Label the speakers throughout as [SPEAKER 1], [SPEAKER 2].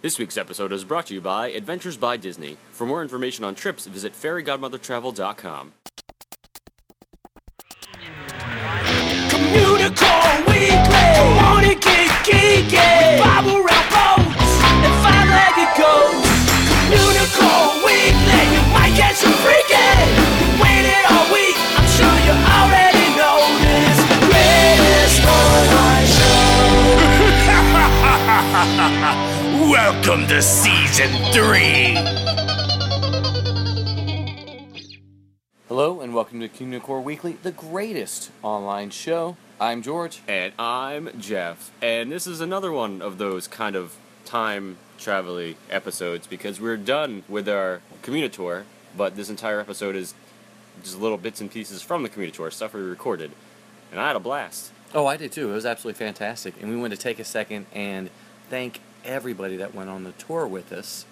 [SPEAKER 1] This week's episode is brought to you by Adventures by Disney. For more information on trips, visit fairygodmothertravel.com.
[SPEAKER 2] Commuter Core Weekly. Come on and get geeky. With Bob around boats and five-legged goats. Commuter Core Weekly. You might get some freaky. You waited all week. I'm sure you already know this. Greatest online show. Welcome to season three.
[SPEAKER 3] Hello and welcome to Kingdom Core Weekly, the greatest online show. I'm George.
[SPEAKER 1] And I'm Jeff, and this is another one of those kind of time travel episodes because we're done with our Communitour, but this entire episode is just little bits and pieces from the Communitour, stuff we recorded. And I had a blast.
[SPEAKER 3] Oh, I did too. It was absolutely fantastic. And we want to take a second and thank everybody that went on the tour with us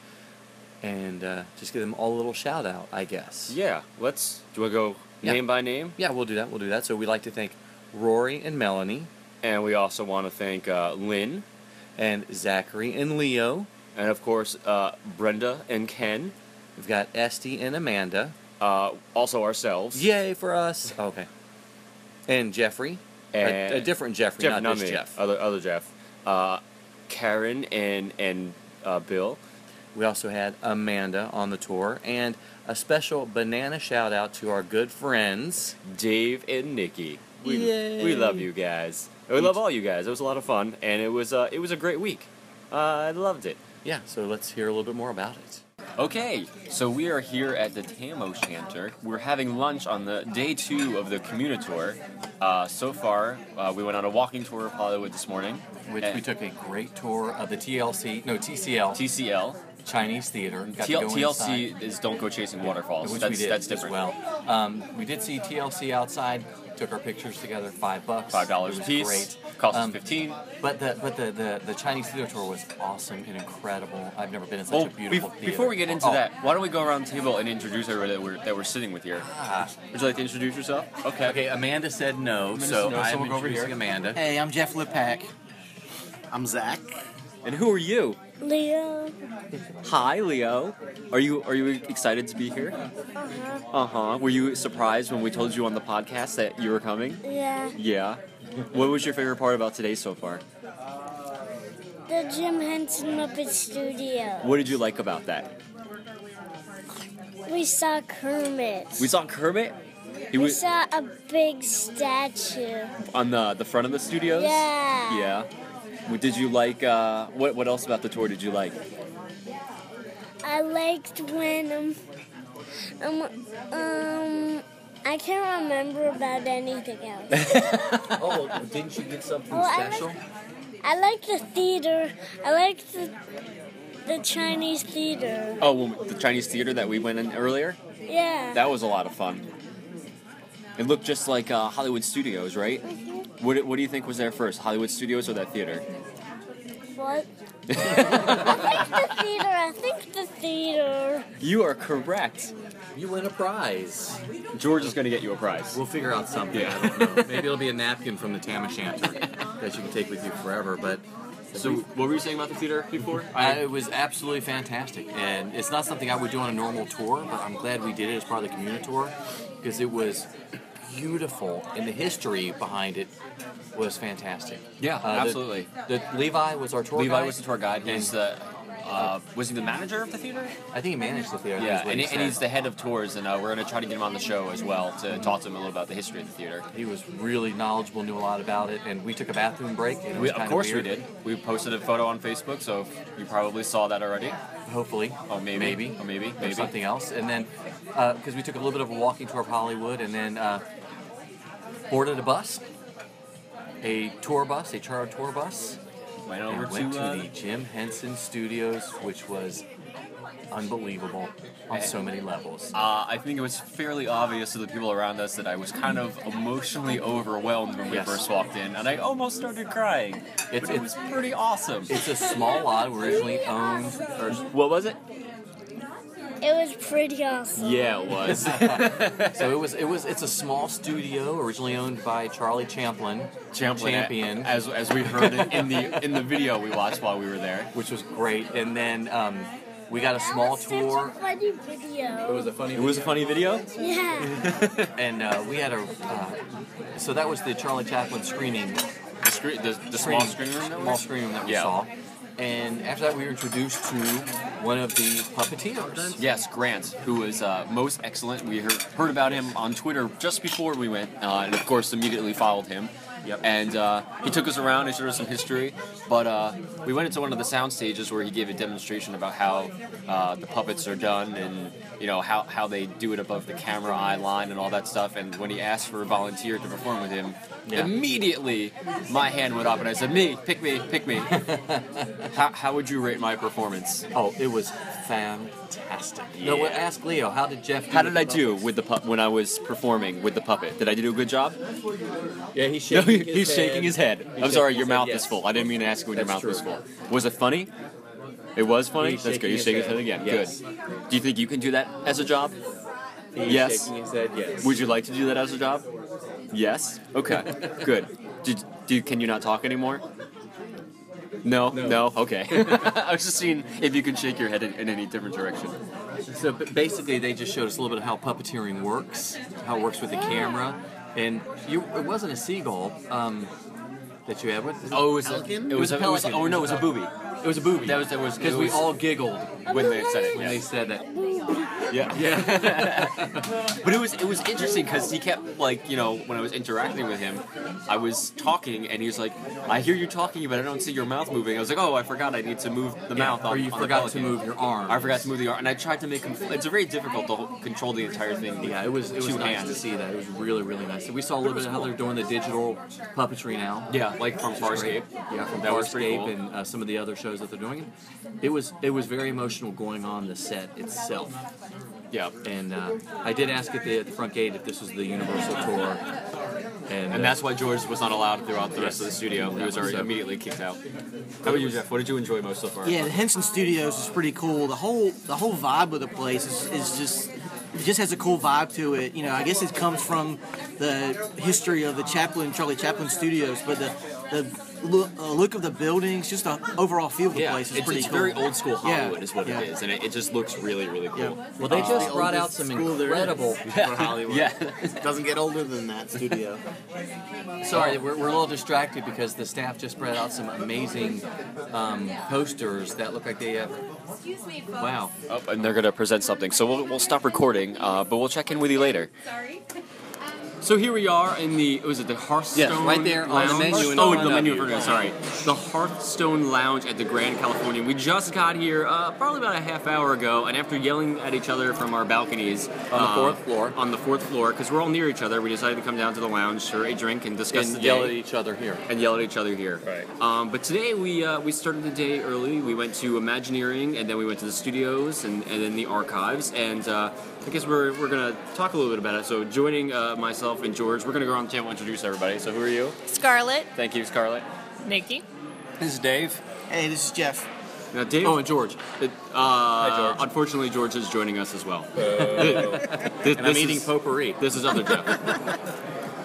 [SPEAKER 3] and uh, just give them all a little shout out, I guess.
[SPEAKER 1] Yeah, let's. Do I go
[SPEAKER 3] Yeah.
[SPEAKER 1] name by name?
[SPEAKER 3] Yeah, we'll do that. We'll do that. So we'd like to thank Rory and Melanie
[SPEAKER 1] And we also want to thank uh, Lynn,
[SPEAKER 3] and Zachary and Leo.
[SPEAKER 1] and of course, uh, Brenda and Ken,
[SPEAKER 3] We've got Esty and Amanda.
[SPEAKER 1] uh, also ourselves.
[SPEAKER 3] Yay for us. Okay. And Jeffrey. A-
[SPEAKER 1] And-
[SPEAKER 3] a, different Jeffrey,
[SPEAKER 1] Jeff,
[SPEAKER 3] not,
[SPEAKER 1] not
[SPEAKER 3] this
[SPEAKER 1] me.
[SPEAKER 3] Jeff.
[SPEAKER 1] Other, other Jeff. Uh, Karen and, and uh, Bill.
[SPEAKER 3] We also had Amanda on the tour, and a special banana shout out to our good friends.
[SPEAKER 1] Dave and Nikki. We,
[SPEAKER 3] Yay.
[SPEAKER 1] we love you guys. We love all you guys. It was a lot of fun, and it was uh, it was a great week. Uh, I loved it.
[SPEAKER 3] Yeah, so let's hear a little bit more about it.
[SPEAKER 4] Okay, so we are here at the Tam O'Shanter. We're having lunch on the day two of the Communitour. Uh, so far, uh, we went on a walking tour of Hollywood this morning.
[SPEAKER 3] Which
[SPEAKER 4] and
[SPEAKER 3] we took a great tour of the TLC, no TCL,
[SPEAKER 4] TCL.
[SPEAKER 3] Chinese Theater. Got
[SPEAKER 4] TL,
[SPEAKER 3] to go
[SPEAKER 4] TLC
[SPEAKER 3] inside,
[SPEAKER 4] is Don't Go Chasing Waterfalls.
[SPEAKER 3] which
[SPEAKER 4] that's
[SPEAKER 3] we did
[SPEAKER 4] that's
[SPEAKER 3] as
[SPEAKER 4] different.
[SPEAKER 3] well. Um, we did see TLC outside. Took our pictures together. Five bucks.
[SPEAKER 4] Five
[SPEAKER 3] It
[SPEAKER 4] dollars a
[SPEAKER 3] was
[SPEAKER 4] piece.
[SPEAKER 3] Great.
[SPEAKER 4] Cost
[SPEAKER 3] Um,
[SPEAKER 4] us fifteen.
[SPEAKER 3] But the but the, the, the Chinese theater tour was awesome and incredible. I've never been in such
[SPEAKER 4] Well,
[SPEAKER 3] a beautiful
[SPEAKER 4] Oh, bef-
[SPEAKER 3] theater.
[SPEAKER 4] before we get into
[SPEAKER 3] Oh,
[SPEAKER 4] that, why don't we go around the table and introduce everybody that we're that we're sitting with here?
[SPEAKER 3] ah.
[SPEAKER 4] Would you like to introduce yourself? Okay.
[SPEAKER 3] Okay, Amanda said no,
[SPEAKER 4] Amanda
[SPEAKER 3] so
[SPEAKER 4] said no, so
[SPEAKER 3] I'm
[SPEAKER 4] we'll go over
[SPEAKER 3] introducing
[SPEAKER 4] here.
[SPEAKER 3] Amanda.
[SPEAKER 5] Hey, I'm Jeff Lipak. I'm Zach.
[SPEAKER 4] And who are you?
[SPEAKER 6] Leo. Uh-huh.
[SPEAKER 4] Hi, Leo. Are you are you excited to be here? Uh huh. Were you surprised when we told you on the podcast that you were coming?
[SPEAKER 6] Yeah.
[SPEAKER 4] Yeah. What was your favorite part about today so far?
[SPEAKER 6] The Jim Henson Muppet Studio.
[SPEAKER 4] What did you like about that?
[SPEAKER 6] We saw Kermit.
[SPEAKER 4] We saw Kermit. He
[SPEAKER 6] We
[SPEAKER 4] was
[SPEAKER 6] saw a big statue.
[SPEAKER 4] on the the front of the studios.
[SPEAKER 6] Yeah.
[SPEAKER 4] Yeah. What Did you like? Uh, what what else about the tour did you like?
[SPEAKER 6] I liked when um um um I can't remember about anything else.
[SPEAKER 3] Oh, didn't you get something
[SPEAKER 6] Oh, I
[SPEAKER 3] special?
[SPEAKER 6] I liked the theater. I liked the the Chinese theater.
[SPEAKER 4] Oh, well, the Chinese theater that we went in earlier.
[SPEAKER 6] Yeah.
[SPEAKER 4] That was a lot of fun. It looked just like uh, Hollywood Studios, right? What, what do you think was there first, Hollywood Studios or that theater?
[SPEAKER 6] What? I think the theater. I think the theater.
[SPEAKER 4] You are correct.
[SPEAKER 3] You win a prize.
[SPEAKER 4] George is going to get you a prize.
[SPEAKER 3] We'll figure out something. I don't know. Maybe it'll be a napkin from the Tam O'Shanter that you can take with you forever. But
[SPEAKER 4] So, what were you saying about the theater before?
[SPEAKER 3] uh, it was absolutely fantastic, and it's not something I would do on a normal tour. But I'm glad we did it as part of the community tour because it was beautiful, and the history behind it was fantastic. Uh,
[SPEAKER 4] Yeah,
[SPEAKER 3] the-
[SPEAKER 4] absolutely.
[SPEAKER 3] The, Levi was our tour
[SPEAKER 4] Levi
[SPEAKER 3] guide.
[SPEAKER 4] was the tour guide.
[SPEAKER 3] and
[SPEAKER 4] He's the uh, was he the manager of the theater?
[SPEAKER 3] I think he managed the theater. is
[SPEAKER 4] Yeah,
[SPEAKER 3] what
[SPEAKER 4] and,
[SPEAKER 3] he
[SPEAKER 4] and
[SPEAKER 3] said.
[SPEAKER 4] he's the head of tours, and uh, we're going to try to get him on the show as well to talk to him a little about the history of the theater.
[SPEAKER 3] He was really knowledgeable, knew a lot about it, and we took a bathroom break. And it was
[SPEAKER 4] We, of
[SPEAKER 3] kinda
[SPEAKER 4] course, we
[SPEAKER 3] weird.
[SPEAKER 4] did. We posted a photo on Facebook, so you probably saw that already.
[SPEAKER 3] Hopefully,
[SPEAKER 4] Oh, maybe.
[SPEAKER 3] maybe,
[SPEAKER 4] Oh, maybe.
[SPEAKER 3] or
[SPEAKER 4] Maybe.
[SPEAKER 3] something else. And then, because we took a little bit of a walking tour of Hollywood, and then uh, boarded a bus, a tour bus, a charter tour bus,
[SPEAKER 4] Went
[SPEAKER 3] and
[SPEAKER 4] over
[SPEAKER 3] went
[SPEAKER 4] to,
[SPEAKER 3] to
[SPEAKER 4] uh,
[SPEAKER 3] the Jim Henson Studios, which was unbelievable
[SPEAKER 4] Eh.
[SPEAKER 3] on so many levels.
[SPEAKER 4] Uh, I think it was fairly obvious to the people around us that I was kind of emotionally overwhelmed when we
[SPEAKER 3] Yes.
[SPEAKER 4] first walked in, and I almost started crying.
[SPEAKER 3] It's-
[SPEAKER 4] But it was
[SPEAKER 3] it's-
[SPEAKER 4] pretty awesome.
[SPEAKER 3] It's a small lot originally owned.
[SPEAKER 4] What was it?
[SPEAKER 6] It was pretty awesome.
[SPEAKER 1] Yeah, it was.
[SPEAKER 3] So it was it was it's a small studio originally owned by Charlie Champlin,
[SPEAKER 4] Champlin,
[SPEAKER 3] Champion.
[SPEAKER 4] as as we heard it in the in the video we watched while we were there.
[SPEAKER 3] which was great, and then um, we got a small
[SPEAKER 6] that was
[SPEAKER 3] tour.
[SPEAKER 6] Such a funny video.
[SPEAKER 3] It was a funny.
[SPEAKER 1] It was a funny video.
[SPEAKER 6] yeah.
[SPEAKER 3] and uh, we had a. Uh, so that was the Charlie Chaplin screening.
[SPEAKER 4] The, screen, the, the small screen room. that we-
[SPEAKER 3] Small screen room that we
[SPEAKER 4] Yeah.
[SPEAKER 3] saw. And after that, we were introduced to one of the puppeteers.
[SPEAKER 4] Yes, Grant, who was uh, most excellent. We heard, heard about him on Twitter just before we went, uh, and of course, immediately followed him.
[SPEAKER 1] Yep.
[SPEAKER 4] And uh, he took us around and showed us some history. But uh, we went into one of the sound stages where he gave a demonstration about how uh, the puppets are done and you know how, how they do it above the camera eye line and all that stuff. And when he asked for a volunteer to perform with him,
[SPEAKER 3] Yeah.
[SPEAKER 4] immediately my hand went up and I said, "Me, pick me, pick me." how, how would you rate my performance?
[SPEAKER 3] Oh, it was fantastic. No,
[SPEAKER 4] Yeah.
[SPEAKER 3] well, ask Leo. How did Jeff? Do
[SPEAKER 4] How
[SPEAKER 3] with
[SPEAKER 4] did I
[SPEAKER 3] the
[SPEAKER 4] do
[SPEAKER 3] puppets?
[SPEAKER 4] with the pup when I was performing with the puppet? Did I do a good job?
[SPEAKER 3] Yeah, he's
[SPEAKER 4] No,
[SPEAKER 3] shaking. his
[SPEAKER 4] he's shaking his head. I'm
[SPEAKER 3] shaking
[SPEAKER 4] sorry,
[SPEAKER 3] his
[SPEAKER 4] your
[SPEAKER 3] head,
[SPEAKER 4] mouth is
[SPEAKER 3] yes.
[SPEAKER 4] full. I didn't mean to ask you when your
[SPEAKER 3] That's
[SPEAKER 4] mouth was
[SPEAKER 3] true.
[SPEAKER 4] full. Was it funny? It was funny.
[SPEAKER 3] He's
[SPEAKER 4] That's good.
[SPEAKER 3] shaking
[SPEAKER 4] You're
[SPEAKER 3] his
[SPEAKER 4] shaking his
[SPEAKER 3] head.
[SPEAKER 4] head again.
[SPEAKER 3] Yes.
[SPEAKER 4] Good. Do you think you can do that as a job?
[SPEAKER 3] He's
[SPEAKER 4] Yes.
[SPEAKER 3] shaking his head. Yes.
[SPEAKER 4] Would you like to do that as a job? Yes. Okay. good. Did, do can you not talk anymore? No, no, okay. I was just seeing if you could shake your head in, in any different direction.
[SPEAKER 3] So b- basically, they just showed us a little bit of how puppeteering works, how it works with the camera, and you. It wasn't a seagull um, that you had with.
[SPEAKER 4] Oh, it was a,
[SPEAKER 5] Pelican?
[SPEAKER 4] it was, a, it was-
[SPEAKER 3] pelican.
[SPEAKER 4] oh no, it was a booby.
[SPEAKER 3] it was a booby.
[SPEAKER 4] That was that was
[SPEAKER 3] because we all giggled
[SPEAKER 4] when they said it.
[SPEAKER 3] when they
[SPEAKER 4] yes.
[SPEAKER 3] said that.
[SPEAKER 4] Yeah. but it was it was interesting because he kept like you know when I was interacting with him, I was talking and he was like, I hear you talking, but I don't see your mouth moving. I was like, oh, I forgot I need to move the mouth. On,
[SPEAKER 3] or you
[SPEAKER 4] on the
[SPEAKER 3] forgot to
[SPEAKER 4] Pelican."
[SPEAKER 3] move your arm.
[SPEAKER 4] I forgot to move the arm, and I tried to make him. It's very difficult to hold- control the entire thing.
[SPEAKER 3] Yeah, it was it was
[SPEAKER 4] two
[SPEAKER 3] nice
[SPEAKER 4] hands.
[SPEAKER 3] to see that. It was really really nice. We saw a little bit of how they're doing the digital puppetry now.
[SPEAKER 4] Yeah, like from Farscape.
[SPEAKER 3] Yeah, from
[SPEAKER 4] That was pretty
[SPEAKER 3] Farscape
[SPEAKER 4] cool.
[SPEAKER 3] and uh, some of the other shows that they're doing. It was it was very emotional going on the set itself.
[SPEAKER 4] Yeah,
[SPEAKER 3] And uh, I did ask at the, at the front gate if this was the Universal tour. And,
[SPEAKER 4] and that's why George was not allowed throughout the rest of the studio. He was already
[SPEAKER 3] So-
[SPEAKER 4] immediately kicked out. How about you, Jeff? What did you enjoy most so far?
[SPEAKER 5] Yeah, the Henson Studios is pretty cool. The whole the whole vibe of the place is, is just it just has a cool vibe to it. You know, I guess it comes from the history of the Chaplin Charlie Chaplin Studios, but the the look, uh, look of the buildings, just the overall feel of the
[SPEAKER 4] Yeah,
[SPEAKER 5] place is
[SPEAKER 4] it's,
[SPEAKER 5] pretty
[SPEAKER 4] it's
[SPEAKER 5] cool.
[SPEAKER 4] very old school
[SPEAKER 5] Yeah,
[SPEAKER 4] Hollywood is what
[SPEAKER 5] yeah.
[SPEAKER 4] it is, and it, it just looks really, really cool. Uh,
[SPEAKER 5] Yeah.
[SPEAKER 3] well, they just
[SPEAKER 5] the
[SPEAKER 3] brought out
[SPEAKER 5] oldest
[SPEAKER 3] some
[SPEAKER 5] school there is.
[SPEAKER 3] incredible for Hollywood.
[SPEAKER 5] Doesn't get older than that studio.
[SPEAKER 7] Oh.
[SPEAKER 3] Sorry, we're, we're a little distracted because the staff just spread out some amazing um, posters that look like they have.
[SPEAKER 7] Excuse me, folks.
[SPEAKER 3] Wow.
[SPEAKER 4] Oh, and they're gonna present something, so we'll, we'll stop recording, uh, but we'll check in with you later.
[SPEAKER 7] Sorry.
[SPEAKER 8] So here we are in the was it the Hearthstone?
[SPEAKER 3] Yes, right there on the
[SPEAKER 8] Lounge?
[SPEAKER 3] menu in
[SPEAKER 8] Oh,
[SPEAKER 3] front
[SPEAKER 8] the
[SPEAKER 3] of
[SPEAKER 8] menu.
[SPEAKER 3] you.
[SPEAKER 8] in front of you, Sorry, the Hearthstone Lounge at the Grand Californian. We just got here uh, probably about a half hour ago, and after yelling at each other from our balconies on
[SPEAKER 3] the fourth floor.
[SPEAKER 8] on the fourth floor, because we're all near each other, we decided to come down to the lounge for a drink and discuss
[SPEAKER 3] And
[SPEAKER 8] the
[SPEAKER 3] yell at
[SPEAKER 8] day
[SPEAKER 3] each other here.
[SPEAKER 8] and yell at each other here. Right. Um, but today we uh, we started the day early. We went to Imagineering, and then we went to the studios, and, and then the archives. And uh, I guess we're, we're gonna talk a little bit about it. So joining uh, myself and George, we're gonna go around the table and introduce everybody. So who are you?
[SPEAKER 7] Scarlet.
[SPEAKER 8] Thank you, Scarlett.
[SPEAKER 7] Nikki.
[SPEAKER 3] This is Dave.
[SPEAKER 5] hey, this is Jeff.
[SPEAKER 8] Now Dave.
[SPEAKER 3] Oh, and George.
[SPEAKER 8] uh,
[SPEAKER 3] George.
[SPEAKER 8] Unfortunately, George is joining us as well. This-
[SPEAKER 3] And I'm
[SPEAKER 8] this
[SPEAKER 3] eating
[SPEAKER 8] is-
[SPEAKER 3] potpourri.
[SPEAKER 8] This is other Jeff.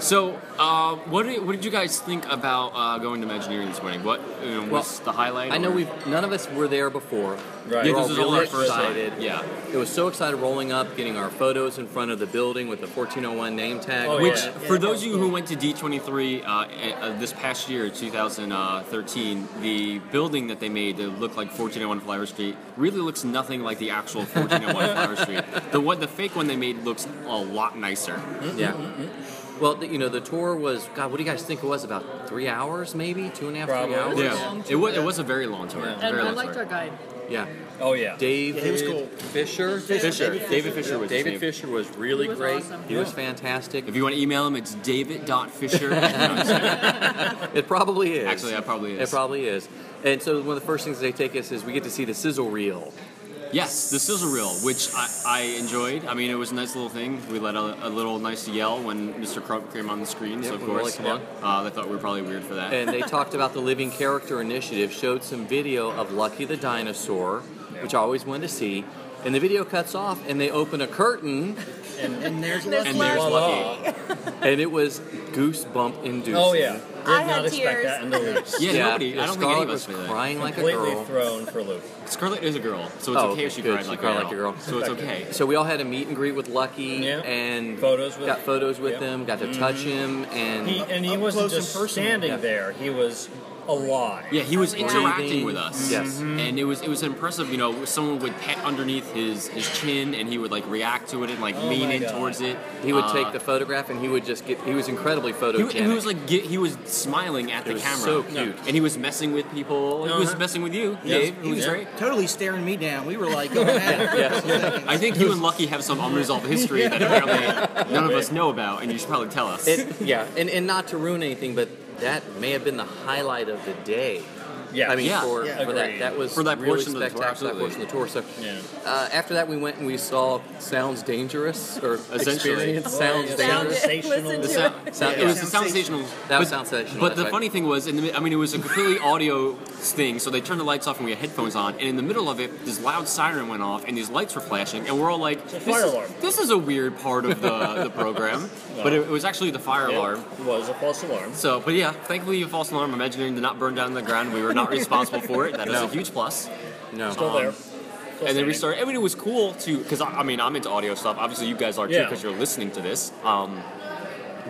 [SPEAKER 8] so, uh, what did, what did you guys think about uh, going to Imagineering this morning? What you know, was the highlight?
[SPEAKER 3] I know
[SPEAKER 8] or-
[SPEAKER 3] we've none of us were there before.
[SPEAKER 8] Yeah,
[SPEAKER 3] Right.
[SPEAKER 8] this is all our first time. Yeah.
[SPEAKER 3] It was so excited rolling up, getting our photos in front of the building with the 1401 name tag.
[SPEAKER 8] Which, for those of you who went to D23 uh, uh, this past year, 2013, the building that they made to look like 1401 Flower Street really looks nothing like the actual 1401 Flower Street. The one, the fake one they made looks a lot nicer.
[SPEAKER 3] yeah. Well, the, you know, the tour was God. What do you guys think it was? About three hours, maybe two and a half, three hours.
[SPEAKER 8] Yeah, it was, it was a very long
[SPEAKER 3] Mm-hmm.
[SPEAKER 8] tour.
[SPEAKER 7] And
[SPEAKER 8] very
[SPEAKER 7] I
[SPEAKER 8] long
[SPEAKER 7] liked
[SPEAKER 8] tour.
[SPEAKER 7] our guide.
[SPEAKER 3] Yeah.
[SPEAKER 4] Oh yeah.
[SPEAKER 3] David
[SPEAKER 5] Yeah, he was cool.
[SPEAKER 3] Fisher.
[SPEAKER 8] Fisher, David Fisher was his
[SPEAKER 3] David
[SPEAKER 8] name.
[SPEAKER 3] Fisher was really
[SPEAKER 7] He was
[SPEAKER 3] great.
[SPEAKER 7] awesome.
[SPEAKER 3] He was fantastic.
[SPEAKER 8] If you want to email him, it's david.fisher.
[SPEAKER 3] It probably is.
[SPEAKER 8] Actually, that probably
[SPEAKER 3] It
[SPEAKER 8] is.
[SPEAKER 3] probably is. And so one of the first things they take us is we get to see the sizzle reel.
[SPEAKER 8] Yes, the sizzle reel, which I, I enjoyed. I mean, it was a nice little thing. We let a, a little nice yell when Mr. Crump came on the screen, so
[SPEAKER 3] Yeah,
[SPEAKER 8] of
[SPEAKER 3] when Wally
[SPEAKER 8] course.
[SPEAKER 3] came on.
[SPEAKER 8] Uh, they thought we were probably weird for that.
[SPEAKER 3] and they talked about the Living Character Initiative, showed some video of Lucky the Dinosaur, which I always wanted to see, and the video cuts off, and they open a curtain,
[SPEAKER 9] And, and there's
[SPEAKER 7] There's
[SPEAKER 9] Lucky.
[SPEAKER 7] Lucky.
[SPEAKER 9] Voila.
[SPEAKER 3] and it was goosebump inducing.
[SPEAKER 9] Oh yeah. Did
[SPEAKER 7] I
[SPEAKER 9] not
[SPEAKER 7] had
[SPEAKER 9] expect
[SPEAKER 7] tears.
[SPEAKER 9] that in the least.
[SPEAKER 3] Yeah,
[SPEAKER 4] Yeah, nobody- I don't think
[SPEAKER 3] Scarlett
[SPEAKER 4] any of us
[SPEAKER 3] was
[SPEAKER 4] knew that.
[SPEAKER 3] crying like a
[SPEAKER 9] Completely
[SPEAKER 3] girl.
[SPEAKER 9] thrown for a loop.
[SPEAKER 4] Scarlett is a girl, so it's
[SPEAKER 3] Oh,
[SPEAKER 4] okay
[SPEAKER 3] okay,
[SPEAKER 4] if she
[SPEAKER 3] good.
[SPEAKER 4] cried
[SPEAKER 3] She
[SPEAKER 4] like,
[SPEAKER 3] cried
[SPEAKER 4] a girl.
[SPEAKER 3] like a girl.
[SPEAKER 4] So it's
[SPEAKER 9] Okay.
[SPEAKER 4] okay.
[SPEAKER 3] So we all had a meet and greet with Lucky
[SPEAKER 9] Yeah.
[SPEAKER 3] and
[SPEAKER 9] Photos with-
[SPEAKER 3] got photos with
[SPEAKER 9] Yep.
[SPEAKER 3] him, got to touch him and
[SPEAKER 9] He and he
[SPEAKER 5] Up
[SPEAKER 9] wasn't
[SPEAKER 5] close
[SPEAKER 9] just
[SPEAKER 5] and personal.
[SPEAKER 9] standing
[SPEAKER 3] Yeah.
[SPEAKER 9] there. He was alive. Mm-hmm.
[SPEAKER 4] Yeah, he was
[SPEAKER 7] Breathing.
[SPEAKER 4] interacting with us. Mm-hmm.
[SPEAKER 3] Yes.
[SPEAKER 4] and it was it was impressive. You know, someone would pet underneath his his chin, and he would like react to it and like
[SPEAKER 9] Oh
[SPEAKER 4] lean
[SPEAKER 9] my
[SPEAKER 4] in
[SPEAKER 9] God.
[SPEAKER 4] towards it.
[SPEAKER 3] he would
[SPEAKER 4] Uh,
[SPEAKER 3] take the photograph and he would just get he was incredibly
[SPEAKER 4] He,
[SPEAKER 3] photogenic.
[SPEAKER 4] he was like ge- he was smiling at the
[SPEAKER 3] was
[SPEAKER 4] camera,
[SPEAKER 3] so cute.
[SPEAKER 4] and he was messing with people. He was
[SPEAKER 9] Uh-huh.
[SPEAKER 4] messing with you,
[SPEAKER 9] Yeah.
[SPEAKER 4] Dave. It was
[SPEAKER 9] Yeah.
[SPEAKER 4] great.
[SPEAKER 5] Totally staring me down. We were like, going at it.
[SPEAKER 4] I think you and Lucky have some unresolved history that apparently none of us know about, and you should probably tell us.
[SPEAKER 3] It- yeah, and, and not to ruin anything, but that may have been the highlight of the day.
[SPEAKER 9] Yeah.
[SPEAKER 3] I mean,
[SPEAKER 4] Yeah.
[SPEAKER 3] for,
[SPEAKER 9] Yeah.
[SPEAKER 3] for that
[SPEAKER 9] Agreed.
[SPEAKER 3] that was
[SPEAKER 4] For that
[SPEAKER 3] really
[SPEAKER 4] portion of the tour,
[SPEAKER 3] spectacular, that portion of the tour. So
[SPEAKER 9] Yeah.
[SPEAKER 3] uh, after that, we went and we saw Sounds Dangerous or
[SPEAKER 4] Essentially.
[SPEAKER 3] Experience Sounds
[SPEAKER 9] Oh, yeah.
[SPEAKER 7] Sound
[SPEAKER 3] Dangerous.
[SPEAKER 7] it. Listen
[SPEAKER 9] Sensational.
[SPEAKER 7] to
[SPEAKER 4] The
[SPEAKER 7] it.
[SPEAKER 4] sound, sound-
[SPEAKER 3] Yeah.
[SPEAKER 4] It was the sound
[SPEAKER 5] Sound
[SPEAKER 4] sensational.
[SPEAKER 3] That was
[SPEAKER 4] but-
[SPEAKER 3] sound sensational,
[SPEAKER 4] But
[SPEAKER 3] that's
[SPEAKER 4] the
[SPEAKER 3] right.
[SPEAKER 4] funny thing was, in the, mi- I mean, it was a completely audio thing. So they turned the lights off and we had headphones on. And in the middle of it, this loud siren went off and these lights were flashing. And we're all like,
[SPEAKER 9] a
[SPEAKER 4] "This
[SPEAKER 9] fire
[SPEAKER 4] is,
[SPEAKER 9] alarm."
[SPEAKER 4] this is a weird part of the, the program." But it, it was actually the fire alarm.
[SPEAKER 9] It was a false alarm.
[SPEAKER 4] So, but yeah, thankfully, a false alarm imaginary did not burn down to the ground. We were not responsible for it. That is a huge plus. Um,
[SPEAKER 3] No.
[SPEAKER 9] Still there.
[SPEAKER 4] And then we started. I mean, it was cool to because I, I mean, I'm into audio stuff. Obviously, you guys are too
[SPEAKER 9] Yeah.
[SPEAKER 4] because you're listening to this. Um,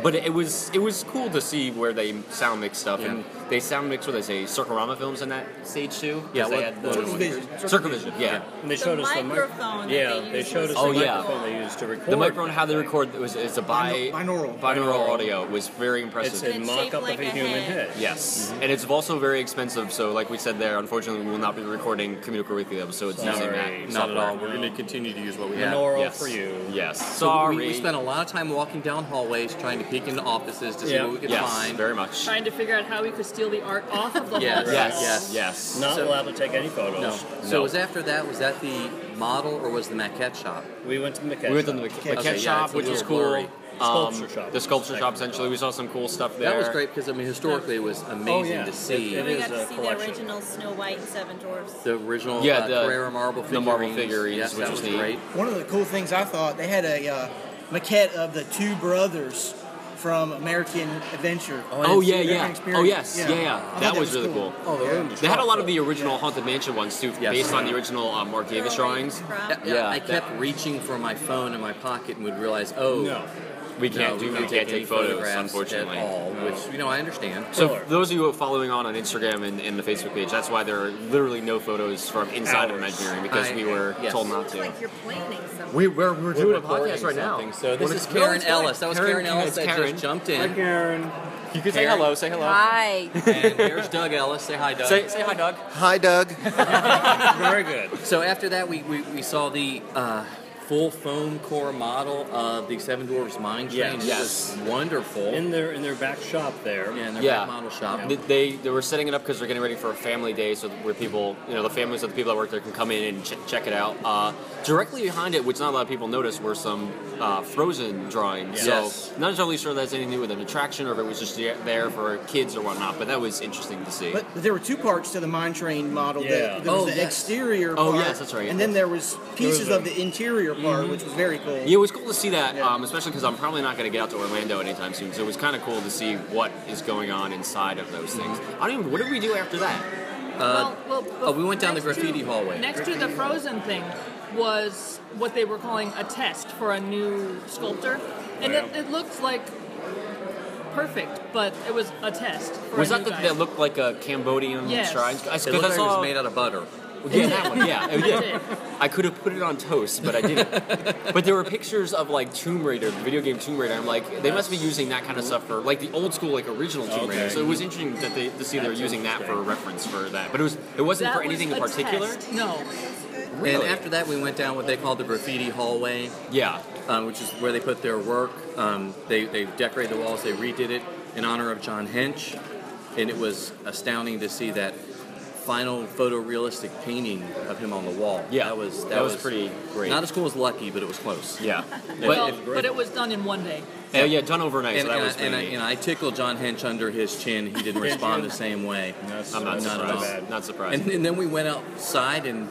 [SPEAKER 4] but it was it was cool to see where they sound mix stuff and they sound mix where they say Circorama films in that stage too. 'Cause
[SPEAKER 3] Yeah,
[SPEAKER 4] they
[SPEAKER 3] what-
[SPEAKER 4] had the
[SPEAKER 3] what was
[SPEAKER 5] it?
[SPEAKER 4] Circumvision. Yeah.
[SPEAKER 9] And they
[SPEAKER 7] The
[SPEAKER 9] showed us the mic-
[SPEAKER 7] microphone that
[SPEAKER 9] Yeah,
[SPEAKER 7] they
[SPEAKER 9] they
[SPEAKER 7] used
[SPEAKER 9] showed us
[SPEAKER 7] was-
[SPEAKER 9] the
[SPEAKER 4] Oh, yeah.
[SPEAKER 9] microphone they used to record.
[SPEAKER 4] the microphone how they record it was it's a bi,
[SPEAKER 5] Binaural.
[SPEAKER 4] binaural audio was very impressive.
[SPEAKER 9] It's
[SPEAKER 7] And
[SPEAKER 9] a
[SPEAKER 7] it's
[SPEAKER 9] mock
[SPEAKER 7] shaped
[SPEAKER 9] up
[SPEAKER 7] like
[SPEAKER 9] of a
[SPEAKER 7] a
[SPEAKER 9] human
[SPEAKER 7] head.
[SPEAKER 9] head.
[SPEAKER 4] Yes, and it's also very expensive. So, like we said there, unfortunately, we will not be recording Communical Weekly episodes using
[SPEAKER 9] Sorry.
[SPEAKER 4] that.
[SPEAKER 3] Not at all.
[SPEAKER 9] We're
[SPEAKER 3] We're
[SPEAKER 9] gonna
[SPEAKER 3] going to continue to use what we
[SPEAKER 9] Yeah.
[SPEAKER 3] have.
[SPEAKER 9] Binaural
[SPEAKER 4] Yes.
[SPEAKER 9] for you.
[SPEAKER 4] Yes.
[SPEAKER 3] So
[SPEAKER 4] Sorry.
[SPEAKER 3] we, we spent a lot of time walking down hallways trying to peek into offices to see
[SPEAKER 9] Yeah.
[SPEAKER 3] what we could
[SPEAKER 4] yes,
[SPEAKER 3] find.
[SPEAKER 4] very much.
[SPEAKER 7] Trying to figure out how we could steal the art off of the
[SPEAKER 3] Yes,
[SPEAKER 7] whole
[SPEAKER 3] yes,
[SPEAKER 7] wall.
[SPEAKER 3] yes.
[SPEAKER 4] Yes.
[SPEAKER 9] Not
[SPEAKER 3] So-
[SPEAKER 9] allowed to take any photos.
[SPEAKER 3] No. So
[SPEAKER 4] No.
[SPEAKER 3] it was after that. Was that the model or was the maquette shop?
[SPEAKER 9] We went to the
[SPEAKER 4] We went to the
[SPEAKER 9] mechanic.
[SPEAKER 4] maquette
[SPEAKER 3] Okay, yeah,
[SPEAKER 4] shop,
[SPEAKER 3] it's a
[SPEAKER 4] which was
[SPEAKER 3] little
[SPEAKER 4] cool.
[SPEAKER 3] blurry.
[SPEAKER 4] Um,
[SPEAKER 9] Sculpture shop.
[SPEAKER 4] The sculpture shop, essentially. We saw some cool stuff there.
[SPEAKER 3] That was great because I mean historically it was amazing
[SPEAKER 9] Oh,
[SPEAKER 4] Oh,
[SPEAKER 9] yeah.
[SPEAKER 3] to see
[SPEAKER 9] It-
[SPEAKER 7] We
[SPEAKER 9] it
[SPEAKER 7] got
[SPEAKER 9] is a
[SPEAKER 7] to see the
[SPEAKER 9] collection.
[SPEAKER 7] original Snow White and Seven Dwarfs.
[SPEAKER 3] the original
[SPEAKER 4] Yeah,
[SPEAKER 3] uh,
[SPEAKER 4] the-
[SPEAKER 3] Carrara marble
[SPEAKER 4] the
[SPEAKER 3] figurines.
[SPEAKER 4] marble figurines,
[SPEAKER 3] yes,
[SPEAKER 4] which
[SPEAKER 3] that
[SPEAKER 4] was
[SPEAKER 3] was
[SPEAKER 4] neat.
[SPEAKER 3] great.
[SPEAKER 5] One of the cool things I thought they had a uh, maquette of the two brothers from American Adventure.
[SPEAKER 4] Oh yeah,
[SPEAKER 5] American
[SPEAKER 4] yeah. Oh
[SPEAKER 5] Experience.
[SPEAKER 4] yes, yeah,
[SPEAKER 5] I
[SPEAKER 4] yeah.
[SPEAKER 5] thought
[SPEAKER 4] That was really cool.
[SPEAKER 3] Oh, the room.
[SPEAKER 4] They had a lot of the original haunted mansion ones too,
[SPEAKER 3] Yes.
[SPEAKER 4] based on the original uh, Mark Davis drawings.
[SPEAKER 3] Yeah,
[SPEAKER 7] From-
[SPEAKER 3] I kept reaching for my phone in my pocket and would realize, oh,
[SPEAKER 9] No.
[SPEAKER 4] We
[SPEAKER 3] no,
[SPEAKER 4] can't do,
[SPEAKER 3] we
[SPEAKER 4] we can't
[SPEAKER 3] any
[SPEAKER 4] take photos,
[SPEAKER 3] photographs
[SPEAKER 4] unfortunately.
[SPEAKER 3] at all, which you know I understand.
[SPEAKER 4] So
[SPEAKER 9] Killer.
[SPEAKER 4] for those of you who are following on on Instagram and, and the Facebook page, that's why there are literally no photos from inside of
[SPEAKER 9] Ours.
[SPEAKER 4] Imagineering because
[SPEAKER 3] I-
[SPEAKER 4] we were
[SPEAKER 3] yes.
[SPEAKER 4] told not
[SPEAKER 7] It's
[SPEAKER 4] to.
[SPEAKER 7] like you're planning something.
[SPEAKER 4] we, we're, we're doing a
[SPEAKER 3] recording
[SPEAKER 4] podcast right now.
[SPEAKER 3] something. So this
[SPEAKER 4] What
[SPEAKER 3] is Karen
[SPEAKER 7] it's not.
[SPEAKER 3] Ellis. That was
[SPEAKER 4] Karen-
[SPEAKER 3] Karen, Ellis
[SPEAKER 4] it's
[SPEAKER 3] that
[SPEAKER 4] Karen.
[SPEAKER 3] just jumped in.
[SPEAKER 9] Karen.
[SPEAKER 4] You can say
[SPEAKER 3] Karen.
[SPEAKER 4] hello. Say hello.
[SPEAKER 10] Hi.
[SPEAKER 3] and there's Doug Ellis. Say hi, Doug.
[SPEAKER 4] Say, say hi, Doug.
[SPEAKER 11] Hi, Doug.
[SPEAKER 9] Very good.
[SPEAKER 3] So after that, we, we, we saw the uh, full foam core model of the Seven Dwarfs Mine Train.
[SPEAKER 9] Yes.
[SPEAKER 3] It was wonderful.
[SPEAKER 9] In their in their back shop there.
[SPEAKER 3] yeah, in their
[SPEAKER 4] Yeah.
[SPEAKER 3] back model shop.
[SPEAKER 4] Th- They, they were setting it up because they're getting ready for a family day, so that- where people, you know, the families of the people that work there can come in and ch- check it out. Uh, directly behind it, which not a lot of people notice, were some uh, Frozen drawings.
[SPEAKER 3] Yes.
[SPEAKER 4] So not entirely sure that's anything to do with an attraction or if it was just the- there for kids or whatnot, but that was interesting to see.
[SPEAKER 5] But there were two parts to the mine train model.
[SPEAKER 9] Yeah.
[SPEAKER 5] That, there was
[SPEAKER 3] Oh,
[SPEAKER 5] the
[SPEAKER 3] yes.
[SPEAKER 5] exterior
[SPEAKER 4] Oh,
[SPEAKER 5] part.
[SPEAKER 4] yes, that's right, Mm-hmm.
[SPEAKER 5] And
[SPEAKER 4] yeah.
[SPEAKER 5] then there was pieces
[SPEAKER 9] a-
[SPEAKER 5] of the interior part, which was very cool.
[SPEAKER 4] yeah, it was cool to see that,
[SPEAKER 5] Yeah.
[SPEAKER 4] um, especially because I'm probably not going to get out to Orlando anytime soon. So it was kind of cool to see what is going on inside of those things. I don't even. What did we do after that?
[SPEAKER 7] Well, well, well,
[SPEAKER 3] Uh, oh, we went down the
[SPEAKER 7] next to-
[SPEAKER 3] graffiti hallway.
[SPEAKER 7] Next to the frozen thing was what they were calling a test for a new sculptor, and it, it looked like perfect, but it was a test. For
[SPEAKER 4] Was
[SPEAKER 7] a
[SPEAKER 4] that
[SPEAKER 7] new
[SPEAKER 4] the,
[SPEAKER 7] guy.
[SPEAKER 4] that looked like a Cambodian
[SPEAKER 7] Yes.
[SPEAKER 4] shrine? I,
[SPEAKER 3] It looked like it was made out of butter.
[SPEAKER 4] Yeah, that one. Yeah, it
[SPEAKER 7] That's
[SPEAKER 4] did.
[SPEAKER 7] it.
[SPEAKER 4] I could have put it on toast, but I didn't. but there were pictures of like Tomb Raider, the video game Tomb Raider. I'm like, they must be using that kind of stuff for like the old school, like original Tomb Raider.
[SPEAKER 9] Okay.
[SPEAKER 4] So it was interesting that they to see they're using that for a reference for that. But it was it wasn't
[SPEAKER 7] That
[SPEAKER 4] for anything
[SPEAKER 7] was
[SPEAKER 4] in
[SPEAKER 7] a
[SPEAKER 4] particular.
[SPEAKER 7] test. No,
[SPEAKER 4] Really?
[SPEAKER 3] And after that, we went down what they called the graffiti hallway,
[SPEAKER 4] yeah,
[SPEAKER 3] um, which is where they put their work. Um, they, they decorated the walls, they redid it in honor of John Hench. And it was astounding to see that final photorealistic painting of him on the wall.
[SPEAKER 4] Yeah.
[SPEAKER 3] That was, that
[SPEAKER 4] That was pretty great.
[SPEAKER 3] Not as cool as Lucky, but it was close.
[SPEAKER 4] yeah.
[SPEAKER 7] well,
[SPEAKER 4] But oh,
[SPEAKER 7] but it was done in one day.
[SPEAKER 4] yeah, yeah, done overnight.
[SPEAKER 3] And,
[SPEAKER 4] so that
[SPEAKER 3] and,
[SPEAKER 4] was
[SPEAKER 3] I,
[SPEAKER 4] pretty.
[SPEAKER 3] and, I, and I tickled John Hench under his chin. He didn't respond the same way.
[SPEAKER 9] That's
[SPEAKER 4] am not
[SPEAKER 3] not at
[SPEAKER 4] surprised.
[SPEAKER 3] all.
[SPEAKER 4] Not surprised.
[SPEAKER 3] And, and then we went outside and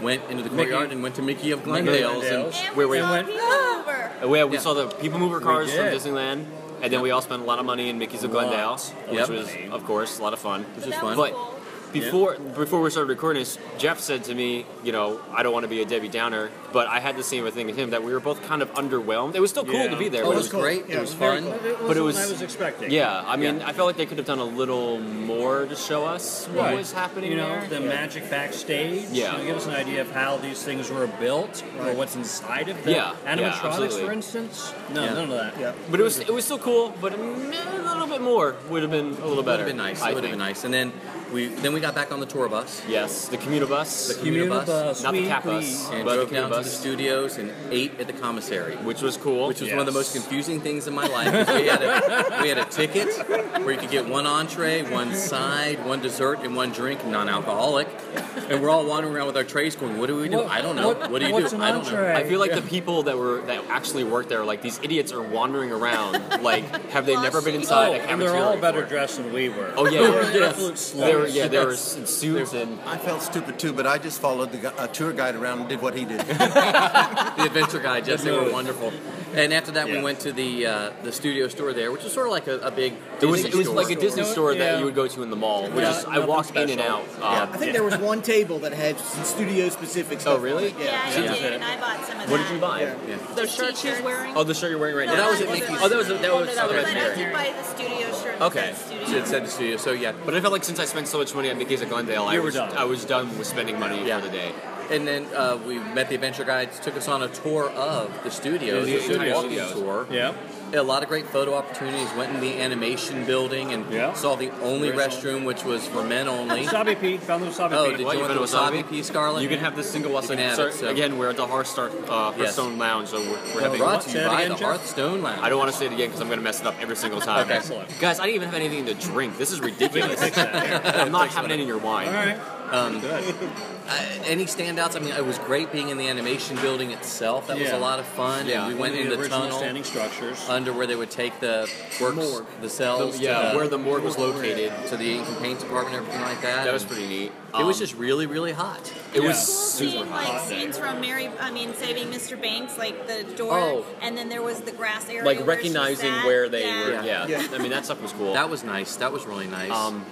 [SPEAKER 3] went into the courtyard and went to Mickey of Glendale's. And,
[SPEAKER 9] Glendale's.
[SPEAKER 4] Wait, wait.
[SPEAKER 12] saw people over.
[SPEAKER 4] Uh, yeah, we
[SPEAKER 3] Yeah.
[SPEAKER 4] saw the People Mover cars from
[SPEAKER 9] did.
[SPEAKER 4] Disneyland, and then we all spent a lot of money in Mickey's of
[SPEAKER 9] Lot.
[SPEAKER 4] Glendale,
[SPEAKER 3] Yep.
[SPEAKER 4] which was, of course, a lot of fun.
[SPEAKER 3] Which is
[SPEAKER 12] That
[SPEAKER 3] fun.
[SPEAKER 12] was
[SPEAKER 4] But
[SPEAKER 12] cool.
[SPEAKER 4] before before we started recording this, Jeff said to me, you know, I don't want to be a Debbie Downer, but I had the same thing in him that we were both kind of underwhelmed. It was still cool
[SPEAKER 9] Yeah.
[SPEAKER 4] to be there.
[SPEAKER 3] Oh,
[SPEAKER 4] but
[SPEAKER 3] it
[SPEAKER 4] it
[SPEAKER 3] was
[SPEAKER 4] was-
[SPEAKER 3] great. It was
[SPEAKER 9] very
[SPEAKER 3] fun.
[SPEAKER 9] cool. It
[SPEAKER 4] But it
[SPEAKER 9] wasn't
[SPEAKER 4] was-
[SPEAKER 9] what I was expecting.
[SPEAKER 4] yeah, I mean,
[SPEAKER 3] Yeah.
[SPEAKER 4] I felt like they could have done a little more to show us what
[SPEAKER 9] Right.
[SPEAKER 4] was happening
[SPEAKER 9] You know,
[SPEAKER 4] there.
[SPEAKER 9] the magic backstage.
[SPEAKER 4] Yeah.
[SPEAKER 9] You know, give us an idea of how these things were built or what's inside of them.
[SPEAKER 4] Yeah, yeah,
[SPEAKER 9] Animatronics,
[SPEAKER 4] absolutely.
[SPEAKER 9] for instance. No, none of that.
[SPEAKER 5] Yeah.
[SPEAKER 4] but it was it was still cool, but mm, a little bit more would have been a little
[SPEAKER 3] Would
[SPEAKER 4] better.
[SPEAKER 3] have been nice.
[SPEAKER 4] I
[SPEAKER 3] It would have
[SPEAKER 4] think.
[SPEAKER 3] been nice. And then we then we got back on the tour bus
[SPEAKER 4] Yes, the commuter bus.
[SPEAKER 3] The commuter bus,
[SPEAKER 9] Communibus,
[SPEAKER 4] not the
[SPEAKER 9] we-
[SPEAKER 4] cat bus.
[SPEAKER 9] we-
[SPEAKER 3] and
[SPEAKER 4] But
[SPEAKER 3] drove
[SPEAKER 4] the
[SPEAKER 3] down to the
[SPEAKER 4] bus-
[SPEAKER 3] studios and ate at the commissary.
[SPEAKER 4] which was cool.
[SPEAKER 3] Which was one of the most
[SPEAKER 9] Yes.
[SPEAKER 3] confusing things in my life. is We had, a, we had a ticket where you could get one entree, one side, one dessert, and one drink, non-alcoholic, and we're all wandering around with our trays, going, "What do we do?
[SPEAKER 9] What-
[SPEAKER 3] I don't know. What, do you
[SPEAKER 9] what's
[SPEAKER 3] do?
[SPEAKER 9] an
[SPEAKER 3] I don't know."
[SPEAKER 9] entree?
[SPEAKER 4] I feel like the people that were that actually worked there, were like these idiots, are wandering around. Like, have they never been inside
[SPEAKER 9] Oh,
[SPEAKER 4] a
[SPEAKER 9] and
[SPEAKER 4] cafeteria?
[SPEAKER 9] they're all better
[SPEAKER 4] before?
[SPEAKER 9] dressed than we were.
[SPEAKER 4] Oh yeah,
[SPEAKER 9] They were
[SPEAKER 4] yes.
[SPEAKER 9] absolute
[SPEAKER 4] They were,
[SPEAKER 9] slaves.
[SPEAKER 4] yeah, they were in suits and
[SPEAKER 11] I felt stupid too, but I just followed the gu- uh, tour guide around and did what he did.
[SPEAKER 3] the adventure guide. Yes, they were
[SPEAKER 9] move.
[SPEAKER 3] wonderful. And after that,
[SPEAKER 9] Yeah.
[SPEAKER 3] we went to the uh, the studio store there, which was sort of like a, a big.
[SPEAKER 4] it was
[SPEAKER 3] Disney
[SPEAKER 4] it was
[SPEAKER 3] store.
[SPEAKER 4] like a Disney
[SPEAKER 9] Store.
[SPEAKER 4] store that
[SPEAKER 9] Yeah.
[SPEAKER 4] you would go to in the mall, which
[SPEAKER 5] Yeah,
[SPEAKER 4] is I walked in and out. Uh,
[SPEAKER 5] I think there was one table that had some studio specific stuff.
[SPEAKER 4] Oh
[SPEAKER 5] on
[SPEAKER 4] really?
[SPEAKER 5] it,
[SPEAKER 12] Yeah,
[SPEAKER 5] Yeah.
[SPEAKER 12] I
[SPEAKER 3] Yeah.
[SPEAKER 12] did, and I bought some of
[SPEAKER 4] What
[SPEAKER 12] that.
[SPEAKER 4] did you buy?
[SPEAKER 5] Yeah.
[SPEAKER 7] The shirt she's
[SPEAKER 12] T-shirts.
[SPEAKER 7] wearing.
[SPEAKER 4] Oh, the shirt you're wearing right
[SPEAKER 12] No,
[SPEAKER 4] now.
[SPEAKER 3] that was at
[SPEAKER 12] I
[SPEAKER 3] Mickey's.
[SPEAKER 12] wasn't-
[SPEAKER 4] Oh, that was that was
[SPEAKER 12] But
[SPEAKER 4] okay.
[SPEAKER 12] I
[SPEAKER 4] there.
[SPEAKER 12] did buy the studio shirt. that
[SPEAKER 4] Okay.
[SPEAKER 12] said
[SPEAKER 3] So
[SPEAKER 12] Studio.
[SPEAKER 3] it said the studio. So yeah,
[SPEAKER 4] But I felt like since I spent so much money at Mickey's at Glendale, I
[SPEAKER 9] You were
[SPEAKER 4] was
[SPEAKER 9] done.
[SPEAKER 4] I was done with spending money
[SPEAKER 3] Yeah.
[SPEAKER 4] for the day.
[SPEAKER 3] and then uh, we met the adventure guides, took us on a tour of the studios,
[SPEAKER 4] The
[SPEAKER 3] a good
[SPEAKER 4] entire
[SPEAKER 3] walking
[SPEAKER 4] studios.
[SPEAKER 3] tour.
[SPEAKER 9] Yeah.
[SPEAKER 3] A lot of great photo opportunities. Went in the animation building and
[SPEAKER 9] Yeah.
[SPEAKER 3] saw the only restroom, which was for men only.
[SPEAKER 9] Wasabi P. Found the Wasabi
[SPEAKER 3] Oh,
[SPEAKER 9] P.
[SPEAKER 3] did you
[SPEAKER 4] What,
[SPEAKER 3] want
[SPEAKER 4] you
[SPEAKER 3] the
[SPEAKER 4] found
[SPEAKER 3] wasabi
[SPEAKER 4] wasabi?
[SPEAKER 3] pea, Scarlett?
[SPEAKER 4] You can have the single
[SPEAKER 3] can
[SPEAKER 4] Wasabi.
[SPEAKER 3] have
[SPEAKER 4] Sorry,
[SPEAKER 3] it, so-
[SPEAKER 4] Again, we're at the Hearthstar uh,
[SPEAKER 3] Yes.
[SPEAKER 4] Hearthstone Lounge, so we're, we're having.
[SPEAKER 3] Brought to
[SPEAKER 9] Say
[SPEAKER 3] you
[SPEAKER 9] it
[SPEAKER 3] by
[SPEAKER 9] again,
[SPEAKER 3] the
[SPEAKER 9] Jeff?
[SPEAKER 3] Hearthstone Lounge.
[SPEAKER 4] I don't want to say it again because I'm going to mess it up every single time.
[SPEAKER 3] Okay.
[SPEAKER 9] Excellent.
[SPEAKER 4] Guys, I didn't even have anything to drink. This is
[SPEAKER 9] We gotta
[SPEAKER 4] ridiculous.
[SPEAKER 9] fix that.
[SPEAKER 4] I'm not having any of your wine.
[SPEAKER 9] All right. Good.
[SPEAKER 3] any standouts? Um, I mean, it was great being in the animation building itself. That was
[SPEAKER 9] Yeah.
[SPEAKER 3] a lot of fun.
[SPEAKER 4] Yeah.
[SPEAKER 3] And we went
[SPEAKER 9] the
[SPEAKER 3] in the
[SPEAKER 9] original
[SPEAKER 3] tunnel
[SPEAKER 9] standing structures.
[SPEAKER 3] under where they would take the works,
[SPEAKER 4] Morgue.
[SPEAKER 3] the cells, to
[SPEAKER 4] Yeah,
[SPEAKER 3] the-
[SPEAKER 4] where the morgue was located.
[SPEAKER 3] to the ink and paint department, and everything like that.
[SPEAKER 4] That was
[SPEAKER 3] And
[SPEAKER 4] pretty neat.
[SPEAKER 3] it was
[SPEAKER 4] Um,
[SPEAKER 3] just really, really hot.
[SPEAKER 4] It was
[SPEAKER 9] Yeah.
[SPEAKER 4] super
[SPEAKER 12] Seeing like
[SPEAKER 4] hot.
[SPEAKER 12] scenes from Mary, I mean, Saving Mr. Banks, like the door,
[SPEAKER 3] Oh.
[SPEAKER 12] and then there was the grass area,
[SPEAKER 4] Like
[SPEAKER 12] where
[SPEAKER 4] recognizing
[SPEAKER 12] she sat.
[SPEAKER 4] where they
[SPEAKER 12] yeah.
[SPEAKER 4] were. Yeah.
[SPEAKER 5] Yeah.
[SPEAKER 4] I mean that stuff was cool.
[SPEAKER 3] That was nice. That was really nice.
[SPEAKER 4] Um,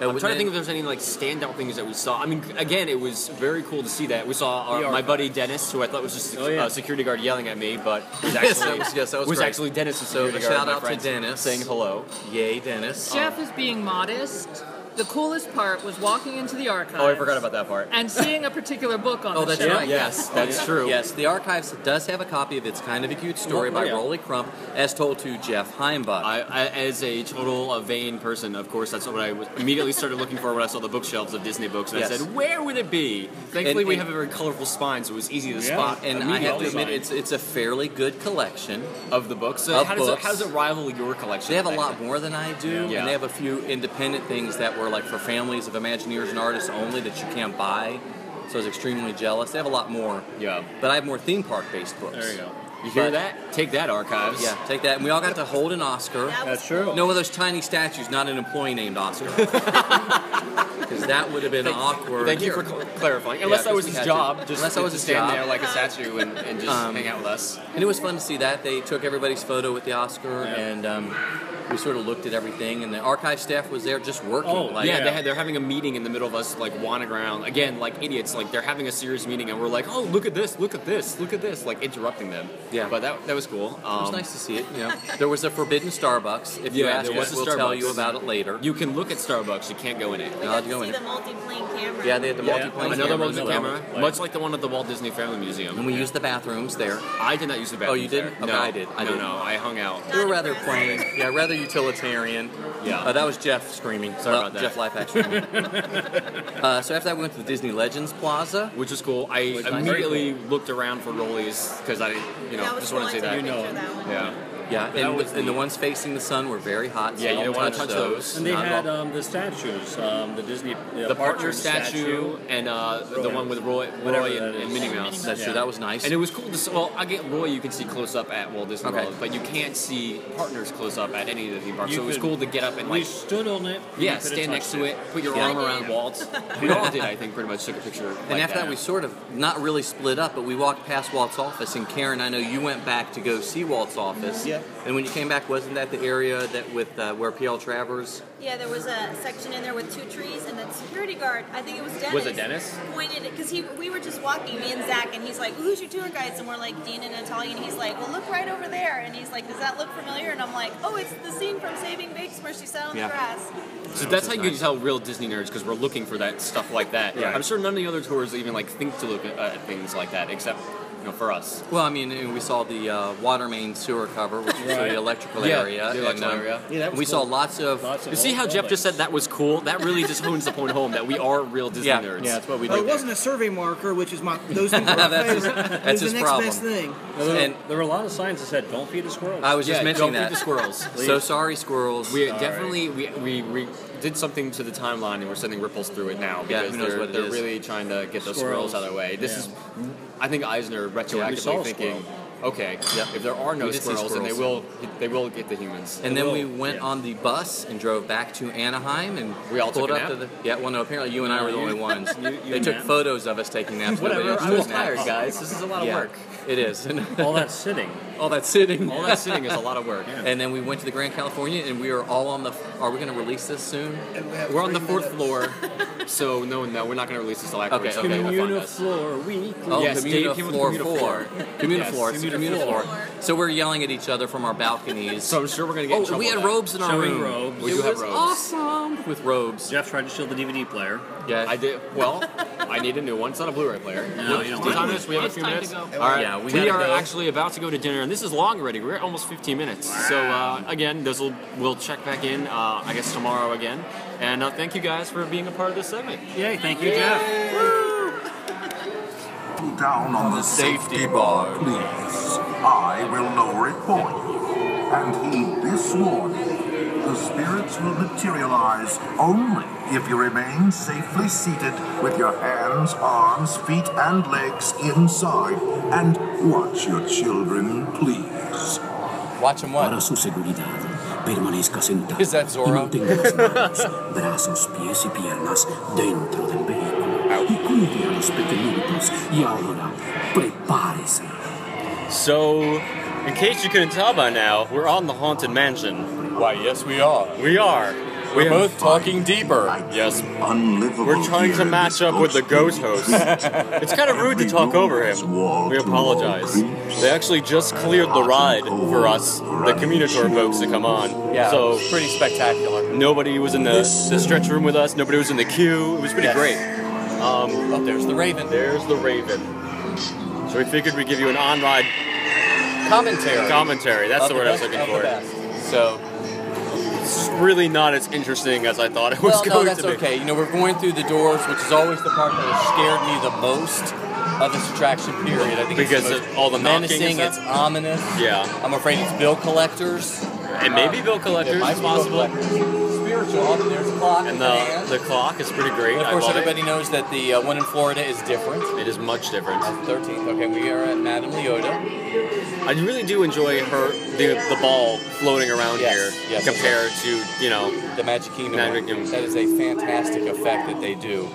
[SPEAKER 3] And
[SPEAKER 4] I'm
[SPEAKER 3] we-
[SPEAKER 4] trying to
[SPEAKER 3] then-
[SPEAKER 4] think if there's any like standout things that we saw. I mean, again, it was very cool to see that. We saw
[SPEAKER 9] The
[SPEAKER 4] our, my buddy Dennis, who I thought was just a
[SPEAKER 9] Oh, yeah.
[SPEAKER 4] uh, security guard yelling at me, but was
[SPEAKER 3] Yes,
[SPEAKER 4] actually
[SPEAKER 3] that was- yes, that was great.
[SPEAKER 4] actually Dennis, the
[SPEAKER 3] So,
[SPEAKER 4] security
[SPEAKER 3] a
[SPEAKER 4] guard.
[SPEAKER 3] shout
[SPEAKER 4] my
[SPEAKER 3] out to
[SPEAKER 4] friends,
[SPEAKER 3] Dennis.
[SPEAKER 4] saying hello. Um,
[SPEAKER 3] Yay, Dennis.
[SPEAKER 7] Jeff is being modest. The coolest part was walking into the archives.
[SPEAKER 4] Oh, I forgot about that part.
[SPEAKER 7] And seeing a particular book on
[SPEAKER 3] Oh,
[SPEAKER 7] the
[SPEAKER 3] that's
[SPEAKER 7] shelf.
[SPEAKER 3] right.
[SPEAKER 4] Yes,
[SPEAKER 3] Oh,
[SPEAKER 4] that's true. Oh,
[SPEAKER 3] Yes, the archives does have a copy of It's Kind of a Cute Story by
[SPEAKER 4] Yeah.
[SPEAKER 3] Rolly Crump, as told to Jeff Heimbach.
[SPEAKER 4] I, I, as a total uh, vain person, of course, that's what I was, immediately started looking for when I saw the bookshelves of Disney books, and I
[SPEAKER 3] Yes.
[SPEAKER 4] said, "Where would it be?" Thankfully,
[SPEAKER 3] And-
[SPEAKER 4] we
[SPEAKER 3] and-
[SPEAKER 4] have a very colorful spine, so it was easy to
[SPEAKER 9] Yeah.
[SPEAKER 4] spot
[SPEAKER 3] and I have to admit, it's it's a fairly good collection.
[SPEAKER 4] of the books. So
[SPEAKER 3] Of
[SPEAKER 4] how, does it,
[SPEAKER 3] books.
[SPEAKER 4] how does it rival your collection?
[SPEAKER 3] They have a
[SPEAKER 4] Thank
[SPEAKER 3] lot more than I do,
[SPEAKER 4] Yeah.
[SPEAKER 3] and they have a few independent things that were like for families of Imagineers and artists only that you can't buy. So I was extremely jealous. They have a lot more.
[SPEAKER 4] you. Yeah.
[SPEAKER 3] But I have more theme park based books.
[SPEAKER 4] There you go. You hear
[SPEAKER 3] But-
[SPEAKER 4] that? Take that, archives.
[SPEAKER 3] Yeah, take that. And we all got to hold an Oscar.
[SPEAKER 12] That was
[SPEAKER 9] That's true.
[SPEAKER 3] No one of those tiny statues, not an employee named Oscar. Because that would have been awkward.
[SPEAKER 4] Thank you for cl- clarifying. Unless that
[SPEAKER 3] 'cause
[SPEAKER 4] was
[SPEAKER 3] we
[SPEAKER 4] his
[SPEAKER 3] had to.
[SPEAKER 4] job, just
[SPEAKER 3] Unless that was
[SPEAKER 4] to
[SPEAKER 3] his
[SPEAKER 4] stand
[SPEAKER 3] job. um,
[SPEAKER 4] there
[SPEAKER 12] Uh,
[SPEAKER 4] like a statue and, and just hang out with us.
[SPEAKER 3] And it was fun to see that. They took everybody's photo with the Oscar, and um, we sort of looked at everything. And the archive staff was there just working.
[SPEAKER 9] Oh,
[SPEAKER 3] like,
[SPEAKER 4] yeah,
[SPEAKER 9] yeah.
[SPEAKER 4] They had, they're having a meeting in the middle of us like wandering around again, like idiots. Like they're having a serious meeting, and we're like, "Oh, look at this! Look at this! Look at this!" Like interrupting them.
[SPEAKER 3] Yeah.
[SPEAKER 4] but that, that was cool. Um,
[SPEAKER 3] It was nice to see it. You know, there was a forbidden Starbucks. If you
[SPEAKER 4] Yeah,
[SPEAKER 3] ask
[SPEAKER 4] there was
[SPEAKER 3] us,
[SPEAKER 4] a
[SPEAKER 3] we'll tell
[SPEAKER 4] Starbucks.
[SPEAKER 3] you about it later.
[SPEAKER 4] You can look at Starbucks. You can't go in it.
[SPEAKER 12] We
[SPEAKER 3] No,
[SPEAKER 12] got
[SPEAKER 3] I'd
[SPEAKER 12] to
[SPEAKER 3] go
[SPEAKER 12] see
[SPEAKER 3] in
[SPEAKER 12] the multi-plane camera.
[SPEAKER 3] yeah, they had the
[SPEAKER 9] Yeah.
[SPEAKER 3] multi-plane
[SPEAKER 4] Another
[SPEAKER 3] cameras
[SPEAKER 4] one's the
[SPEAKER 3] as well.
[SPEAKER 4] camera, much like the one at the Walt Disney Family Museum.
[SPEAKER 3] And we used the bathrooms there.
[SPEAKER 4] I did not use the bathroom.
[SPEAKER 3] Oh, you didn't?
[SPEAKER 4] No,
[SPEAKER 3] Okay, I did. I
[SPEAKER 4] no,
[SPEAKER 3] didn't.
[SPEAKER 4] no. I hung out.
[SPEAKER 3] They were rather
[SPEAKER 12] Not
[SPEAKER 3] plain. Yeah, rather utilitarian.
[SPEAKER 4] Yeah.
[SPEAKER 3] Uh, that was Jeff screaming.
[SPEAKER 4] Sorry
[SPEAKER 3] Well,
[SPEAKER 4] about that.
[SPEAKER 3] Jeff Lifehack screaming. uh, so after that, we went to the Disney Legends Plaza.
[SPEAKER 4] which was cool. I
[SPEAKER 3] was nice.
[SPEAKER 4] immediately looked around for rollies because I, didn't- you know,
[SPEAKER 12] That was
[SPEAKER 4] just
[SPEAKER 12] cool.
[SPEAKER 4] want to say
[SPEAKER 12] I
[SPEAKER 4] that.
[SPEAKER 12] took a picture of that one.
[SPEAKER 4] Yeah.
[SPEAKER 3] Yeah,
[SPEAKER 9] But that
[SPEAKER 3] and,
[SPEAKER 9] was
[SPEAKER 3] the, and the ones facing the sun were very hot. So
[SPEAKER 9] Yeah, you
[SPEAKER 3] don't
[SPEAKER 9] don't wanna
[SPEAKER 3] touch
[SPEAKER 9] touch
[SPEAKER 3] those.
[SPEAKER 9] And they
[SPEAKER 3] Not at
[SPEAKER 9] had
[SPEAKER 3] all.
[SPEAKER 9] um, the statues, um, the Disney
[SPEAKER 3] The partner statue
[SPEAKER 4] and uh, the one with Roy,
[SPEAKER 9] Whatever
[SPEAKER 4] Roy
[SPEAKER 9] that
[SPEAKER 4] and,
[SPEAKER 9] is.
[SPEAKER 4] and Minnie Mouse.
[SPEAKER 9] That's true, that was
[SPEAKER 3] nice.
[SPEAKER 4] And it was cool to see. Well, I get Roy, you can see close up at Walt Disney
[SPEAKER 3] Okay.
[SPEAKER 4] World, but you can't see partners close up at any of the theme parks.
[SPEAKER 9] You
[SPEAKER 4] so it was
[SPEAKER 9] could-
[SPEAKER 4] cool to get up and
[SPEAKER 9] We
[SPEAKER 4] like.
[SPEAKER 9] stood on it.
[SPEAKER 4] Yeah,
[SPEAKER 9] You could've
[SPEAKER 4] stand next
[SPEAKER 9] touched
[SPEAKER 4] to it, put your
[SPEAKER 3] Yeah,
[SPEAKER 4] arm
[SPEAKER 3] I did.
[SPEAKER 4] around Walt. We all did, I think, pretty much took a picture.
[SPEAKER 3] And after that, we sort of not really split up, but we walked past Walt's office. And Karen, I know you went back to go see Walt's office.
[SPEAKER 12] Yeah.
[SPEAKER 3] And when you came back, wasn't that the area that with uh, where PL Travers?
[SPEAKER 12] Yeah, there was a section in there with two trees, and that security guard, I think it was Dennis.
[SPEAKER 3] Was it Dennis?
[SPEAKER 12] Pointed because he, we were just walking, me and Zach, and he's like, "Who's your tour guides?" And we're like, "Dean and Natalia," and he's like, "Well, look right over there," and he's like, "Does that look familiar?" And I'm like, "Oh, it's the scene from Saving Bates where she sat on
[SPEAKER 4] Yeah.
[SPEAKER 12] the grass."
[SPEAKER 4] So that's how you can tell real Disney nerds because we're looking for that stuff like that.
[SPEAKER 3] Right.
[SPEAKER 4] I'm sure none of the other tours even like think to look at, at things like that, except you know for us.
[SPEAKER 3] Well, I mean, we saw the uh, water main sewer cover, which was
[SPEAKER 4] Right.
[SPEAKER 3] the electrical
[SPEAKER 4] Yeah,
[SPEAKER 3] area.
[SPEAKER 4] the electrical
[SPEAKER 3] and, um,
[SPEAKER 4] area. Yeah, that was
[SPEAKER 3] we saw
[SPEAKER 4] cool.
[SPEAKER 3] lots of.
[SPEAKER 4] You see how Jeff just said that was cool? That really just hones the point home that we are real Disney
[SPEAKER 3] Yeah.
[SPEAKER 4] nerds.
[SPEAKER 3] Yeah, that's what we
[SPEAKER 5] But it wasn't a survey marker, which is my those things are my
[SPEAKER 3] That's his-
[SPEAKER 5] favorite. It
[SPEAKER 3] that's
[SPEAKER 5] was
[SPEAKER 3] his
[SPEAKER 5] the next
[SPEAKER 3] problem.
[SPEAKER 5] best thing.
[SPEAKER 9] No, there, and there were a lot of signs that said, "Don't feed the squirrels."
[SPEAKER 3] I was just mentioning that. so
[SPEAKER 9] Please.
[SPEAKER 3] sorry, squirrels.
[SPEAKER 4] We
[SPEAKER 9] Sorry.
[SPEAKER 4] definitely we, we we did something to the timeline and we're sending ripples through it now
[SPEAKER 3] Yeah,
[SPEAKER 4] because
[SPEAKER 3] who knows
[SPEAKER 4] they're,
[SPEAKER 3] what it
[SPEAKER 4] they're
[SPEAKER 3] is.
[SPEAKER 4] really trying to get those squirrels,
[SPEAKER 3] Squirrels.
[SPEAKER 4] out of the way. This
[SPEAKER 3] Yeah.
[SPEAKER 4] is I think Eisner
[SPEAKER 3] Yeah, we saw
[SPEAKER 4] retroactively
[SPEAKER 3] a
[SPEAKER 4] thinking, okay,
[SPEAKER 3] Yep.
[SPEAKER 4] if there are no
[SPEAKER 3] We did see
[SPEAKER 4] squirrels, then they will
[SPEAKER 3] squirrels.
[SPEAKER 4] they will get the humans.
[SPEAKER 3] And
[SPEAKER 4] They
[SPEAKER 3] then
[SPEAKER 4] will.
[SPEAKER 3] we went on the bus and drove back to Anaheim, and we
[SPEAKER 4] all
[SPEAKER 3] pulled
[SPEAKER 4] took a
[SPEAKER 3] up
[SPEAKER 4] nap?
[SPEAKER 3] to the. Yeah, well, no, apparently you and I were the
[SPEAKER 4] You-
[SPEAKER 3] only ones.
[SPEAKER 4] you- you
[SPEAKER 3] they took
[SPEAKER 4] napped?
[SPEAKER 3] photos of us taking naps.
[SPEAKER 4] Whatever,
[SPEAKER 3] Nobody else
[SPEAKER 4] I was
[SPEAKER 3] took naps.
[SPEAKER 4] tired, guys. This is a lot of
[SPEAKER 3] Yeah,
[SPEAKER 4] work.
[SPEAKER 3] It is.
[SPEAKER 9] all that sitting.
[SPEAKER 3] All that sitting.
[SPEAKER 4] All that sitting is a lot of work. Yeah.
[SPEAKER 3] And then we went to the Grand California, and we are all on the. Are we going to release this soon? We're on the fourth floor.
[SPEAKER 4] so no, no, we're not going to release this till
[SPEAKER 3] Okay,
[SPEAKER 4] afterwards.
[SPEAKER 3] okay.
[SPEAKER 4] You'll find us.
[SPEAKER 9] Communiflor week.
[SPEAKER 3] Oh,
[SPEAKER 4] Yes,
[SPEAKER 3] communal
[SPEAKER 4] Dave came with
[SPEAKER 3] floor
[SPEAKER 4] communal
[SPEAKER 3] four.
[SPEAKER 4] floor.
[SPEAKER 3] Communal
[SPEAKER 4] Yes,
[SPEAKER 3] floor. It's
[SPEAKER 4] communal
[SPEAKER 3] communal
[SPEAKER 4] floor.
[SPEAKER 3] floor. So we're yelling at each other from our balconies. So
[SPEAKER 4] I'm sure we're gonna
[SPEAKER 9] get in
[SPEAKER 3] Oh, and we
[SPEAKER 9] trouble
[SPEAKER 3] had
[SPEAKER 9] with that.
[SPEAKER 3] robes in our
[SPEAKER 9] Showing
[SPEAKER 3] room.
[SPEAKER 9] robes.
[SPEAKER 3] We
[SPEAKER 9] It
[SPEAKER 3] do have
[SPEAKER 9] was
[SPEAKER 3] robes.
[SPEAKER 9] awesome.
[SPEAKER 3] With robes.
[SPEAKER 9] Jeff tried to steal the DVD player.
[SPEAKER 3] Yeah,
[SPEAKER 4] I did. Well, I need a new one. It's not a Blu-ray player.
[SPEAKER 9] No, you don't
[SPEAKER 4] What
[SPEAKER 9] want
[SPEAKER 4] time
[SPEAKER 9] it.
[SPEAKER 4] is it? We have
[SPEAKER 9] It's
[SPEAKER 4] a few
[SPEAKER 9] time to
[SPEAKER 4] minutes.
[SPEAKER 9] go.
[SPEAKER 4] All right.
[SPEAKER 9] Yeah, we
[SPEAKER 4] we,
[SPEAKER 9] gotta
[SPEAKER 4] are
[SPEAKER 9] go.
[SPEAKER 4] actually about to go to dinner, and this is long already. We're at almost 15 minutes. So uh, again, this will we'll check back in. Uh, I guess tomorrow again. And uh, thank you guys for being a part of this segment.
[SPEAKER 9] Yay! Thank
[SPEAKER 4] you, Jeff.
[SPEAKER 11] down on the safety bar, please. I will lower it for you. And heed this warning. The spirits will materialize only if you remain safely seated with your hands, arms, feet, and legs inside. And watch your children, please.
[SPEAKER 3] Watch them what?
[SPEAKER 13] Para su seguridad, permanezca sentado.
[SPEAKER 3] Is that
[SPEAKER 13] Y mantenga las manos, brazos, pies y piernas dentro del vehículo. Y cuide a los pequeñitos. Y ahora, prepárese.
[SPEAKER 4] So, in case you couldn't tell by now, we're on the haunted mansion. Why, yes, we are. We are. We're both talking deeper. Yes.
[SPEAKER 11] Unlivable
[SPEAKER 4] We're trying to match up with the ghost host. it's kind of rude to talk over him. We apologize. They actually just cleared the ride for us, the Communitor folks, to come on.
[SPEAKER 14] Yeah,
[SPEAKER 4] So
[SPEAKER 14] it was pretty spectacular.
[SPEAKER 4] nobody was in the, the stretch room with us. Nobody was in the queue. It was pretty
[SPEAKER 14] Yes.
[SPEAKER 4] great. Um, oh,
[SPEAKER 3] there's the Raven.
[SPEAKER 4] There's the Raven. So we figured we'd give you an on-ride
[SPEAKER 14] Commentary.
[SPEAKER 4] Commentary. That's
[SPEAKER 14] Of
[SPEAKER 4] the
[SPEAKER 14] the
[SPEAKER 4] word I was
[SPEAKER 14] best
[SPEAKER 4] looking
[SPEAKER 14] of the
[SPEAKER 4] for.
[SPEAKER 14] best.
[SPEAKER 4] So it's really not as interesting as I thought it was
[SPEAKER 3] well,
[SPEAKER 4] going
[SPEAKER 3] no, that's
[SPEAKER 4] to be.
[SPEAKER 3] okay. You know, we're going through the doors, which is always the part that has scared me the most of this attraction period. I think
[SPEAKER 4] Because
[SPEAKER 3] it's the most
[SPEAKER 4] of all the knocking and
[SPEAKER 3] menacing,
[SPEAKER 4] stuff?
[SPEAKER 3] it's ominous.
[SPEAKER 4] Yeah.
[SPEAKER 3] I'm afraid it's bill collectors. Um,
[SPEAKER 4] And maybe bill collectors
[SPEAKER 3] it might
[SPEAKER 4] is
[SPEAKER 3] be bill
[SPEAKER 4] possible.
[SPEAKER 3] collectors. Spiritual. Oh, There's a clock.
[SPEAKER 4] And
[SPEAKER 3] at hand.
[SPEAKER 4] the the clock is pretty great.
[SPEAKER 3] And of
[SPEAKER 4] I
[SPEAKER 3] course,
[SPEAKER 4] love it.
[SPEAKER 3] everybody knows that the uh, one in Florida is different.
[SPEAKER 4] It is much different.
[SPEAKER 3] Thirteenth. Okay, we are at Madame Leota.
[SPEAKER 4] I really do enjoy her the, the ball floating around
[SPEAKER 3] Yes,
[SPEAKER 4] here
[SPEAKER 3] yes.
[SPEAKER 4] compared to you know
[SPEAKER 3] the Magic Kingdom.
[SPEAKER 4] Magic Kingdom.
[SPEAKER 3] That is a fantastic effect that they do.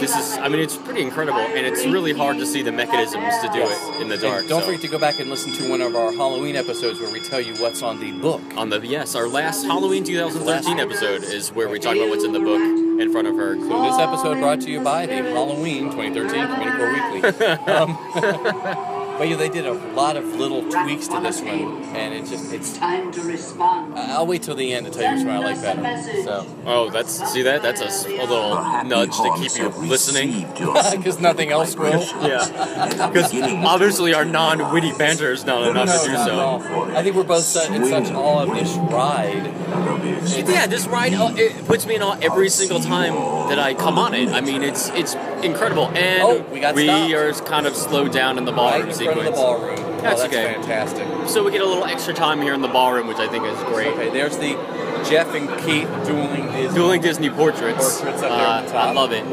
[SPEAKER 4] This is I mean it's pretty incredible and it's really hard to see the mechanisms to do
[SPEAKER 3] Yes.
[SPEAKER 4] it in the
[SPEAKER 3] And
[SPEAKER 4] dark.
[SPEAKER 3] don't
[SPEAKER 4] so.
[SPEAKER 3] forget to go back and listen to one of our Halloween episodes where we tell you what's on the book.
[SPEAKER 4] on the yes our last Halloween 2013 episode is where we talk about what's in the book in front of her.
[SPEAKER 3] So this episode brought to you by the Halloween 2013 Communicore Weekly. Um, but yeah, they did a lot of little tweaks to this one, and it just it's.
[SPEAKER 6] Time to respond.
[SPEAKER 3] I'll wait till the end to tell you which one I like better. So.
[SPEAKER 4] Oh, that's see that that's a, s- a little nudge to keep you listening
[SPEAKER 3] because nothing else will.
[SPEAKER 4] Yeah, because obviously our non-witty banter is not enough to do so.
[SPEAKER 3] I think we're both su- in such awe of this ride.
[SPEAKER 4] Yeah, this ride uh, it puts me in awe every single time that I come on it. I mean, it's it's incredible. And
[SPEAKER 3] Oh, we got stopped.
[SPEAKER 4] are kind of slowed down in the ballroom
[SPEAKER 3] Right in front
[SPEAKER 4] sequence.
[SPEAKER 3] of the ballroom. Oh,
[SPEAKER 4] That's,
[SPEAKER 3] that's
[SPEAKER 4] okay.
[SPEAKER 3] fantastic.
[SPEAKER 4] So we get a little extra time here in the ballroom, which I think is great. Okay,
[SPEAKER 3] there's the Jeff and Keith dueling Disney,
[SPEAKER 4] dueling Disney portraits.
[SPEAKER 3] Portraits up there
[SPEAKER 4] Uh,
[SPEAKER 3] at the top.
[SPEAKER 4] I love it.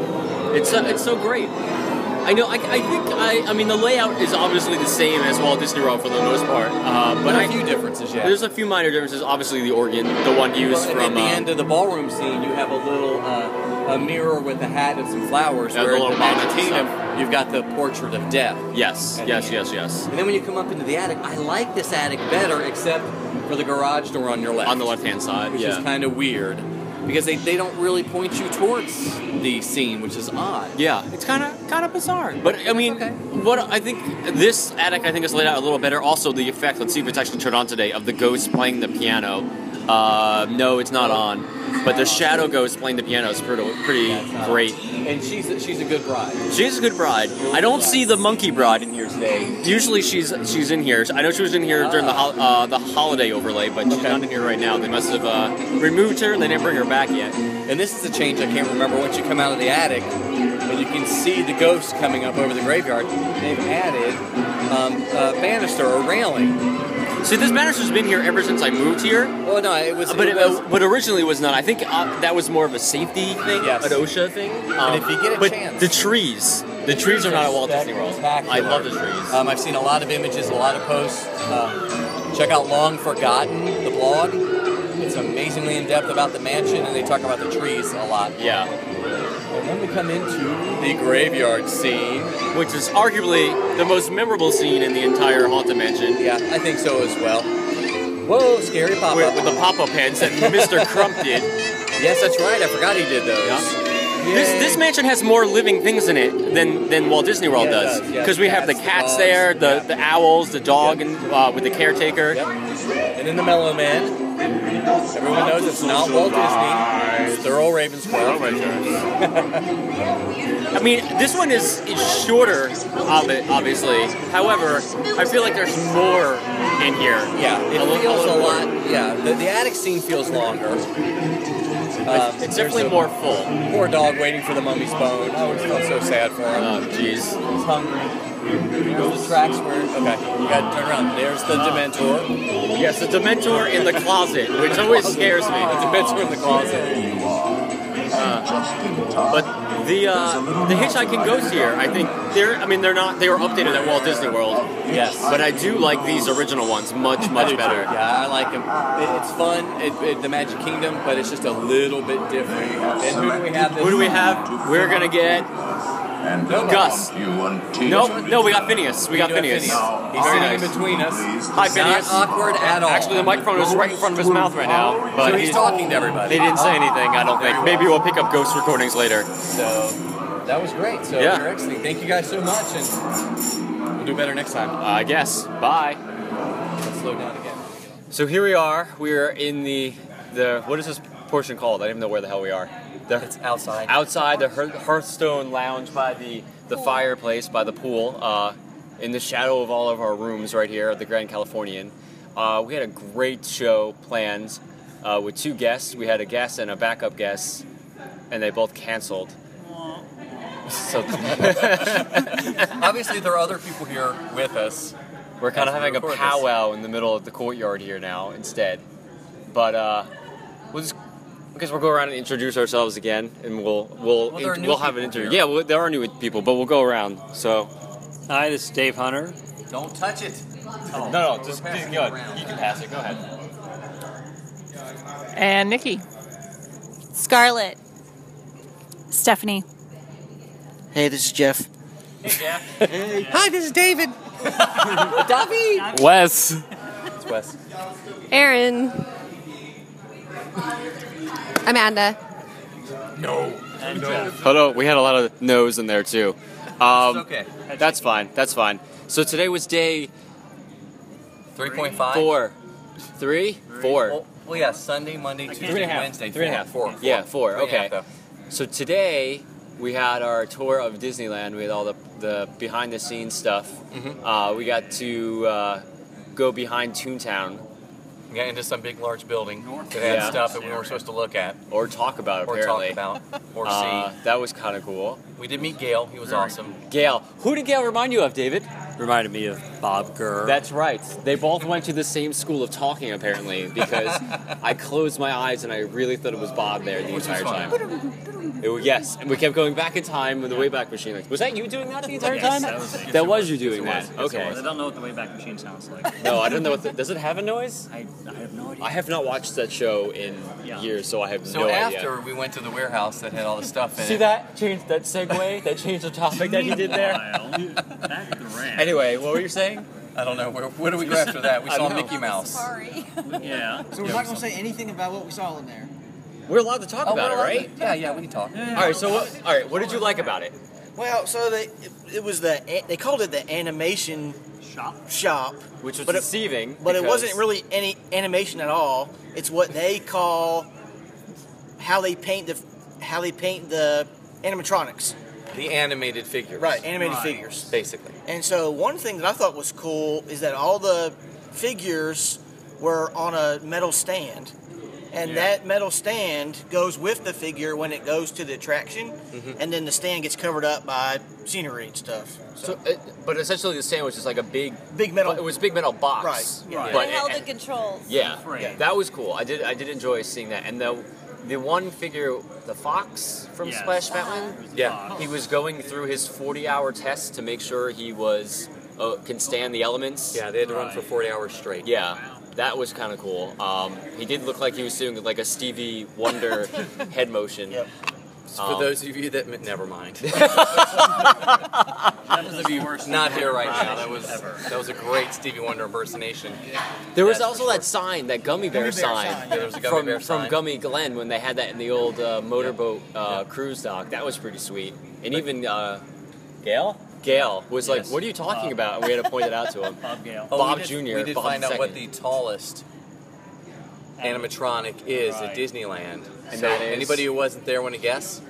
[SPEAKER 4] It's so, it's so great. I know. I, I think I. I mean, the layout is obviously the same as Walt Disney World for the most part, uh, but
[SPEAKER 3] There are
[SPEAKER 4] I-
[SPEAKER 3] a few differences, yeah.
[SPEAKER 4] There's a few minor differences. Obviously, the organ, the one used
[SPEAKER 3] Well, and
[SPEAKER 4] from
[SPEAKER 3] at the
[SPEAKER 4] uh,
[SPEAKER 3] end of the ballroom scene, you have a little uh, a mirror with a hat and some flowers.
[SPEAKER 4] Yeah, the
[SPEAKER 3] where
[SPEAKER 4] little
[SPEAKER 3] at the
[SPEAKER 4] bonnet
[SPEAKER 3] Magic
[SPEAKER 4] stuff.
[SPEAKER 3] Kingdom, you've got the portrait of death.
[SPEAKER 4] Yes,
[SPEAKER 3] at the
[SPEAKER 4] yes,
[SPEAKER 3] end.
[SPEAKER 4] yes, yes.
[SPEAKER 3] And then when you come up into the attic, I like this attic better, except for the garage door on your left. On the
[SPEAKER 4] left-hand side,
[SPEAKER 3] which
[SPEAKER 4] yeah.
[SPEAKER 3] is kind of weird because they, they don't really point you towards the scene, which is odd.
[SPEAKER 4] Yeah, it's kind of kind of bizarre. But I mean, what I think this attic I think is laid out a little better. Also, the effect. Let's see if it's actually turned on today of the ghost playing the piano. Uh, no, it's not on. But the shadow ghost playing the piano is pretty, pretty great.
[SPEAKER 3] And she's a, she's a good bride.
[SPEAKER 4] She's a good bride. I don't see the monkey bride in here today. Usually she's she's in here. I know she was in here during the hol- uh, the holiday overlay, but she's not in here right now. They must have uh, removed her and they didn't bring her back yet.
[SPEAKER 3] And this is a change I can't remember once you come out of the attic and you can see the ghosts coming up over the graveyard. They've added um, a banister or railing.
[SPEAKER 4] See, this banister's been here ever since I moved here.
[SPEAKER 3] Well, no, it was.
[SPEAKER 4] but uh,
[SPEAKER 3] it was-
[SPEAKER 4] but originally it was not. I think uh, that was more of a safety thing,
[SPEAKER 3] Yes.
[SPEAKER 4] an OSHA thing. Um,
[SPEAKER 3] But if you get a
[SPEAKER 4] but
[SPEAKER 3] chance-
[SPEAKER 4] the trees, the trees are not at Walt Disney World. I
[SPEAKER 3] Spectacular.
[SPEAKER 4] love the trees.
[SPEAKER 3] Um, I've seen a lot of images, a lot of posts. Um, check out Long Forgotten, the blog. It's amazingly in depth about the mansion, and they talk about the trees a lot.
[SPEAKER 4] Yeah.
[SPEAKER 3] And then we come into the graveyard scene,
[SPEAKER 4] which is arguably the most memorable scene in the entire haunted mansion.
[SPEAKER 3] Yeah, I think so as well. Whoa, scary pop up
[SPEAKER 4] with the pop up heads that Mr. Crump did.
[SPEAKER 3] Yes, that's right. I forgot he did those.
[SPEAKER 4] This, this mansion has more living things in it than, than Walt Disney World
[SPEAKER 3] Yeah, it
[SPEAKER 4] does
[SPEAKER 3] does, yeah.
[SPEAKER 4] because we have the
[SPEAKER 3] Cats, the
[SPEAKER 4] cats
[SPEAKER 3] dogs,
[SPEAKER 4] there, the, the owls, the dog, and uh, with the caretaker.
[SPEAKER 3] and then the Mellow Man. Everyone knows it's not Walt Disney. It's Thurl Ravenscroft.
[SPEAKER 4] I mean, this one is, is shorter, obvi- obviously. However, I feel like there's more in here.
[SPEAKER 3] Yeah, it
[SPEAKER 4] A li- a
[SPEAKER 3] feels a
[SPEAKER 4] little
[SPEAKER 3] lot.
[SPEAKER 4] more.
[SPEAKER 3] Yeah, the, the attic scene feels longer. Um,
[SPEAKER 4] it's
[SPEAKER 3] there's
[SPEAKER 4] definitely
[SPEAKER 3] a
[SPEAKER 4] more full.
[SPEAKER 3] Poor dog waiting for the mummy's bone. I always felt so sad for him.
[SPEAKER 4] Oh, jeez.
[SPEAKER 3] He's hungry. There's the tracks where. Okay, you gotta turn around. There's the Dementor.
[SPEAKER 4] Yes, the Dementor in the closet, which always scares me.
[SPEAKER 3] The Dementor in the closet.
[SPEAKER 4] Uh, but the uh, the hitchhiking ghost here, I think they're. I mean, they're not. They were updated at Walt Disney World.
[SPEAKER 3] Yes.
[SPEAKER 4] But I do like these original ones much
[SPEAKER 3] I
[SPEAKER 4] much
[SPEAKER 3] do
[SPEAKER 4] better.
[SPEAKER 3] too. Yeah, I like him. It- It's fun. It, it, the Magic Kingdom, but it's just a little bit different. And who do we have? This
[SPEAKER 4] Who do we have? We're gonna get
[SPEAKER 3] and
[SPEAKER 4] Gus. Nope. No, we got Phineas. We got
[SPEAKER 3] do have
[SPEAKER 4] Phineas.
[SPEAKER 3] Phineas. He's
[SPEAKER 4] Very
[SPEAKER 3] sitting in
[SPEAKER 4] nice.
[SPEAKER 3] between us.
[SPEAKER 4] Hi, Phineas.
[SPEAKER 3] Not awkward at all.
[SPEAKER 4] Actually, the microphone is right in front of his mouth right now. But
[SPEAKER 3] So he's talking to everybody.
[SPEAKER 4] They didn't say anything. I don't think. Maybe we'll pick up ghost recordings later.
[SPEAKER 3] So that was great. So
[SPEAKER 4] Yeah.
[SPEAKER 3] you're excellent. Thank you guys so much, and we'll do better next time.
[SPEAKER 4] I guess. Bye.
[SPEAKER 3] Let's slow down again.
[SPEAKER 4] So here we are. We are in the the what is this portion called? I don't even know where the hell we are. The, it's
[SPEAKER 3] outside.
[SPEAKER 4] Outside the Hearth- Hearthstone Lounge by the the fireplace by the pool, uh, in the shadow of all of our rooms right here at the Grand Californian. Uh, we had a great show planned uh, with two guests. We had a guest and a backup guest, and they both canceled. So
[SPEAKER 3] Obviously, there are other people here with us.
[SPEAKER 4] We're kind of
[SPEAKER 3] As we
[SPEAKER 4] having a
[SPEAKER 3] record this.
[SPEAKER 4] powwow in the middle of the courtyard here now instead. But uh, we'll just, I guess we'll go around and introduce ourselves again, and we'll we'll
[SPEAKER 9] Well, there are new
[SPEAKER 4] we'll have an
[SPEAKER 9] people
[SPEAKER 4] interview.
[SPEAKER 9] here.
[SPEAKER 4] Yeah, well, there are new people, but we'll go around. So,
[SPEAKER 9] Hi, this is Dave Hunter.
[SPEAKER 3] Don't touch it.
[SPEAKER 4] no, no, just, just go ahead. You can pass it. Go ahead.
[SPEAKER 7] And Nikki.
[SPEAKER 15] Scarlett. Stephanie.
[SPEAKER 5] Hey, this is Jeff.
[SPEAKER 15] Hi, this is David.
[SPEAKER 3] David.
[SPEAKER 4] Wes.
[SPEAKER 3] It's Wes.
[SPEAKER 15] Aaron. Amanda.
[SPEAKER 3] No.
[SPEAKER 4] Hello. We had a lot of no's in there too. Um,
[SPEAKER 3] okay.
[SPEAKER 4] That's fine. That's fine. So today was day
[SPEAKER 3] Three point five.
[SPEAKER 4] four, three, four.
[SPEAKER 3] Well, well, yeah, Sunday, Monday, Tuesday,
[SPEAKER 4] Three and a half.
[SPEAKER 3] Wednesday,
[SPEAKER 4] Three and a
[SPEAKER 3] four, four,
[SPEAKER 4] half.
[SPEAKER 3] four.
[SPEAKER 4] Yeah, four.
[SPEAKER 3] Three and a
[SPEAKER 4] okay.
[SPEAKER 3] half, though.
[SPEAKER 4] So today we had our tour of Disneyland with all the, the behind the scenes stuff.
[SPEAKER 3] Mhm.
[SPEAKER 4] Uh, we got to uh, go behind Toontown,
[SPEAKER 3] and got into some big large building that had
[SPEAKER 4] Yeah.
[SPEAKER 3] stuff that we weren't supposed to look at
[SPEAKER 4] or talk about
[SPEAKER 3] or
[SPEAKER 4] apparently.
[SPEAKER 3] talk about or
[SPEAKER 4] Uh,
[SPEAKER 3] see.
[SPEAKER 4] that was kind of cool.
[SPEAKER 3] We did meet Gail. He was awesome.
[SPEAKER 4] Gail, who did Gail remind you of, David?
[SPEAKER 9] Reminded me of Bob Gurr.
[SPEAKER 4] That's right. They both went to the same school of talking apparently because I closed my eyes and I really thought it was Bob there the entire time. It was, yes, and we kept going back in time with the Wayback Machine. Like, was that you doing that the entire
[SPEAKER 9] Yes,
[SPEAKER 4] time?
[SPEAKER 9] that was- yes,
[SPEAKER 4] That
[SPEAKER 9] it
[SPEAKER 4] was
[SPEAKER 9] was.
[SPEAKER 4] you doing
[SPEAKER 9] Yes,
[SPEAKER 4] that.
[SPEAKER 9] it was. Yes, it
[SPEAKER 4] okay.
[SPEAKER 9] was. I don't know what the Wayback Machine sounds like.
[SPEAKER 4] No, I don't know. What the, does it have a noise?
[SPEAKER 9] I, I have no idea.
[SPEAKER 4] I have not watched that show in years, so I have
[SPEAKER 3] So
[SPEAKER 4] no idea.
[SPEAKER 3] after we went to the warehouse that had all the stuff in
[SPEAKER 4] See
[SPEAKER 3] it.
[SPEAKER 4] that change that segue that changed the topic that you did there. Anyway, what were you saying?
[SPEAKER 3] I don't know. Where, where do we go after that? We
[SPEAKER 4] I
[SPEAKER 3] saw
[SPEAKER 4] don't know.
[SPEAKER 3] Mickey Mouse.
[SPEAKER 9] Yeah.
[SPEAKER 5] So we're not going to say anything about what we saw in there.
[SPEAKER 4] We're allowed to talk
[SPEAKER 5] Oh,
[SPEAKER 4] about
[SPEAKER 5] we're
[SPEAKER 4] it,
[SPEAKER 5] allowed
[SPEAKER 4] right?
[SPEAKER 5] to- yeah, yeah, we can
[SPEAKER 3] talk.
[SPEAKER 5] Yeah.
[SPEAKER 4] All right. So what? All right. What did you like about it?
[SPEAKER 5] Well, so they it, it was the a- they called it the animation shop shop,
[SPEAKER 4] Which was
[SPEAKER 5] but it,
[SPEAKER 4] deceiving.
[SPEAKER 5] but it
[SPEAKER 4] because-
[SPEAKER 5] wasn't really any animation at all. It's what they call how they paint the how they paint the animatronics.
[SPEAKER 3] The animated figures.
[SPEAKER 5] Right, animated Right. figures.
[SPEAKER 3] Basically.
[SPEAKER 5] And so one thing that I thought was cool is that all the figures were on a metal stand. And
[SPEAKER 2] Yeah.
[SPEAKER 5] that metal stand goes with the figure when it goes to the attraction,
[SPEAKER 4] Mm-hmm.
[SPEAKER 5] and then the stand gets covered up by scenery and stuff.
[SPEAKER 4] So, it, but essentially, the sandwich is like a big,
[SPEAKER 5] big metal.
[SPEAKER 4] It was a big metal box,
[SPEAKER 5] Right, yeah.
[SPEAKER 4] But
[SPEAKER 12] they held the controls.
[SPEAKER 4] yeah,
[SPEAKER 12] Right.
[SPEAKER 4] yeah, that was cool. I did, I did enjoy seeing that. And the, the one figure, the fox from
[SPEAKER 12] Yes.
[SPEAKER 4] Splash Mountain,
[SPEAKER 12] Yeah.
[SPEAKER 4] he was going through his forty-hour test to make sure he was uh, can stand the elements.
[SPEAKER 3] Yeah, they had to run for Right. forty hours straight.
[SPEAKER 4] Yeah. That was kind of cool. Um, he did look like he was doing like a Stevie Wonder head motion. Um,
[SPEAKER 3] For those of you that never mind. that
[SPEAKER 9] was the worst
[SPEAKER 3] Not here right now.
[SPEAKER 9] impersonation
[SPEAKER 3] That was
[SPEAKER 9] ever.
[SPEAKER 3] that was a great Stevie Wonder impersonation.
[SPEAKER 4] There was also that sign, that gummy bear,
[SPEAKER 3] Gummy bear
[SPEAKER 4] sign,
[SPEAKER 3] sign, yeah. There was a gummy
[SPEAKER 4] from,
[SPEAKER 3] bear
[SPEAKER 4] from
[SPEAKER 3] sign.
[SPEAKER 4] Gummy Glen when they had that in the old uh, motorboat uh, cruise dock. That was pretty sweet. And even uh, Gail, Gail was like,
[SPEAKER 3] Yes.
[SPEAKER 4] "What are you talking
[SPEAKER 3] Bob.
[SPEAKER 4] about?" And we had to point it out to him.
[SPEAKER 9] Bob Gale.
[SPEAKER 3] Oh,
[SPEAKER 4] Bob
[SPEAKER 3] we did-
[SPEAKER 4] Jr.
[SPEAKER 3] We did
[SPEAKER 4] Bob
[SPEAKER 3] find out what
[SPEAKER 4] II.
[SPEAKER 3] the tallest animatronic is at
[SPEAKER 4] Right.
[SPEAKER 3] Disneyland.
[SPEAKER 4] And
[SPEAKER 3] so
[SPEAKER 4] that is-
[SPEAKER 3] anybody who wasn't there want to guess?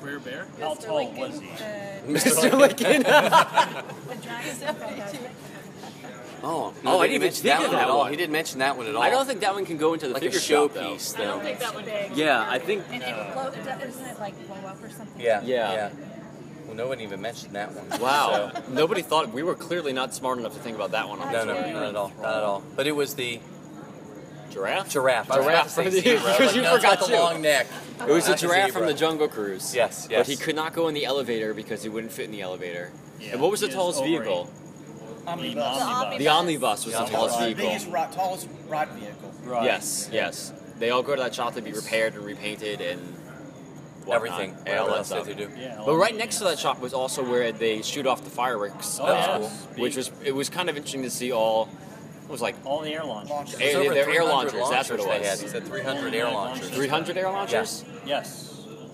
[SPEAKER 9] Rear bear? How tall was he?
[SPEAKER 3] Mr. Lincoln. Oh,
[SPEAKER 4] no,
[SPEAKER 3] oh,
[SPEAKER 4] they
[SPEAKER 3] I didn't even
[SPEAKER 4] mention
[SPEAKER 3] think
[SPEAKER 4] that
[SPEAKER 3] of
[SPEAKER 4] one
[SPEAKER 3] that
[SPEAKER 4] at all.
[SPEAKER 3] one. He didn't mention that one at all.
[SPEAKER 4] I don't think that one can go into the
[SPEAKER 3] like a
[SPEAKER 4] figure shop, though.
[SPEAKER 3] showpiece though.
[SPEAKER 4] Yeah, I think.
[SPEAKER 16] And it would blow, isn't it like blow up or something?
[SPEAKER 3] Yeah,
[SPEAKER 4] Yeah.
[SPEAKER 3] Well, no one even mentioned that one.
[SPEAKER 4] Wow,
[SPEAKER 3] So-
[SPEAKER 4] nobody thought we were clearly not smart enough to think about that one. on
[SPEAKER 3] No,
[SPEAKER 4] the
[SPEAKER 3] no,
[SPEAKER 4] show.
[SPEAKER 3] not at all, not at all. But it was the
[SPEAKER 4] giraffe.
[SPEAKER 3] Giraffe. I was about to
[SPEAKER 4] Giraffe.
[SPEAKER 3] say
[SPEAKER 4] Because
[SPEAKER 3] zebra. Like,
[SPEAKER 4] you
[SPEAKER 3] no, it's got
[SPEAKER 4] forgot
[SPEAKER 3] the
[SPEAKER 4] to.
[SPEAKER 3] long neck.
[SPEAKER 4] It was a
[SPEAKER 3] Not the
[SPEAKER 4] giraffe from
[SPEAKER 3] zebra.
[SPEAKER 4] the Jungle Cruise.
[SPEAKER 3] Yes,
[SPEAKER 4] But
[SPEAKER 3] yes.
[SPEAKER 4] he could not go in the elevator because he wouldn't fit in the elevator. and what was the
[SPEAKER 5] he is
[SPEAKER 4] tallest
[SPEAKER 5] overrated.
[SPEAKER 4] vehicle?
[SPEAKER 5] Omnibus.
[SPEAKER 4] The omnibus was the tallest vehicle.
[SPEAKER 5] Biggest, ri- tallest ride vehicle.
[SPEAKER 4] Yes, yes. They all go to that shop to be repaired and repainted and whatnot,
[SPEAKER 3] Everything.
[SPEAKER 4] and all
[SPEAKER 3] Whatever
[SPEAKER 4] that
[SPEAKER 3] else they
[SPEAKER 4] stuff.
[SPEAKER 3] have to do. Yeah, all
[SPEAKER 4] but right
[SPEAKER 3] the
[SPEAKER 4] next to that shop was also where they shoot off the fireworks.
[SPEAKER 3] Oh,
[SPEAKER 4] at
[SPEAKER 3] yeah.
[SPEAKER 4] school, which was it was kind of interesting to see all. It was like
[SPEAKER 9] All the air launches.
[SPEAKER 4] Air-
[SPEAKER 3] It was over
[SPEAKER 4] they're air
[SPEAKER 3] 300
[SPEAKER 4] launchers, that's what it
[SPEAKER 3] launchers they
[SPEAKER 4] was.
[SPEAKER 3] had. He said 300 air launchers.
[SPEAKER 4] 300 air launchers?
[SPEAKER 9] Yes.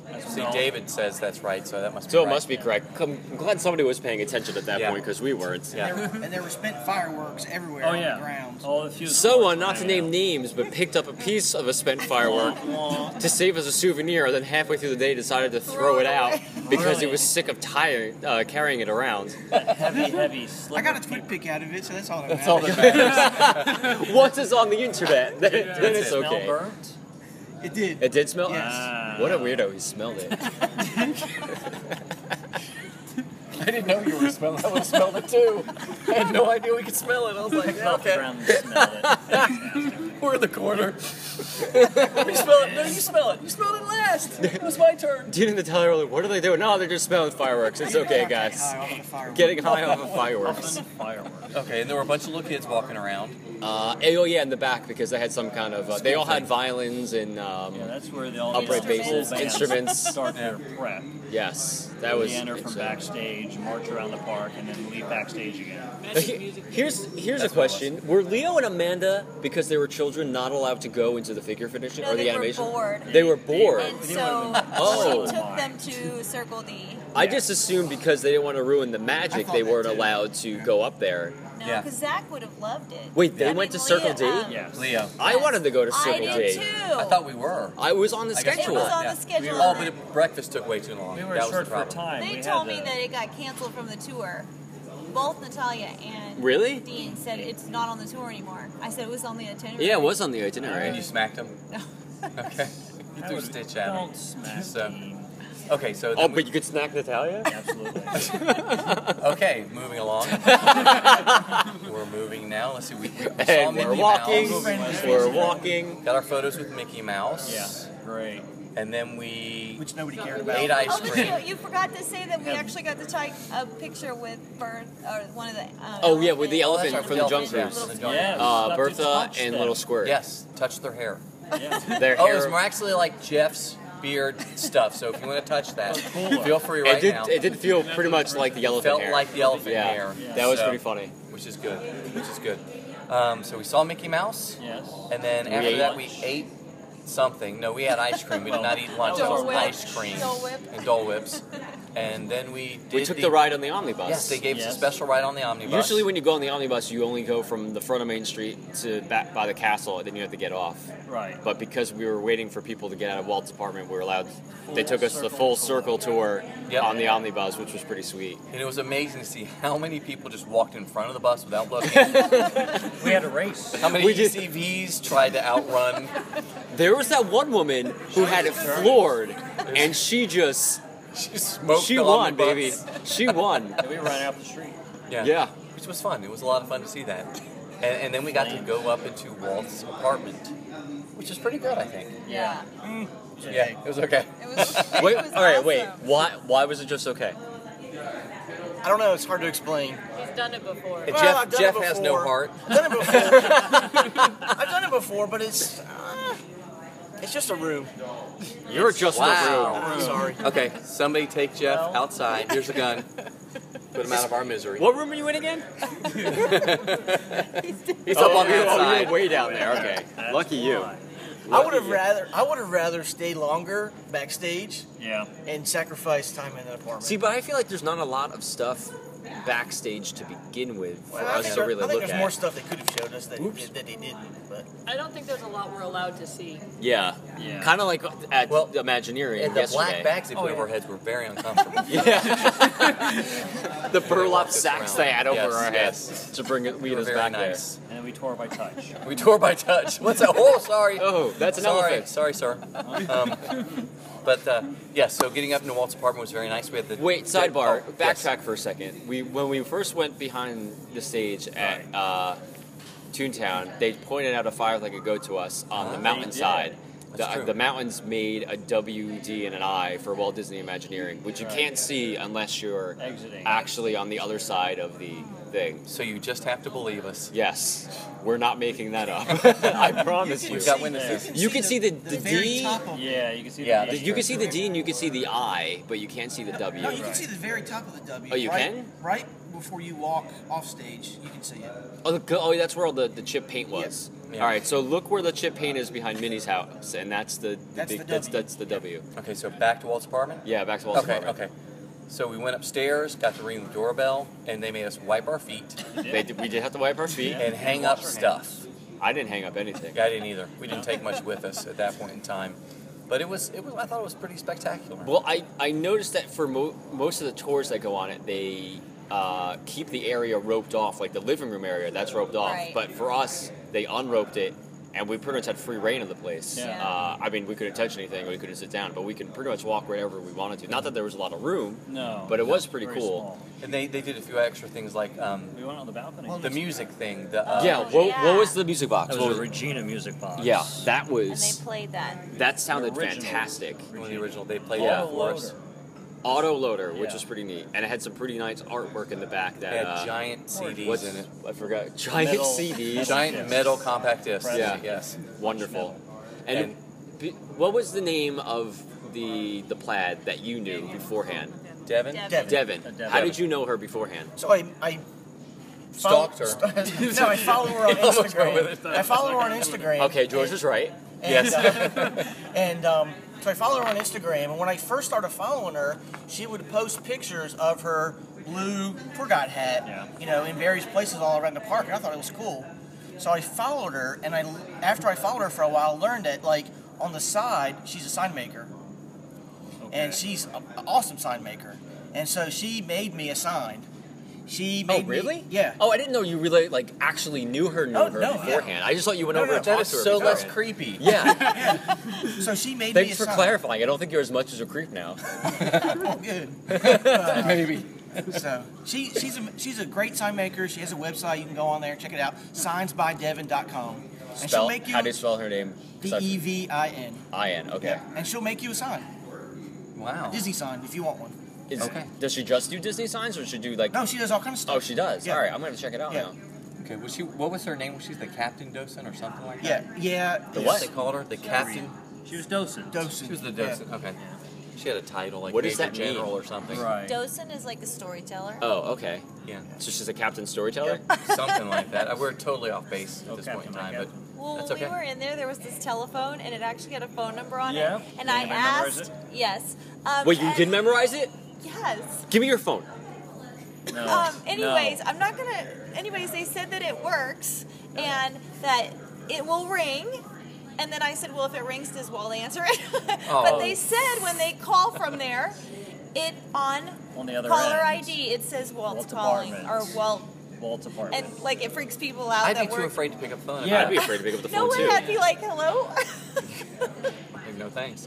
[SPEAKER 9] That's
[SPEAKER 3] See,
[SPEAKER 9] what-
[SPEAKER 3] David says that's right, so that must be
[SPEAKER 4] So it
[SPEAKER 3] right.
[SPEAKER 4] must be correct. Come- I'm glad somebody was paying attention at that point because we weren't.
[SPEAKER 5] And, there, and there were spent fireworks everywhere
[SPEAKER 9] Oh,
[SPEAKER 5] on
[SPEAKER 9] yeah.
[SPEAKER 5] the ground.
[SPEAKER 4] Someone, uh, not to name names, but picked up a piece of a spent firework to save as a souvenir, and then halfway through the day decided to throw it out because he was sick of tire, uh, carrying it around.
[SPEAKER 9] heavy, heavy
[SPEAKER 5] I got a tweet pic out of it, so that's all that
[SPEAKER 4] That's all
[SPEAKER 5] matters.
[SPEAKER 4] that matters. Once it's on the internet, then, then
[SPEAKER 9] Did it
[SPEAKER 4] it's
[SPEAKER 9] smell
[SPEAKER 4] okay.
[SPEAKER 9] burnt?
[SPEAKER 5] It did.
[SPEAKER 4] It did smell? Ah.
[SPEAKER 9] Yes.
[SPEAKER 4] What a weirdo, he smelled it.
[SPEAKER 3] I didn't know you were smelling. I would have smelled it too. I had no idea we could smell it. I was like, yeah, okay. We're in the corner. Let me smell it. No, you smell it. You smelled it last. It was my turn.
[SPEAKER 4] Dude in the teller, like, what are they doing? No, they're just smelling fireworks. It's okay, guys. Getting high off of fireworks.
[SPEAKER 3] Okay, and there were a bunch of little kids walking around.
[SPEAKER 4] Uh, oh yeah, in the back because they had some kind of. Uh, they all had violins and um,
[SPEAKER 9] That's where they all
[SPEAKER 4] upright
[SPEAKER 9] these full
[SPEAKER 4] basses,
[SPEAKER 9] bands
[SPEAKER 4] instruments.
[SPEAKER 9] start their prep.
[SPEAKER 4] Yes, that was.
[SPEAKER 9] We enter from backstage, march around the park, and then leave backstage again.
[SPEAKER 4] Here's here's a question: Were Leo and Amanda, because they were children, not allowed to go into the figure finishing
[SPEAKER 12] No,
[SPEAKER 4] or the
[SPEAKER 12] they were
[SPEAKER 4] animation?
[SPEAKER 12] bored.
[SPEAKER 4] They were bored.
[SPEAKER 12] And so
[SPEAKER 4] Oh.
[SPEAKER 12] she took them to Circle D.
[SPEAKER 4] I just assumed because they didn't want to ruin the magic,
[SPEAKER 12] thought
[SPEAKER 4] they
[SPEAKER 12] that
[SPEAKER 4] weren't
[SPEAKER 12] too.
[SPEAKER 4] allowed to go up there.
[SPEAKER 12] No, because Zach would have loved it.
[SPEAKER 4] Wait, they went to Circle D.
[SPEAKER 3] Yes. Leo.
[SPEAKER 4] I wanted to go to
[SPEAKER 12] um, I
[SPEAKER 4] Circle
[SPEAKER 12] did
[SPEAKER 4] D.
[SPEAKER 12] too. I
[SPEAKER 3] thought we were.
[SPEAKER 4] I was on the
[SPEAKER 3] I guess we
[SPEAKER 4] schedule.
[SPEAKER 3] were. Yeah.
[SPEAKER 12] schedule.
[SPEAKER 3] We were- oh, but breakfast took way too long.
[SPEAKER 9] We were
[SPEAKER 3] that
[SPEAKER 9] short
[SPEAKER 3] was the
[SPEAKER 9] for
[SPEAKER 3] problem.
[SPEAKER 9] time.
[SPEAKER 12] They told me that it got canceled from the tour. both Natalia and
[SPEAKER 4] Really?
[SPEAKER 12] Dean said it's not on the tour anymore. I said it was on the itinerary.
[SPEAKER 4] Yeah, it was on the itinerary.
[SPEAKER 3] And you smacked him?
[SPEAKER 12] No.
[SPEAKER 3] Okay. You threw a stitch at him.
[SPEAKER 12] Don't
[SPEAKER 3] smack so, Okay, so.
[SPEAKER 4] Oh, but you could snack Natalia?
[SPEAKER 3] Absolutely. okay, moving along. we're moving now. Let's see. We, we
[SPEAKER 4] And
[SPEAKER 3] saw
[SPEAKER 4] we're
[SPEAKER 3] Mickey
[SPEAKER 4] walking.
[SPEAKER 3] Mouse.
[SPEAKER 4] We're
[SPEAKER 3] walking. Got our photos with Mickey Mouse.
[SPEAKER 9] Yeah, great.
[SPEAKER 3] And then we. Which nobody
[SPEAKER 9] cared
[SPEAKER 12] about.
[SPEAKER 3] Ate ice
[SPEAKER 12] oh, but
[SPEAKER 3] cream.
[SPEAKER 12] you, you forgot to say that we
[SPEAKER 3] Yeah.
[SPEAKER 12] actually got to take a picture with Bert or one of the. Um,
[SPEAKER 4] Oh yeah, with the
[SPEAKER 12] elephants.
[SPEAKER 4] elephant from the Junk Cruise. uh, Bertha and Little Squirt.
[SPEAKER 3] Yes, touch their hair.
[SPEAKER 4] Their
[SPEAKER 3] oh,
[SPEAKER 4] hair-
[SPEAKER 3] it's more actually like Jeff's beard stuff. So if you want to touch that, feel free
[SPEAKER 4] It
[SPEAKER 3] right
[SPEAKER 4] did-
[SPEAKER 3] now.
[SPEAKER 4] it did feel pretty much like the elephant
[SPEAKER 3] Felt
[SPEAKER 4] hair.
[SPEAKER 3] like the elephant
[SPEAKER 4] Yeah,
[SPEAKER 3] hair.
[SPEAKER 4] that was pretty funny.
[SPEAKER 3] Which is good. Which is good. Um, so we saw Mickey Mouse. Yes. And then
[SPEAKER 4] We
[SPEAKER 3] after
[SPEAKER 4] ate
[SPEAKER 3] that, we ate something. No, we had ice cream. We did not eat lunch.
[SPEAKER 4] Dole
[SPEAKER 3] it was
[SPEAKER 4] Whip.
[SPEAKER 3] ice cream
[SPEAKER 4] Dole Whip.
[SPEAKER 3] and Dole Whips. And then we did
[SPEAKER 4] We took the ride on the omnibus.
[SPEAKER 3] Yes, they gave us
[SPEAKER 4] Yes.
[SPEAKER 3] a special ride on the omnibus.
[SPEAKER 4] Usually, when you go on the omnibus, you only go from the front of Main Street to back by the castle, and then you have to get off.
[SPEAKER 9] Right.
[SPEAKER 4] But because we were waiting for people to get out of Walt's apartment, we were allowed. They took us the full circle tour on the omnibus, which was pretty sweet.
[SPEAKER 3] And it was amazing to see how many people just walked in front of the bus without looking. we had a race. How many
[SPEAKER 4] We did.
[SPEAKER 3] ECVs tried to outrun?
[SPEAKER 4] There was that one woman who had it floored, and she just
[SPEAKER 3] she smoked.
[SPEAKER 4] She
[SPEAKER 3] the
[SPEAKER 4] won,
[SPEAKER 3] omnibus.
[SPEAKER 4] baby. She won.
[SPEAKER 9] And we ran out the street.
[SPEAKER 3] Yeah.
[SPEAKER 4] Yeah.
[SPEAKER 3] Which was fun. It was a lot of fun to see that. And, and then we got to go up into Walt's apartment, which is pretty good, I think.
[SPEAKER 12] Yeah.
[SPEAKER 3] Yeah, it was okay.
[SPEAKER 4] wait, all right, wait. Why? Why was it just okay?
[SPEAKER 5] I don't know. It's hard to explain.
[SPEAKER 7] He's done it before.
[SPEAKER 5] Well, Jeff- I've done Jeff it has no before.
[SPEAKER 3] heart.
[SPEAKER 5] I've done it before, but it's uh, it's just a room.
[SPEAKER 4] You're just
[SPEAKER 3] wow.
[SPEAKER 5] I'm sorry.
[SPEAKER 3] Okay, somebody take Jeff outside. Here's a gun. Put him out of our misery.
[SPEAKER 4] What room are you in again?
[SPEAKER 3] He's up on the
[SPEAKER 4] you're-
[SPEAKER 3] outside.
[SPEAKER 4] you're way down there. Okay, lucky you.
[SPEAKER 5] I would have rather I would have rather stayed longer backstage.
[SPEAKER 9] Yeah.
[SPEAKER 5] And sacrificed time in that apartment.
[SPEAKER 4] See, but I feel like there's not a lot of stuff backstage to begin with for
[SPEAKER 5] Well, I
[SPEAKER 4] us
[SPEAKER 5] think,
[SPEAKER 4] to
[SPEAKER 5] there-
[SPEAKER 4] really
[SPEAKER 5] I think
[SPEAKER 4] look
[SPEAKER 5] there's
[SPEAKER 4] at.
[SPEAKER 5] more stuff they could have showed us that, that, that they didn't. But
[SPEAKER 7] I don't think there's a lot we're allowed to see.
[SPEAKER 4] Yeah. Kind of like at the Imagineering
[SPEAKER 3] And the
[SPEAKER 4] yesterday.
[SPEAKER 3] black bags they put
[SPEAKER 4] yeah.
[SPEAKER 3] over our heads were very uncomfortable.
[SPEAKER 4] the burlap
[SPEAKER 3] around.
[SPEAKER 4] sacks they had over
[SPEAKER 3] Yes,
[SPEAKER 4] our
[SPEAKER 3] yes.
[SPEAKER 4] heads to bring it, lead
[SPEAKER 3] were
[SPEAKER 4] us
[SPEAKER 3] very
[SPEAKER 4] back
[SPEAKER 3] nice.
[SPEAKER 9] And then we tore by touch.
[SPEAKER 3] we tore by touch. What's that? Oh, sorry.
[SPEAKER 4] Oh, that's an
[SPEAKER 3] sorry.
[SPEAKER 4] elephant.
[SPEAKER 3] Sorry, sir. Um, but uh, yeah, so getting up into Walt's apartment was very nice. We had the
[SPEAKER 4] there. Wait, sidebar.
[SPEAKER 3] Oh,
[SPEAKER 4] backtrack for a second. We when we first went behind the stage at uh, Toontown, they pointed out a fire they could go to us on the
[SPEAKER 3] Ah,
[SPEAKER 4] mountainside.
[SPEAKER 3] they did. That's
[SPEAKER 4] The, uh,
[SPEAKER 3] true.
[SPEAKER 4] the mountains made a W, D, and an I for Walt Disney Imagineering, which you
[SPEAKER 3] Right,
[SPEAKER 4] can't
[SPEAKER 3] yeah.
[SPEAKER 4] see unless you're
[SPEAKER 9] Exiting.
[SPEAKER 4] actually on the other side of the thing.
[SPEAKER 3] So you just have to believe us.
[SPEAKER 4] Yes, we're not making that up. I promise
[SPEAKER 3] You can
[SPEAKER 4] you.
[SPEAKER 3] We've got see witnesses. the-
[SPEAKER 4] You can see the, the, D.
[SPEAKER 9] Yeah, you can see.
[SPEAKER 4] Yeah,
[SPEAKER 9] the
[SPEAKER 4] you can see the D and you can see the I, but you can't see the W.
[SPEAKER 5] no, you can see the very top of the W.
[SPEAKER 4] Oh, you
[SPEAKER 5] right,
[SPEAKER 4] can?
[SPEAKER 5] Right before you walk off stage, you can see it.
[SPEAKER 4] Oh, the, co- oh, that's where all the, the chip paint was. All right, so look where the chip paint is behind Minnie's house, and that's the, the
[SPEAKER 3] That's
[SPEAKER 4] big,
[SPEAKER 3] the
[SPEAKER 4] that's that's the W.
[SPEAKER 3] Okay, so back to Walt's apartment.
[SPEAKER 4] Yeah, back to Walt's
[SPEAKER 3] okay,
[SPEAKER 4] apartment.
[SPEAKER 3] Okay. So we went upstairs, got to ring the doorbell, and they made us wipe our feet.
[SPEAKER 4] They did, we did have to wipe our feet
[SPEAKER 3] and hang up stuff.
[SPEAKER 4] I didn't hang up anything.
[SPEAKER 3] I didn't either. We didn't take much with us at that point in time, but it was it was. I thought it was pretty spectacular.
[SPEAKER 4] Well, I, I noticed that for mo- most of the tours that go on it, they uh, keep the area roped off, like the living room area, that's roped off.
[SPEAKER 3] Right.
[SPEAKER 4] But for us, they unroped it, and we pretty much had free reign of the place.
[SPEAKER 3] Yeah.
[SPEAKER 4] Uh, I mean, we couldn't touch anything, we couldn't sit down, but we could pretty much walk wherever we wanted to. Not that there was a lot of room,
[SPEAKER 9] No.
[SPEAKER 4] but it was pretty
[SPEAKER 9] very
[SPEAKER 4] cool.
[SPEAKER 9] small.
[SPEAKER 3] And they, they did a few extra things like um,
[SPEAKER 9] we went on the balcony.
[SPEAKER 3] the music thing. The uh,
[SPEAKER 4] yeah, what, what was the music box?
[SPEAKER 9] That
[SPEAKER 4] What
[SPEAKER 9] was a Regina music box.
[SPEAKER 4] Yeah, that
[SPEAKER 12] And they
[SPEAKER 4] was.
[SPEAKER 12] played that.
[SPEAKER 4] That sounded
[SPEAKER 9] The original.
[SPEAKER 4] fantastic.
[SPEAKER 3] Well, the original they played
[SPEAKER 4] Yeah.
[SPEAKER 3] that for us.
[SPEAKER 4] Auto loader, which
[SPEAKER 3] Yeah.
[SPEAKER 4] was pretty neat, and it had some pretty nice artwork in the back. That
[SPEAKER 3] It had
[SPEAKER 4] uh,
[SPEAKER 3] giant CDs
[SPEAKER 4] what's-
[SPEAKER 3] in it.
[SPEAKER 4] I forgot giant
[SPEAKER 3] Metal-
[SPEAKER 4] CDs,
[SPEAKER 3] Giant Yes. metal compact discs,
[SPEAKER 4] Yeah,
[SPEAKER 3] yes.
[SPEAKER 4] wonderful. And, b- what was the name of the the plaid that you knew beforehand?
[SPEAKER 3] Devin.
[SPEAKER 5] Devin.
[SPEAKER 4] Devin.
[SPEAKER 5] Devin.
[SPEAKER 4] How did you know her beforehand?
[SPEAKER 5] So I, I
[SPEAKER 4] Stalked her.
[SPEAKER 5] no, I follow her on
[SPEAKER 4] You almost went
[SPEAKER 5] Instagram.
[SPEAKER 4] with it.
[SPEAKER 5] I follow her on Instagram.
[SPEAKER 4] Okay, George was right.
[SPEAKER 5] And,
[SPEAKER 4] yes.
[SPEAKER 5] uh, and um, so I follow her on Instagram, and when I first started following her, she would post pictures of her blue tour guide hat, you know, in various places all around the park, and I thought it was cool. So I followed her, and I after I followed her for a while, learned that like on the side she's a sign maker, and she's an awesome sign maker, and so she made me a sign. She
[SPEAKER 4] Oh
[SPEAKER 5] made me-
[SPEAKER 4] really?
[SPEAKER 5] yeah.
[SPEAKER 4] Oh, I didn't know you really like actually knew her, knew
[SPEAKER 5] Oh,
[SPEAKER 4] her
[SPEAKER 5] no, yeah.
[SPEAKER 4] beforehand. I just thought you went
[SPEAKER 5] No,
[SPEAKER 4] over
[SPEAKER 5] no,
[SPEAKER 4] and
[SPEAKER 5] that
[SPEAKER 4] talked
[SPEAKER 5] is
[SPEAKER 4] to her.
[SPEAKER 5] so less
[SPEAKER 4] beforehand.
[SPEAKER 5] creepy.
[SPEAKER 4] Yeah.
[SPEAKER 5] So she made me.
[SPEAKER 4] Thanks
[SPEAKER 5] a
[SPEAKER 4] for
[SPEAKER 5] sign.
[SPEAKER 4] clarifying. I don't think you're as much as a creep now.
[SPEAKER 5] Oh, good. Uh,
[SPEAKER 4] Maybe.
[SPEAKER 5] So she she's a she's a great sign maker. She has a website. You can go on there, check it out. Signsbydevin.com. And she'll
[SPEAKER 4] Spell.
[SPEAKER 5] make you
[SPEAKER 4] How do you spell her name?
[SPEAKER 5] D E V I N.
[SPEAKER 4] I N. Okay.
[SPEAKER 5] And she'll make you a sign.
[SPEAKER 4] Wow.
[SPEAKER 5] Disney sign if you want one.
[SPEAKER 4] Is, Does she just do Disney signs, or she do like?
[SPEAKER 5] No, she does all kinds of stuff.
[SPEAKER 4] Oh, she does.
[SPEAKER 5] Yeah.
[SPEAKER 4] All right, I'm gonna check it out
[SPEAKER 5] Yeah.
[SPEAKER 4] now.
[SPEAKER 3] Okay, was she? What was her name? Was she the captain docent or something like
[SPEAKER 5] Yeah,
[SPEAKER 3] that?
[SPEAKER 5] yeah.
[SPEAKER 3] The
[SPEAKER 5] yeah.
[SPEAKER 3] what they called her? The captain.
[SPEAKER 5] She was docent. Docent.
[SPEAKER 3] She was the
[SPEAKER 5] yeah.
[SPEAKER 3] docent. Okay. She had a title like
[SPEAKER 4] What does
[SPEAKER 3] major
[SPEAKER 4] that mean?
[SPEAKER 3] general or something.
[SPEAKER 12] Docent is like a storyteller.
[SPEAKER 4] Oh, okay.
[SPEAKER 3] Yeah.
[SPEAKER 4] So she's a captain storyteller.
[SPEAKER 3] something like that. We're totally off base at this point in time, but
[SPEAKER 12] Well,
[SPEAKER 3] that's
[SPEAKER 12] when
[SPEAKER 3] okay.
[SPEAKER 12] we were in there, there was this telephone, and it actually had a phone number on
[SPEAKER 4] Yeah?
[SPEAKER 12] it. And
[SPEAKER 4] You
[SPEAKER 12] I
[SPEAKER 4] gonna memorize
[SPEAKER 12] asked,
[SPEAKER 4] it?
[SPEAKER 12] yes. Um,
[SPEAKER 4] Wait, you
[SPEAKER 12] and-
[SPEAKER 4] did memorize it?
[SPEAKER 12] Yes.
[SPEAKER 4] Give me your phone. No.
[SPEAKER 12] Um, anyways, I'm not gonna. Anyways, they said that it works and that it will ring. And then I said, well, if it rings, does Walt answer it?
[SPEAKER 17] Oh.
[SPEAKER 12] but they said when they call from there, it on
[SPEAKER 9] On the other
[SPEAKER 12] caller
[SPEAKER 9] end.
[SPEAKER 12] ID, it says Walt's
[SPEAKER 9] Walt's
[SPEAKER 12] calling or
[SPEAKER 9] apartment.
[SPEAKER 12] Walt.
[SPEAKER 9] Walt's apartment.
[SPEAKER 12] And like it freaks people out.
[SPEAKER 3] I'd
[SPEAKER 12] that
[SPEAKER 3] be too
[SPEAKER 12] we're-
[SPEAKER 3] afraid to pick up the phone.
[SPEAKER 9] Yeah.
[SPEAKER 4] I'd be afraid to pick up the
[SPEAKER 12] No
[SPEAKER 4] phone
[SPEAKER 12] way
[SPEAKER 4] too.
[SPEAKER 12] I'd be like, hello?
[SPEAKER 3] Like, no thanks.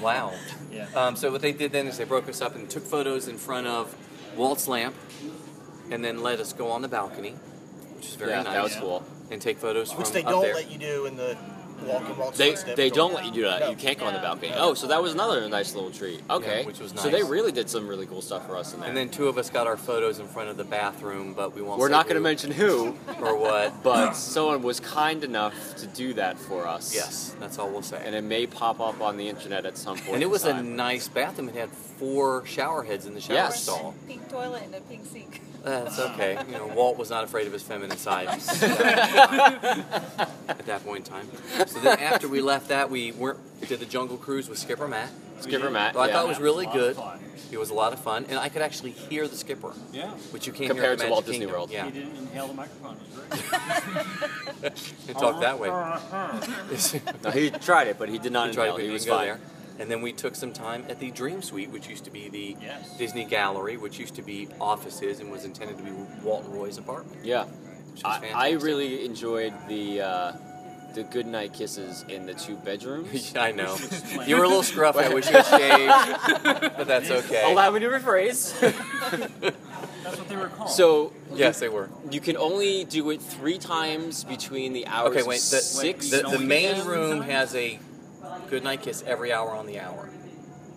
[SPEAKER 3] Wow. Yeah. Um, so what they did then is they broke us up and took photos in front of Walt's lamp, and then let us go on the balcony, which is very
[SPEAKER 4] Yeah,
[SPEAKER 3] nice.
[SPEAKER 4] that was cool.
[SPEAKER 3] And take photos
[SPEAKER 5] Which
[SPEAKER 3] from
[SPEAKER 5] they
[SPEAKER 3] up
[SPEAKER 5] don't
[SPEAKER 3] there.
[SPEAKER 5] let you do in the walk and walk.
[SPEAKER 4] They,
[SPEAKER 5] footsteps
[SPEAKER 4] they
[SPEAKER 5] or-
[SPEAKER 4] don't let you do that. You can't go on the balcony. Oh, so that was another nice little treat. Okay,
[SPEAKER 3] which was
[SPEAKER 4] So they
[SPEAKER 3] nice.
[SPEAKER 4] really did some really cool stuff for us in there.
[SPEAKER 3] And then two of us got our photos in front of the bathroom, but we won't.
[SPEAKER 4] We're
[SPEAKER 3] say
[SPEAKER 4] not going to
[SPEAKER 3] who.
[SPEAKER 4] mention who
[SPEAKER 3] or what,
[SPEAKER 4] but someone was kind enough to do that for us.
[SPEAKER 3] Yes, that's all we'll say.
[SPEAKER 4] And it may pop up on the internet at some point.
[SPEAKER 3] And it
[SPEAKER 4] in
[SPEAKER 3] was a
[SPEAKER 4] time.
[SPEAKER 3] nice bathroom. It had four shower heads in the shower
[SPEAKER 4] Yes.
[SPEAKER 3] stall.
[SPEAKER 12] pink toilet and a pink sink.
[SPEAKER 3] That's okay. You know, Walt was not afraid of his feminine side so, at that point in time. So then, after we left that, we were did the jungle cruise with Skipper Matt.
[SPEAKER 4] Skipper Matt,
[SPEAKER 3] who I
[SPEAKER 4] yeah.
[SPEAKER 3] thought was really
[SPEAKER 4] That was a lot of
[SPEAKER 3] good. It was a lot of fun, and I could actually hear the skipper.
[SPEAKER 9] Yeah.
[SPEAKER 3] Which you can't hear at
[SPEAKER 4] Compared
[SPEAKER 3] the
[SPEAKER 4] to Walt
[SPEAKER 3] Magic
[SPEAKER 4] Disney
[SPEAKER 3] Kingdom.
[SPEAKER 4] World.
[SPEAKER 3] Yeah.
[SPEAKER 9] He didn't inhale the microphone. It was great.
[SPEAKER 3] and talk that way.
[SPEAKER 9] Uh-huh.
[SPEAKER 4] No, he tried it, but he did not
[SPEAKER 3] tried it,
[SPEAKER 4] inhale.
[SPEAKER 3] but
[SPEAKER 4] He was
[SPEAKER 3] didn't go
[SPEAKER 4] fine.
[SPEAKER 3] There. And then we took some time at the Dream Suite, which used to be the Disney Gallery, which used to be offices and was intended to be Walt and Roy's apartment.
[SPEAKER 4] Yeah,
[SPEAKER 3] was
[SPEAKER 4] I, I
[SPEAKER 3] fantastic.
[SPEAKER 4] really enjoyed the uh, the goodnight kisses in the two bedrooms.
[SPEAKER 3] I know you were a little scruffy. I wish you had shaved, but that's okay.
[SPEAKER 4] Allow me to rephrase.
[SPEAKER 9] That's what they were called.
[SPEAKER 4] So
[SPEAKER 3] Yes,
[SPEAKER 4] you-
[SPEAKER 3] they were.
[SPEAKER 4] You can only do it three times between the hours.
[SPEAKER 3] Okay, wait.
[SPEAKER 4] of
[SPEAKER 3] The,
[SPEAKER 4] six.
[SPEAKER 3] the, the main room has a goodnight kiss every hour on the hour.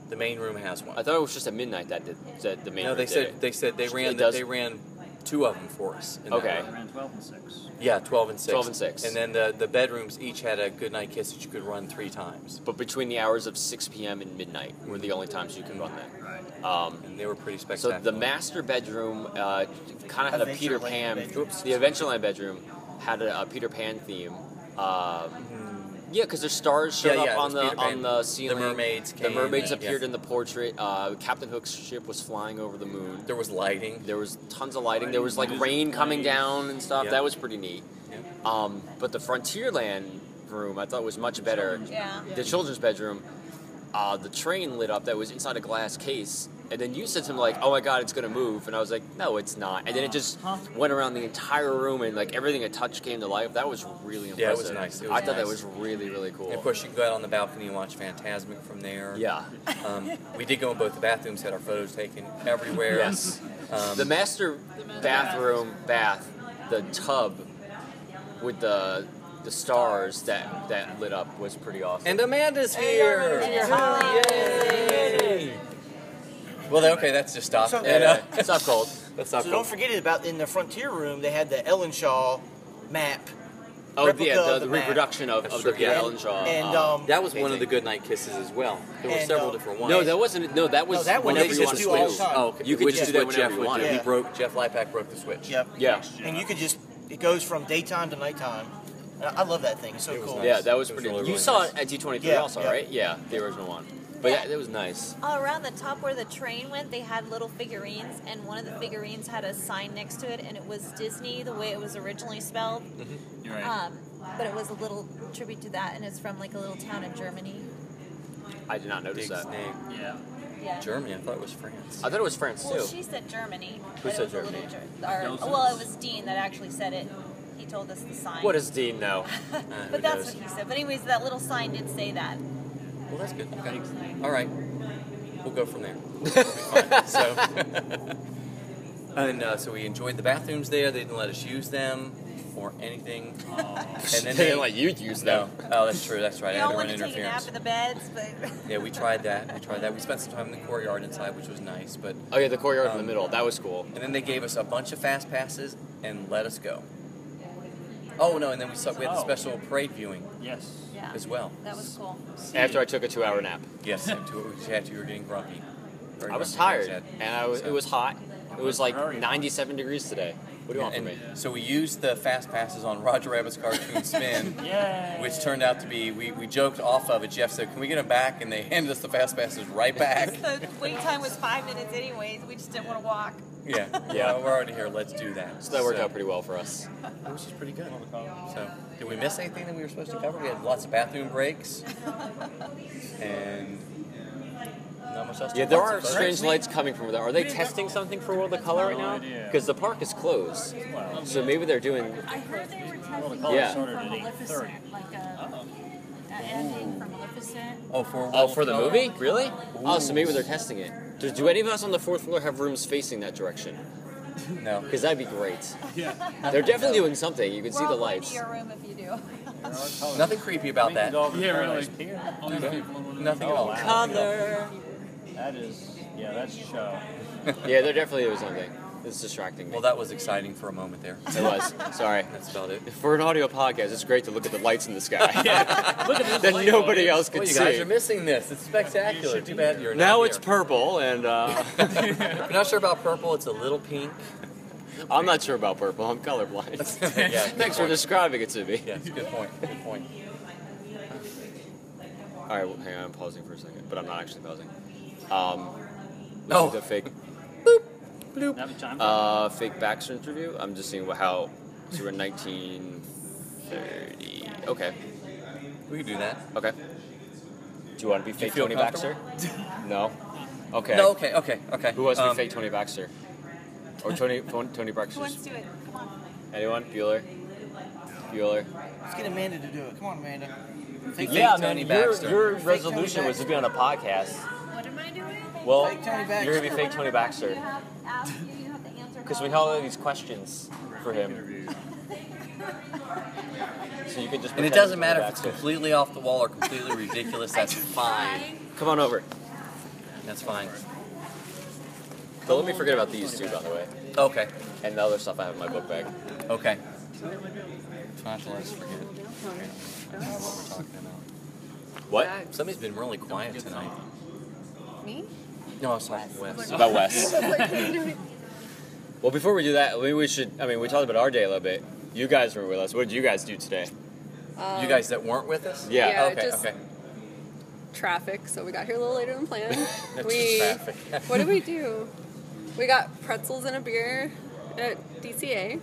[SPEAKER 3] The main room has one.
[SPEAKER 4] I thought it was just at midnight that did that the main.
[SPEAKER 3] No,
[SPEAKER 4] room
[SPEAKER 3] they
[SPEAKER 4] did
[SPEAKER 3] said
[SPEAKER 4] it.
[SPEAKER 3] they said they
[SPEAKER 4] It
[SPEAKER 3] ran
[SPEAKER 4] does-
[SPEAKER 3] they ran two of them for us. in that
[SPEAKER 4] Okay.
[SPEAKER 3] room.
[SPEAKER 9] Around 12 and 6.
[SPEAKER 3] Yeah, twelve and six.
[SPEAKER 4] 12 and six.
[SPEAKER 3] And then the the bedrooms each had a goodnight kiss that you could run three times.
[SPEAKER 4] But between the hours of 6 p.m. and midnight were the only times you could run that. Um,
[SPEAKER 3] and they were pretty
[SPEAKER 4] spectacular. So the master bedroom uh, kind of had a Peter
[SPEAKER 3] Adventureland
[SPEAKER 4] Pan.
[SPEAKER 3] bedroom.
[SPEAKER 4] The Adventureland bedroom had a, a Peter Pan theme.
[SPEAKER 3] Mm-hmm.
[SPEAKER 4] Um, yeah, because their stars showed
[SPEAKER 3] Yeah, yeah,
[SPEAKER 4] up
[SPEAKER 3] it
[SPEAKER 4] on
[SPEAKER 3] was
[SPEAKER 4] the
[SPEAKER 3] Peter Pan.
[SPEAKER 4] on the ceiling.
[SPEAKER 3] The mermaids
[SPEAKER 4] The
[SPEAKER 3] came
[SPEAKER 4] mermaids
[SPEAKER 3] and-
[SPEAKER 4] appeared
[SPEAKER 3] yeah.
[SPEAKER 4] in the portrait. Uh, Captain Hook's ship was flying over the moon.
[SPEAKER 3] There was lighting.
[SPEAKER 4] There was tons of lighting. There was like rain coming down and stuff.
[SPEAKER 3] Yeah.
[SPEAKER 4] That was pretty neat. Um, but the Frontierland room I thought was much better.
[SPEAKER 17] Yeah.
[SPEAKER 4] The children's bedroom, uh, the train lit up that was inside a glass case. And then you said something like, "Oh my God, it's gonna move," and I was like, "No, it's not." And then it just went around the entire room, and like everything it touched came to life. That was really impressive.
[SPEAKER 3] Yeah, it was nice. It was
[SPEAKER 4] I thought that
[SPEAKER 3] nice.
[SPEAKER 4] was really really cool.
[SPEAKER 3] And of course, you can go out on the balcony and watch Fantasmic from there.
[SPEAKER 4] Yeah.
[SPEAKER 3] Um, we did go in both the bathrooms, had our photos taken everywhere.
[SPEAKER 4] Yes.
[SPEAKER 3] Um,
[SPEAKER 4] the master bathroom bath, the tub with the the stars that that lit up was pretty awesome.
[SPEAKER 3] And Amanda's here. Yay! Well, then, okay, that's just stopped.
[SPEAKER 5] So-
[SPEAKER 4] Yeah, yeah. Stop cold.
[SPEAKER 3] That's
[SPEAKER 5] So
[SPEAKER 3] not cool.
[SPEAKER 5] don't forget it about in the frontier room. They had the Ellen Shaw map.
[SPEAKER 4] Oh,
[SPEAKER 5] replica
[SPEAKER 4] yeah, the-
[SPEAKER 5] of
[SPEAKER 4] the
[SPEAKER 5] map.
[SPEAKER 4] reproduction of- of the Uh,
[SPEAKER 3] Yeah.
[SPEAKER 4] Ellen Shaw,
[SPEAKER 5] And, um,
[SPEAKER 3] that was one of the good night kisses as well. There were
[SPEAKER 5] And,
[SPEAKER 3] several
[SPEAKER 5] um,
[SPEAKER 3] different ones.
[SPEAKER 4] No, that wasn't. No, that was
[SPEAKER 3] No, that one they
[SPEAKER 4] whenever you
[SPEAKER 3] just
[SPEAKER 4] wanted
[SPEAKER 3] do
[SPEAKER 4] to
[SPEAKER 3] all
[SPEAKER 4] switch.
[SPEAKER 3] the time.
[SPEAKER 4] Oh, okay.
[SPEAKER 3] You could
[SPEAKER 4] which
[SPEAKER 3] just
[SPEAKER 4] is what
[SPEAKER 3] do
[SPEAKER 4] Jeff
[SPEAKER 3] whatever
[SPEAKER 4] would
[SPEAKER 3] you
[SPEAKER 4] do.
[SPEAKER 3] wanted. He broke. Jeff Lipack broke the switch.
[SPEAKER 5] Yep.
[SPEAKER 4] Yeah.
[SPEAKER 5] And you could just it goes from daytime to nighttime. And I I love that thing. It's so cool.
[SPEAKER 4] Yeah, that was pretty. you saw it at D23
[SPEAKER 5] Yeah,
[SPEAKER 4] also,
[SPEAKER 5] yeah.
[SPEAKER 4] right? Yeah, the original one. But yeah, it was nice.
[SPEAKER 12] All around the top where the train went, they had little figurines, and one of the figurines had a sign next to it, and it was Disney the way it was originally spelled.
[SPEAKER 3] Mm-hmm.
[SPEAKER 17] You're right.
[SPEAKER 12] Um, but it was a little tribute to that, and it's from like a little town in Germany.
[SPEAKER 4] I did not notice that.
[SPEAKER 3] Yeah. Germany. I thought it was France.
[SPEAKER 4] I thought it was France
[SPEAKER 12] Well,
[SPEAKER 4] too.
[SPEAKER 12] she said Germany.
[SPEAKER 4] Who
[SPEAKER 12] but it
[SPEAKER 4] said
[SPEAKER 12] was a little
[SPEAKER 4] Germany?
[SPEAKER 12] Ger- or-
[SPEAKER 4] No sense.
[SPEAKER 12] well, it was Dean that actually said it. He told us the sign.
[SPEAKER 4] What does Dean know?
[SPEAKER 3] Uh,
[SPEAKER 12] But that's what he said. But anyways, that little sign did say that.
[SPEAKER 3] Well, that's good. Okay. All right. We'll go from there. We'll be fine. so, and uh, so we enjoyed the bathrooms there. They didn't let us use them or anything. And
[SPEAKER 4] Oh. They didn't let you use them.
[SPEAKER 3] No. Oh, that's true. That's right.
[SPEAKER 12] We
[SPEAKER 3] I had
[SPEAKER 12] all
[SPEAKER 3] to run
[SPEAKER 12] went to take a nap
[SPEAKER 3] interference.
[SPEAKER 12] in the beds, but
[SPEAKER 3] Yeah, we tried that. We tried that. We spent some time in the courtyard inside, which was nice. But Um,
[SPEAKER 4] oh yeah, the courtyard in the middle. That was cool.
[SPEAKER 3] And then they gave us a bunch of fast passes and let us go. Oh no! And then we saw, we had the
[SPEAKER 12] Oh.
[SPEAKER 3] special parade viewing.
[SPEAKER 9] Yes.
[SPEAKER 12] yeah.
[SPEAKER 3] As well.
[SPEAKER 12] That was cool.
[SPEAKER 4] After I took a two-hour nap.
[SPEAKER 3] Yes, and to, yeah, you were getting grumpy. Very
[SPEAKER 4] I was
[SPEAKER 3] grumpy,
[SPEAKER 4] tired,
[SPEAKER 3] sad.
[SPEAKER 4] and I was, it was hot. It was like 97 degrees today. What do you want from
[SPEAKER 3] And
[SPEAKER 4] me?
[SPEAKER 3] So we used the fast passes on Roger Rabbit's cartoon spin, which turned out to be we, we joked off of it. Jeff said, "Can we get them back?" And they handed us the fast passes right back.
[SPEAKER 12] So wait time was five minutes anyways. We just didn't want to walk.
[SPEAKER 3] yeah, yeah, we're already here. Let's do that.
[SPEAKER 4] So that worked out pretty well for us.
[SPEAKER 3] Which is pretty good. So, did we miss anything that we were supposed to cover? We had lots of bathroom breaks, and not much else. to
[SPEAKER 4] Yeah, there
[SPEAKER 3] lots
[SPEAKER 4] are
[SPEAKER 3] of photos.
[SPEAKER 4] strange lights coming from there. Are they testing something for World of Color right now? Because the park is closed, so maybe they're doing.
[SPEAKER 13] I heard they were testing
[SPEAKER 4] Color
[SPEAKER 13] yeah.
[SPEAKER 4] started
[SPEAKER 13] from
[SPEAKER 4] at 8:30.
[SPEAKER 13] Maleficent, like a, a ending from Maleficent.
[SPEAKER 3] Oh, for
[SPEAKER 4] oh, for the movie, really? Oh, so maybe they're testing it. Do, do any of us on the fourth floor have rooms facing that direction?
[SPEAKER 3] No.
[SPEAKER 4] Because that'd be great.
[SPEAKER 12] Yeah.
[SPEAKER 4] They're definitely doing something. You can see the
[SPEAKER 12] We're all going to
[SPEAKER 4] lights.
[SPEAKER 12] your room if you do.
[SPEAKER 3] Nothing creepy about that.
[SPEAKER 9] Yeah, really.
[SPEAKER 3] Nothing at all.
[SPEAKER 9] Oh, That is, yeah, that's a show.
[SPEAKER 4] yeah, there definitely was something. It's distracting me.
[SPEAKER 3] Well, that was exciting for a moment there.
[SPEAKER 4] It was. Sorry.
[SPEAKER 3] That's about it.
[SPEAKER 4] For an audio podcast, it's great to look at the lights in the sky. That nobody else could
[SPEAKER 3] Well, you
[SPEAKER 4] see.
[SPEAKER 3] guys are missing this. It's spectacular. Too bad you're
[SPEAKER 4] now
[SPEAKER 3] not
[SPEAKER 4] it's purple, and uh,
[SPEAKER 3] here. If you're not sure about purple, it's a little pink.
[SPEAKER 4] I'm not sure about purple. I'm colorblind.
[SPEAKER 3] Yeah, good
[SPEAKER 4] Thanks for
[SPEAKER 3] point.
[SPEAKER 4] describing it to me.
[SPEAKER 3] Yes, good point. Good point.
[SPEAKER 4] All right, well, hang on. I'm pausing for a second, but I'm not actually pausing. Um,
[SPEAKER 3] Oh.
[SPEAKER 4] the fake,
[SPEAKER 9] Bloop. Now the time.
[SPEAKER 4] uh, fake Baxter interview. I'm just seeing what, how. So we're in 1930. Okay.
[SPEAKER 3] We can do that.
[SPEAKER 4] Okay. Do you want to be
[SPEAKER 3] Do you
[SPEAKER 4] fake
[SPEAKER 3] feel
[SPEAKER 4] Tony Baxter? no. Okay.
[SPEAKER 3] No, okay, okay, okay.
[SPEAKER 4] Who wants to be
[SPEAKER 3] Um,
[SPEAKER 4] fake Tony Baxter? Or Tony Tony, Tony
[SPEAKER 12] Who
[SPEAKER 4] Baxter?
[SPEAKER 12] wants to do it? Come on.
[SPEAKER 4] Anyone? Bueller. Bueller.
[SPEAKER 5] Let's get Amanda to do it. Come on, Amanda.
[SPEAKER 4] yeah, man. Your, your resolution was to be on a podcast.
[SPEAKER 12] What am I doing?
[SPEAKER 4] Well, you're gonna be fake Tony Baxter. Because we had all these questions for him. So you can
[SPEAKER 3] And
[SPEAKER 4] just. pretend
[SPEAKER 3] it doesn't
[SPEAKER 4] Tony
[SPEAKER 3] matter if it's
[SPEAKER 4] Baxter.
[SPEAKER 3] completely off the wall or completely ridiculous. That's fine.
[SPEAKER 4] Come on over.
[SPEAKER 3] That's fine.
[SPEAKER 4] Don't let me forget about these two, by the way.
[SPEAKER 3] Okay.
[SPEAKER 4] And the other stuff I have in my book bag.
[SPEAKER 3] Okay. Try not to let us forget. apparently, What we're talking about.
[SPEAKER 4] What?
[SPEAKER 3] Somebody's been really quiet tonight.
[SPEAKER 13] Me?
[SPEAKER 3] No, I was talking to
[SPEAKER 4] It's
[SPEAKER 3] Wes.
[SPEAKER 4] About Wes. Well, before we do that, maybe we should. I mean, we talked about our day a little bit. You guys were with us. What did you guys do today?
[SPEAKER 3] you guys that weren't with us?
[SPEAKER 4] Yeah.
[SPEAKER 15] Yeah,
[SPEAKER 3] okay.
[SPEAKER 15] just-
[SPEAKER 3] okay.
[SPEAKER 15] Traffic, so we got here a little later than planned.
[SPEAKER 3] That's
[SPEAKER 15] we
[SPEAKER 3] traffic.
[SPEAKER 15] what did we do? We got pretzels and a beer at DCA,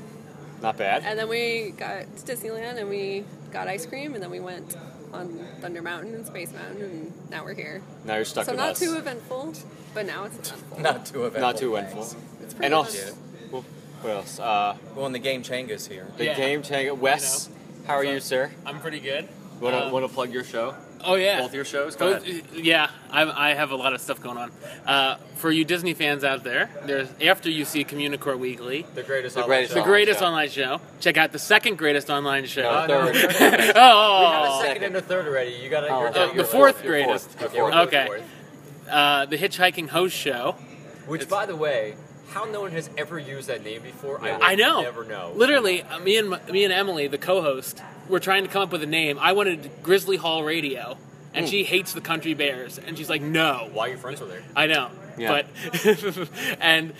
[SPEAKER 4] Not bad.
[SPEAKER 15] and then we got to Disneyland and we got ice cream, and then we went on Thunder Mountain and Space Mountain, and now we're here.
[SPEAKER 4] Now you're stuck
[SPEAKER 15] so
[SPEAKER 4] with
[SPEAKER 15] not
[SPEAKER 4] us.
[SPEAKER 15] too eventful, but now it's eventful.
[SPEAKER 3] Not too eventful.
[SPEAKER 4] Not too eventful.
[SPEAKER 15] It's pretty
[SPEAKER 4] And
[SPEAKER 15] much-
[SPEAKER 4] also, well, what else? Uh,
[SPEAKER 3] Well, and the game Changa's here.
[SPEAKER 4] the game tango. Wes, how are you, sir?
[SPEAKER 17] I'm pretty good.
[SPEAKER 4] Want to
[SPEAKER 17] Um,
[SPEAKER 4] want to plug your show?
[SPEAKER 17] Oh yeah,
[SPEAKER 4] Both your shows. Go
[SPEAKER 17] Both-
[SPEAKER 4] ahead.
[SPEAKER 17] Yeah, I, I have a lot of stuff going on. Uh, for you Disney fans out there, there's after you see Communicore Weekly,
[SPEAKER 4] The greatest.
[SPEAKER 17] the
[SPEAKER 4] online
[SPEAKER 17] greatest,
[SPEAKER 4] show.
[SPEAKER 17] online show. Check out the second greatest online show.
[SPEAKER 4] Uh, No, third.
[SPEAKER 17] oh,
[SPEAKER 4] We have a second and a third already. You got
[SPEAKER 17] Oh,
[SPEAKER 4] to.
[SPEAKER 17] the fourth greatest.
[SPEAKER 4] Okay. we're
[SPEAKER 17] okay.
[SPEAKER 4] fourth.
[SPEAKER 17] Uh, the Hitchhiking Host Show.
[SPEAKER 4] Which, by the way, how no one has ever used that name before, I, would
[SPEAKER 17] I know.
[SPEAKER 4] Never know.
[SPEAKER 17] Literally, uh, me and me and Emily, the co-host, were trying to come up with a name. I wanted Grizzly Hall Radio, and
[SPEAKER 4] Mm.
[SPEAKER 17] she hates the Country Bears, and she's like, "No."
[SPEAKER 4] Why your friends were there?
[SPEAKER 17] I know.
[SPEAKER 4] Yeah.
[SPEAKER 17] But and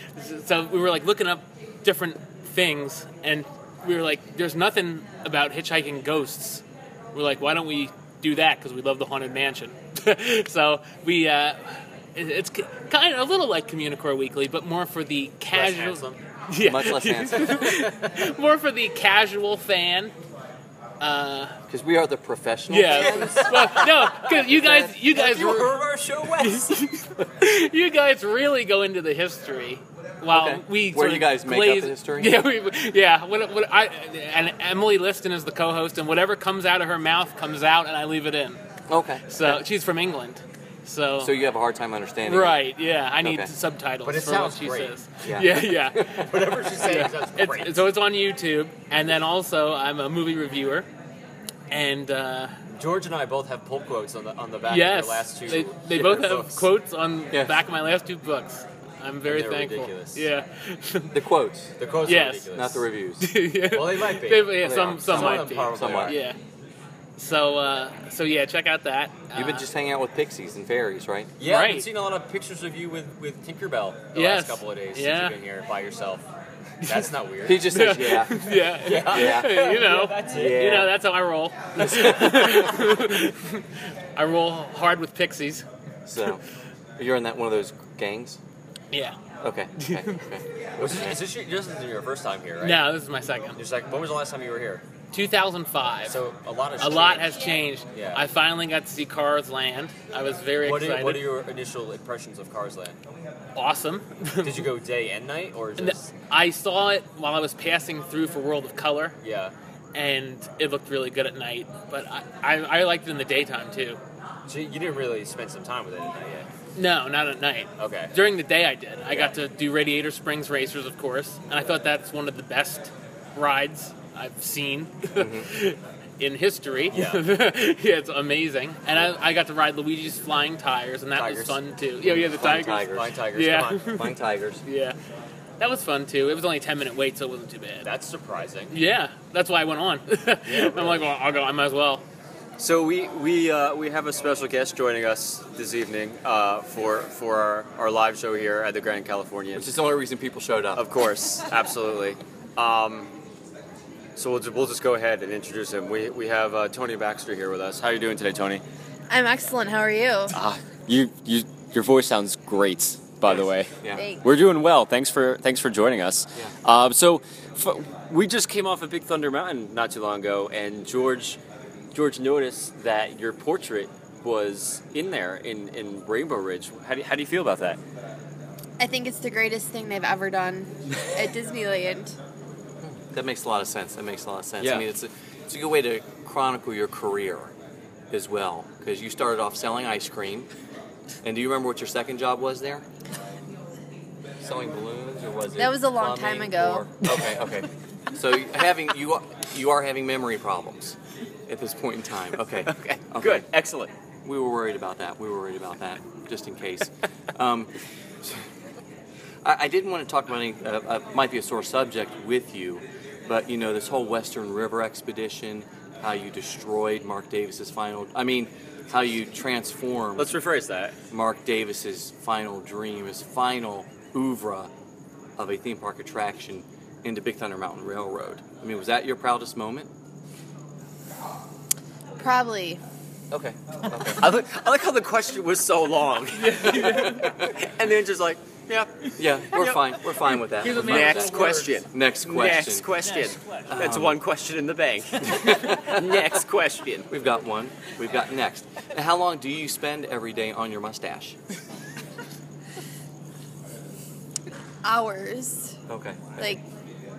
[SPEAKER 17] so we were like looking up different things, and we were like, "There's nothing about hitchhiking ghosts." We're like, "Why don't we do that? Because we love the haunted mansion." so we. Uh, it- it's ki- kind of a little like Communicore Weekly, but more for the casual,
[SPEAKER 3] handsome. Much less handsome.
[SPEAKER 17] more for the casual fan Uh,
[SPEAKER 3] Because we are the professional.
[SPEAKER 17] yeah. well, no, because you guys, you guys,
[SPEAKER 3] you
[SPEAKER 17] were-
[SPEAKER 3] heard our show, Wes.
[SPEAKER 17] you guys really go into the history. While
[SPEAKER 3] Okay.
[SPEAKER 17] we
[SPEAKER 3] Where
[SPEAKER 17] sort
[SPEAKER 3] you
[SPEAKER 17] of
[SPEAKER 3] guys make up
[SPEAKER 17] glaze-
[SPEAKER 3] the history?
[SPEAKER 17] Yeah, we, yeah. What, what I and Emily Liston is the co-host, and whatever comes out of her mouth comes out, and I leave it in.
[SPEAKER 3] Okay.
[SPEAKER 17] So she's from England. So
[SPEAKER 3] so you have a hard time understanding. it.
[SPEAKER 17] right, yeah. I need
[SPEAKER 3] Okay.
[SPEAKER 17] subtitles
[SPEAKER 3] But it
[SPEAKER 17] for
[SPEAKER 3] sounds
[SPEAKER 17] what she
[SPEAKER 3] great.
[SPEAKER 17] says.
[SPEAKER 3] Yeah.
[SPEAKER 17] yeah, yeah.
[SPEAKER 3] Whatever she says,
[SPEAKER 17] Yeah.
[SPEAKER 3] that's
[SPEAKER 17] It's-
[SPEAKER 3] great.
[SPEAKER 17] so it's on YouTube, and then also I'm a movie reviewer, and. Uh,
[SPEAKER 4] George and I both have pulp quotes on the on the back
[SPEAKER 17] yes,
[SPEAKER 4] of their last two.
[SPEAKER 17] They, they
[SPEAKER 4] their
[SPEAKER 17] both have
[SPEAKER 4] books.
[SPEAKER 17] quotes on the
[SPEAKER 4] Yes.
[SPEAKER 17] back of my last two books. I'm very
[SPEAKER 4] they're
[SPEAKER 17] thankful.
[SPEAKER 4] ridiculous.
[SPEAKER 17] Yeah.
[SPEAKER 3] The quotes.
[SPEAKER 4] The quotes are
[SPEAKER 17] yes.
[SPEAKER 4] ridiculous.
[SPEAKER 3] Not the reviews.
[SPEAKER 4] Well, they might be.
[SPEAKER 17] They- yeah,
[SPEAKER 4] They
[SPEAKER 17] some, some
[SPEAKER 4] are. Some
[SPEAKER 17] might
[SPEAKER 4] of them
[SPEAKER 17] be.
[SPEAKER 4] probably Some are.
[SPEAKER 17] Yeah. So, uh, so yeah, check out that.
[SPEAKER 3] You've been
[SPEAKER 17] Uh,
[SPEAKER 3] just hanging out with pixies and fairies, right?
[SPEAKER 4] Yeah, I've
[SPEAKER 17] Right.
[SPEAKER 4] been seeing a lot of pictures of you with, with Tinkerbell the
[SPEAKER 17] Yes.
[SPEAKER 4] last couple of days
[SPEAKER 17] Yeah.
[SPEAKER 4] since you've been here by yourself. That's not weird.
[SPEAKER 3] He just says,
[SPEAKER 17] yeah. yeah.
[SPEAKER 4] Yeah.
[SPEAKER 17] You know.
[SPEAKER 4] Yeah, that's it.
[SPEAKER 17] You
[SPEAKER 4] Yeah.
[SPEAKER 17] know, that's how I roll. I roll hard with pixies.
[SPEAKER 3] So, you're in that one of those gangs.
[SPEAKER 17] Yeah.
[SPEAKER 3] Okay. okay, okay.
[SPEAKER 4] Was this, is this, your, this is your first time here, right?
[SPEAKER 17] No, this is my second.
[SPEAKER 4] Your second. When was the last time you were here?
[SPEAKER 17] 2005.
[SPEAKER 4] So a lot has
[SPEAKER 17] a lot
[SPEAKER 4] changed.
[SPEAKER 17] has changed.
[SPEAKER 4] Yeah.
[SPEAKER 17] I finally got to see Cars Land. I was very
[SPEAKER 4] what
[SPEAKER 17] excited.
[SPEAKER 4] Are, what are your initial impressions of Cars Land?
[SPEAKER 17] Awesome.
[SPEAKER 4] Did you go day and night, or
[SPEAKER 17] And
[SPEAKER 4] just
[SPEAKER 17] I saw it while I was passing through for World of Color.
[SPEAKER 4] Yeah.
[SPEAKER 17] And it looked really good at night, but I, I, I liked it in the daytime too.
[SPEAKER 4] so you didn't really spend some time with it at night yet?
[SPEAKER 17] No, not at night.
[SPEAKER 4] Okay.
[SPEAKER 17] During the day, I did. I got to do Radiator Springs Racers, of course, and I thought that's one of the best rides I've seen
[SPEAKER 3] Mm-hmm.
[SPEAKER 17] in history.
[SPEAKER 4] Yeah.
[SPEAKER 17] Yeah, it's amazing. And I, I got to ride Luigi's Flying Tires, and that was
[SPEAKER 3] Tigers.
[SPEAKER 17] fun too. Yeah, yeah, the
[SPEAKER 3] Flying
[SPEAKER 17] tigers.
[SPEAKER 3] Flying tigers.
[SPEAKER 17] Yeah.
[SPEAKER 3] Come on. Flying tigers.
[SPEAKER 17] yeah. That was fun too. It was only a 10 minute wait, so it wasn't too bad.
[SPEAKER 4] That's surprising.
[SPEAKER 17] Yeah, that's why I went on. I'm like, well, I'll go. I might as well.
[SPEAKER 4] So we we uh, we have a special guest joining us this evening uh, for for our, our live show here at the Grand Californian.
[SPEAKER 3] Which is the only reason people showed up.
[SPEAKER 4] Of course, absolutely. Um, so we'll, ju- we'll just go ahead and introduce him. We, we have uh, Tony Baxter here with us. How are you doing today, Tony?
[SPEAKER 18] I'm excellent. How are you?
[SPEAKER 19] Ah, you you your voice sounds great. By the way,
[SPEAKER 18] Yeah. Thanks.
[SPEAKER 19] we're doing well. Thanks for thanks for joining us. Um, so f- we just came off of Big Thunder Mountain not too long ago, and George George noticed that your portrait was in there in, in Rainbow Ridge. How do, you- how do you feel about that?
[SPEAKER 18] I think it's the greatest thing they've ever done at Disneyland.
[SPEAKER 3] That makes a lot of sense. That makes a lot of sense.
[SPEAKER 4] Yeah.
[SPEAKER 3] I mean, it's a, it's a good way to chronicle your career as well, because you started off selling ice cream. And do you remember what your second job was there? Selling balloons, or was it?
[SPEAKER 18] That was a long
[SPEAKER 3] plumbing
[SPEAKER 18] time ago.
[SPEAKER 3] or- okay, okay. So having you are, you are having memory problems at this point in time. Okay, okay, good,
[SPEAKER 4] excellent.
[SPEAKER 3] We were worried about that. We were worried about that, just in case. Um, I, I didn't want to talk about any, uh, uh, might be a sore subject with you, but you know, this whole Western River expedition, how you destroyed Mark Davis's final, I mean, how you transformed. Let's
[SPEAKER 4] rephrase that.
[SPEAKER 3] Mark Davis's final dream, his final oeuvre of a theme park attraction into Big Thunder Mountain Railroad. I mean, was that your proudest moment?
[SPEAKER 18] Probably.
[SPEAKER 3] Okay.
[SPEAKER 4] I, like, I like how the question was so long. and then just like, yeah.
[SPEAKER 3] Yeah, we're
[SPEAKER 4] Yep.
[SPEAKER 3] fine. We're fine with that.
[SPEAKER 4] Here's
[SPEAKER 3] We're
[SPEAKER 4] a
[SPEAKER 3] fine with
[SPEAKER 4] man- Next
[SPEAKER 3] that.
[SPEAKER 4] question.
[SPEAKER 3] Next question. Um,
[SPEAKER 4] Next question. Next question. That's one question in the bank.
[SPEAKER 3] next question. We've got one. We've got next. And how long do you spend every day on your mustache?
[SPEAKER 18] Hours.
[SPEAKER 3] Okay.
[SPEAKER 18] Like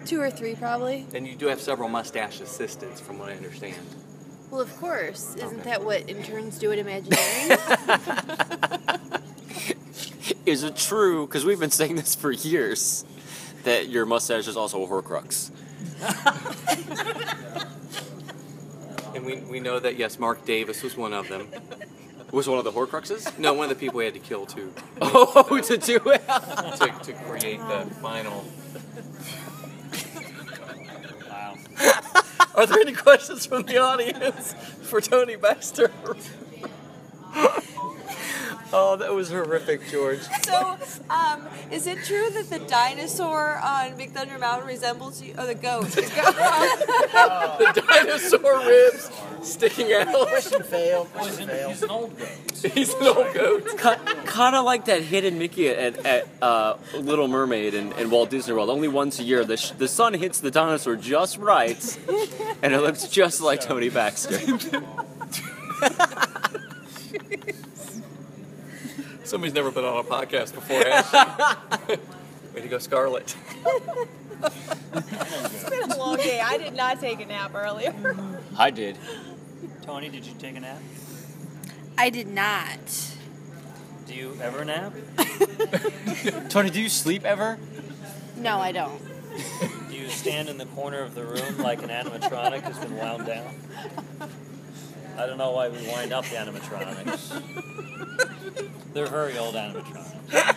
[SPEAKER 18] two or three, probably.
[SPEAKER 3] And you do have several mustache assistants, from what I understand.
[SPEAKER 18] Well, of course. Isn't
[SPEAKER 3] Okay.
[SPEAKER 18] that what interns do at Imagineering?
[SPEAKER 19] Is it true? Because we've been saying this for years that your mustache is also a Horcrux.
[SPEAKER 3] And we, we know that yes, Mark Davis was one of them.
[SPEAKER 4] Was one of the Horcruxes?
[SPEAKER 3] No, one of the people we had to kill to
[SPEAKER 4] Oh, to do it.
[SPEAKER 3] to, to create the final.
[SPEAKER 4] Wow.
[SPEAKER 3] Are there any questions from the audience for Tony Baxter? Oh, that was horrific, George.
[SPEAKER 12] So, um, is it true that the dinosaur on Big Thunder Mountain resembles you? Oh, the goat. The goat.
[SPEAKER 3] the dinosaur ribs sticking out.
[SPEAKER 13] Question failed.
[SPEAKER 9] He's an old goat.
[SPEAKER 3] He's an old goat.
[SPEAKER 4] Kind of like that hidden Mickey at, at uh, Little Mermaid and, and Walt Disney World. Only once a year, the, sh- the sun hits the dinosaur just right, and it looks just like Tony Baxter.
[SPEAKER 3] Somebody's never been on a podcast before, has she? Way to go, Scarlet.
[SPEAKER 12] it's been a long day. I did not take a nap earlier.
[SPEAKER 4] I did.
[SPEAKER 9] Tony, did you take a nap?
[SPEAKER 18] I did not.
[SPEAKER 9] Do you ever nap?
[SPEAKER 4] Tony, do you sleep ever?
[SPEAKER 18] No, I don't.
[SPEAKER 9] Do you stand in the corner of the room like an animatronic has been wound down? I don't know why we wind up the animatronics. They're very old animatronics.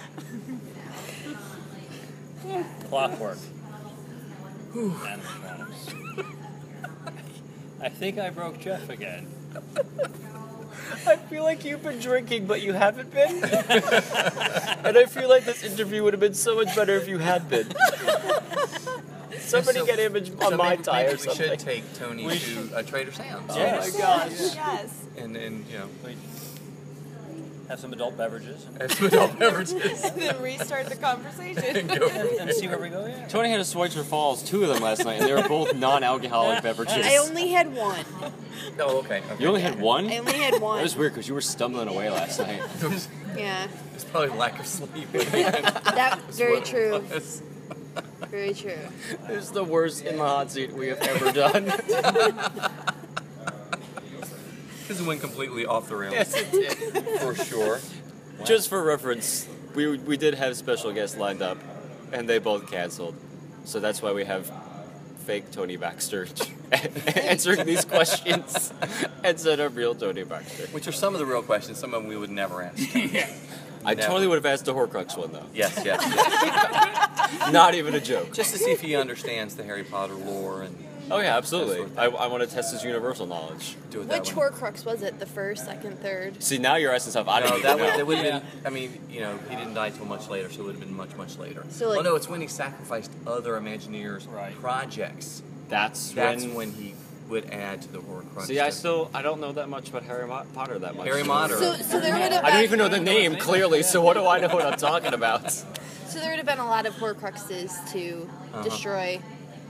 [SPEAKER 9] Clockwork. animatronics. I think I broke Jeff again.
[SPEAKER 3] I feel like you've been drinking, but you haven't been. and I feel like this interview would have been so much better if you had been. Somebody
[SPEAKER 4] So-
[SPEAKER 3] get image on
[SPEAKER 4] so
[SPEAKER 3] my
[SPEAKER 4] maybe-
[SPEAKER 3] tie
[SPEAKER 4] maybe
[SPEAKER 3] or
[SPEAKER 4] we
[SPEAKER 3] something.
[SPEAKER 4] should
[SPEAKER 3] take Tony
[SPEAKER 4] We
[SPEAKER 3] to uh, Trader Sam's.
[SPEAKER 9] Yes.
[SPEAKER 3] Oh my gosh.
[SPEAKER 12] Yes.
[SPEAKER 3] And then, you know.
[SPEAKER 9] Have some adult beverages.
[SPEAKER 3] Have some adult beverages.
[SPEAKER 12] and then restart the conversation.
[SPEAKER 9] and see where we go. Yeah.
[SPEAKER 4] Tony had a Schweitzer Falls, two of them last night, and they were both non-alcoholic beverages.
[SPEAKER 18] I only had one.
[SPEAKER 3] Oh, okay. okay.
[SPEAKER 4] You only had one?
[SPEAKER 18] I only had one.
[SPEAKER 4] That was weird because you were stumbling away last night.
[SPEAKER 18] Yeah,
[SPEAKER 3] It's probably lack of sleep.
[SPEAKER 18] that's very true.
[SPEAKER 3] It's
[SPEAKER 18] Very true.
[SPEAKER 3] the worst in the hot seat we have ever done. this went completely off the rails.
[SPEAKER 4] Yes, it
[SPEAKER 3] did. For sure.
[SPEAKER 4] Just for reference, we we did have special guests lined up, and they both canceled, so that's why we have fake Tony Baxter answering these questions instead of real Tony Baxter.
[SPEAKER 3] Which are some of the real questions, some of them we would never ask.
[SPEAKER 4] I
[SPEAKER 3] Never.
[SPEAKER 4] totally would have asked the Horcrux one though.
[SPEAKER 3] Yes, yes, yes.
[SPEAKER 4] Not even a joke.
[SPEAKER 3] Just to see if he understands the Harry Potter lore and.
[SPEAKER 4] Oh yeah, absolutely. I, I want to test his universal knowledge.
[SPEAKER 3] Do it
[SPEAKER 18] Which Horcrux was it? The first, second, third?
[SPEAKER 4] See, now you're asking stuff I
[SPEAKER 3] No,
[SPEAKER 4] don't even
[SPEAKER 3] that
[SPEAKER 4] know.
[SPEAKER 3] would, that would have been. I mean, you know, he didn't die till much later, so it would have been much, much later.
[SPEAKER 18] So, like-
[SPEAKER 3] well, no, it's when he sacrificed other Imagineers' projects.
[SPEAKER 4] That's
[SPEAKER 3] that's
[SPEAKER 4] when-
[SPEAKER 3] when, he would add to the Horcrux.
[SPEAKER 4] See, I still I don't know that much about Harry Mo- Potter that much.
[SPEAKER 3] Harry Potter. So-
[SPEAKER 18] so there would've
[SPEAKER 4] I don't
[SPEAKER 18] been-
[SPEAKER 4] even know the name clearly. So what do I know what I'm talking about?
[SPEAKER 18] So there would have been a lot of Horcruxes to
[SPEAKER 4] Uh-huh.
[SPEAKER 18] destroy,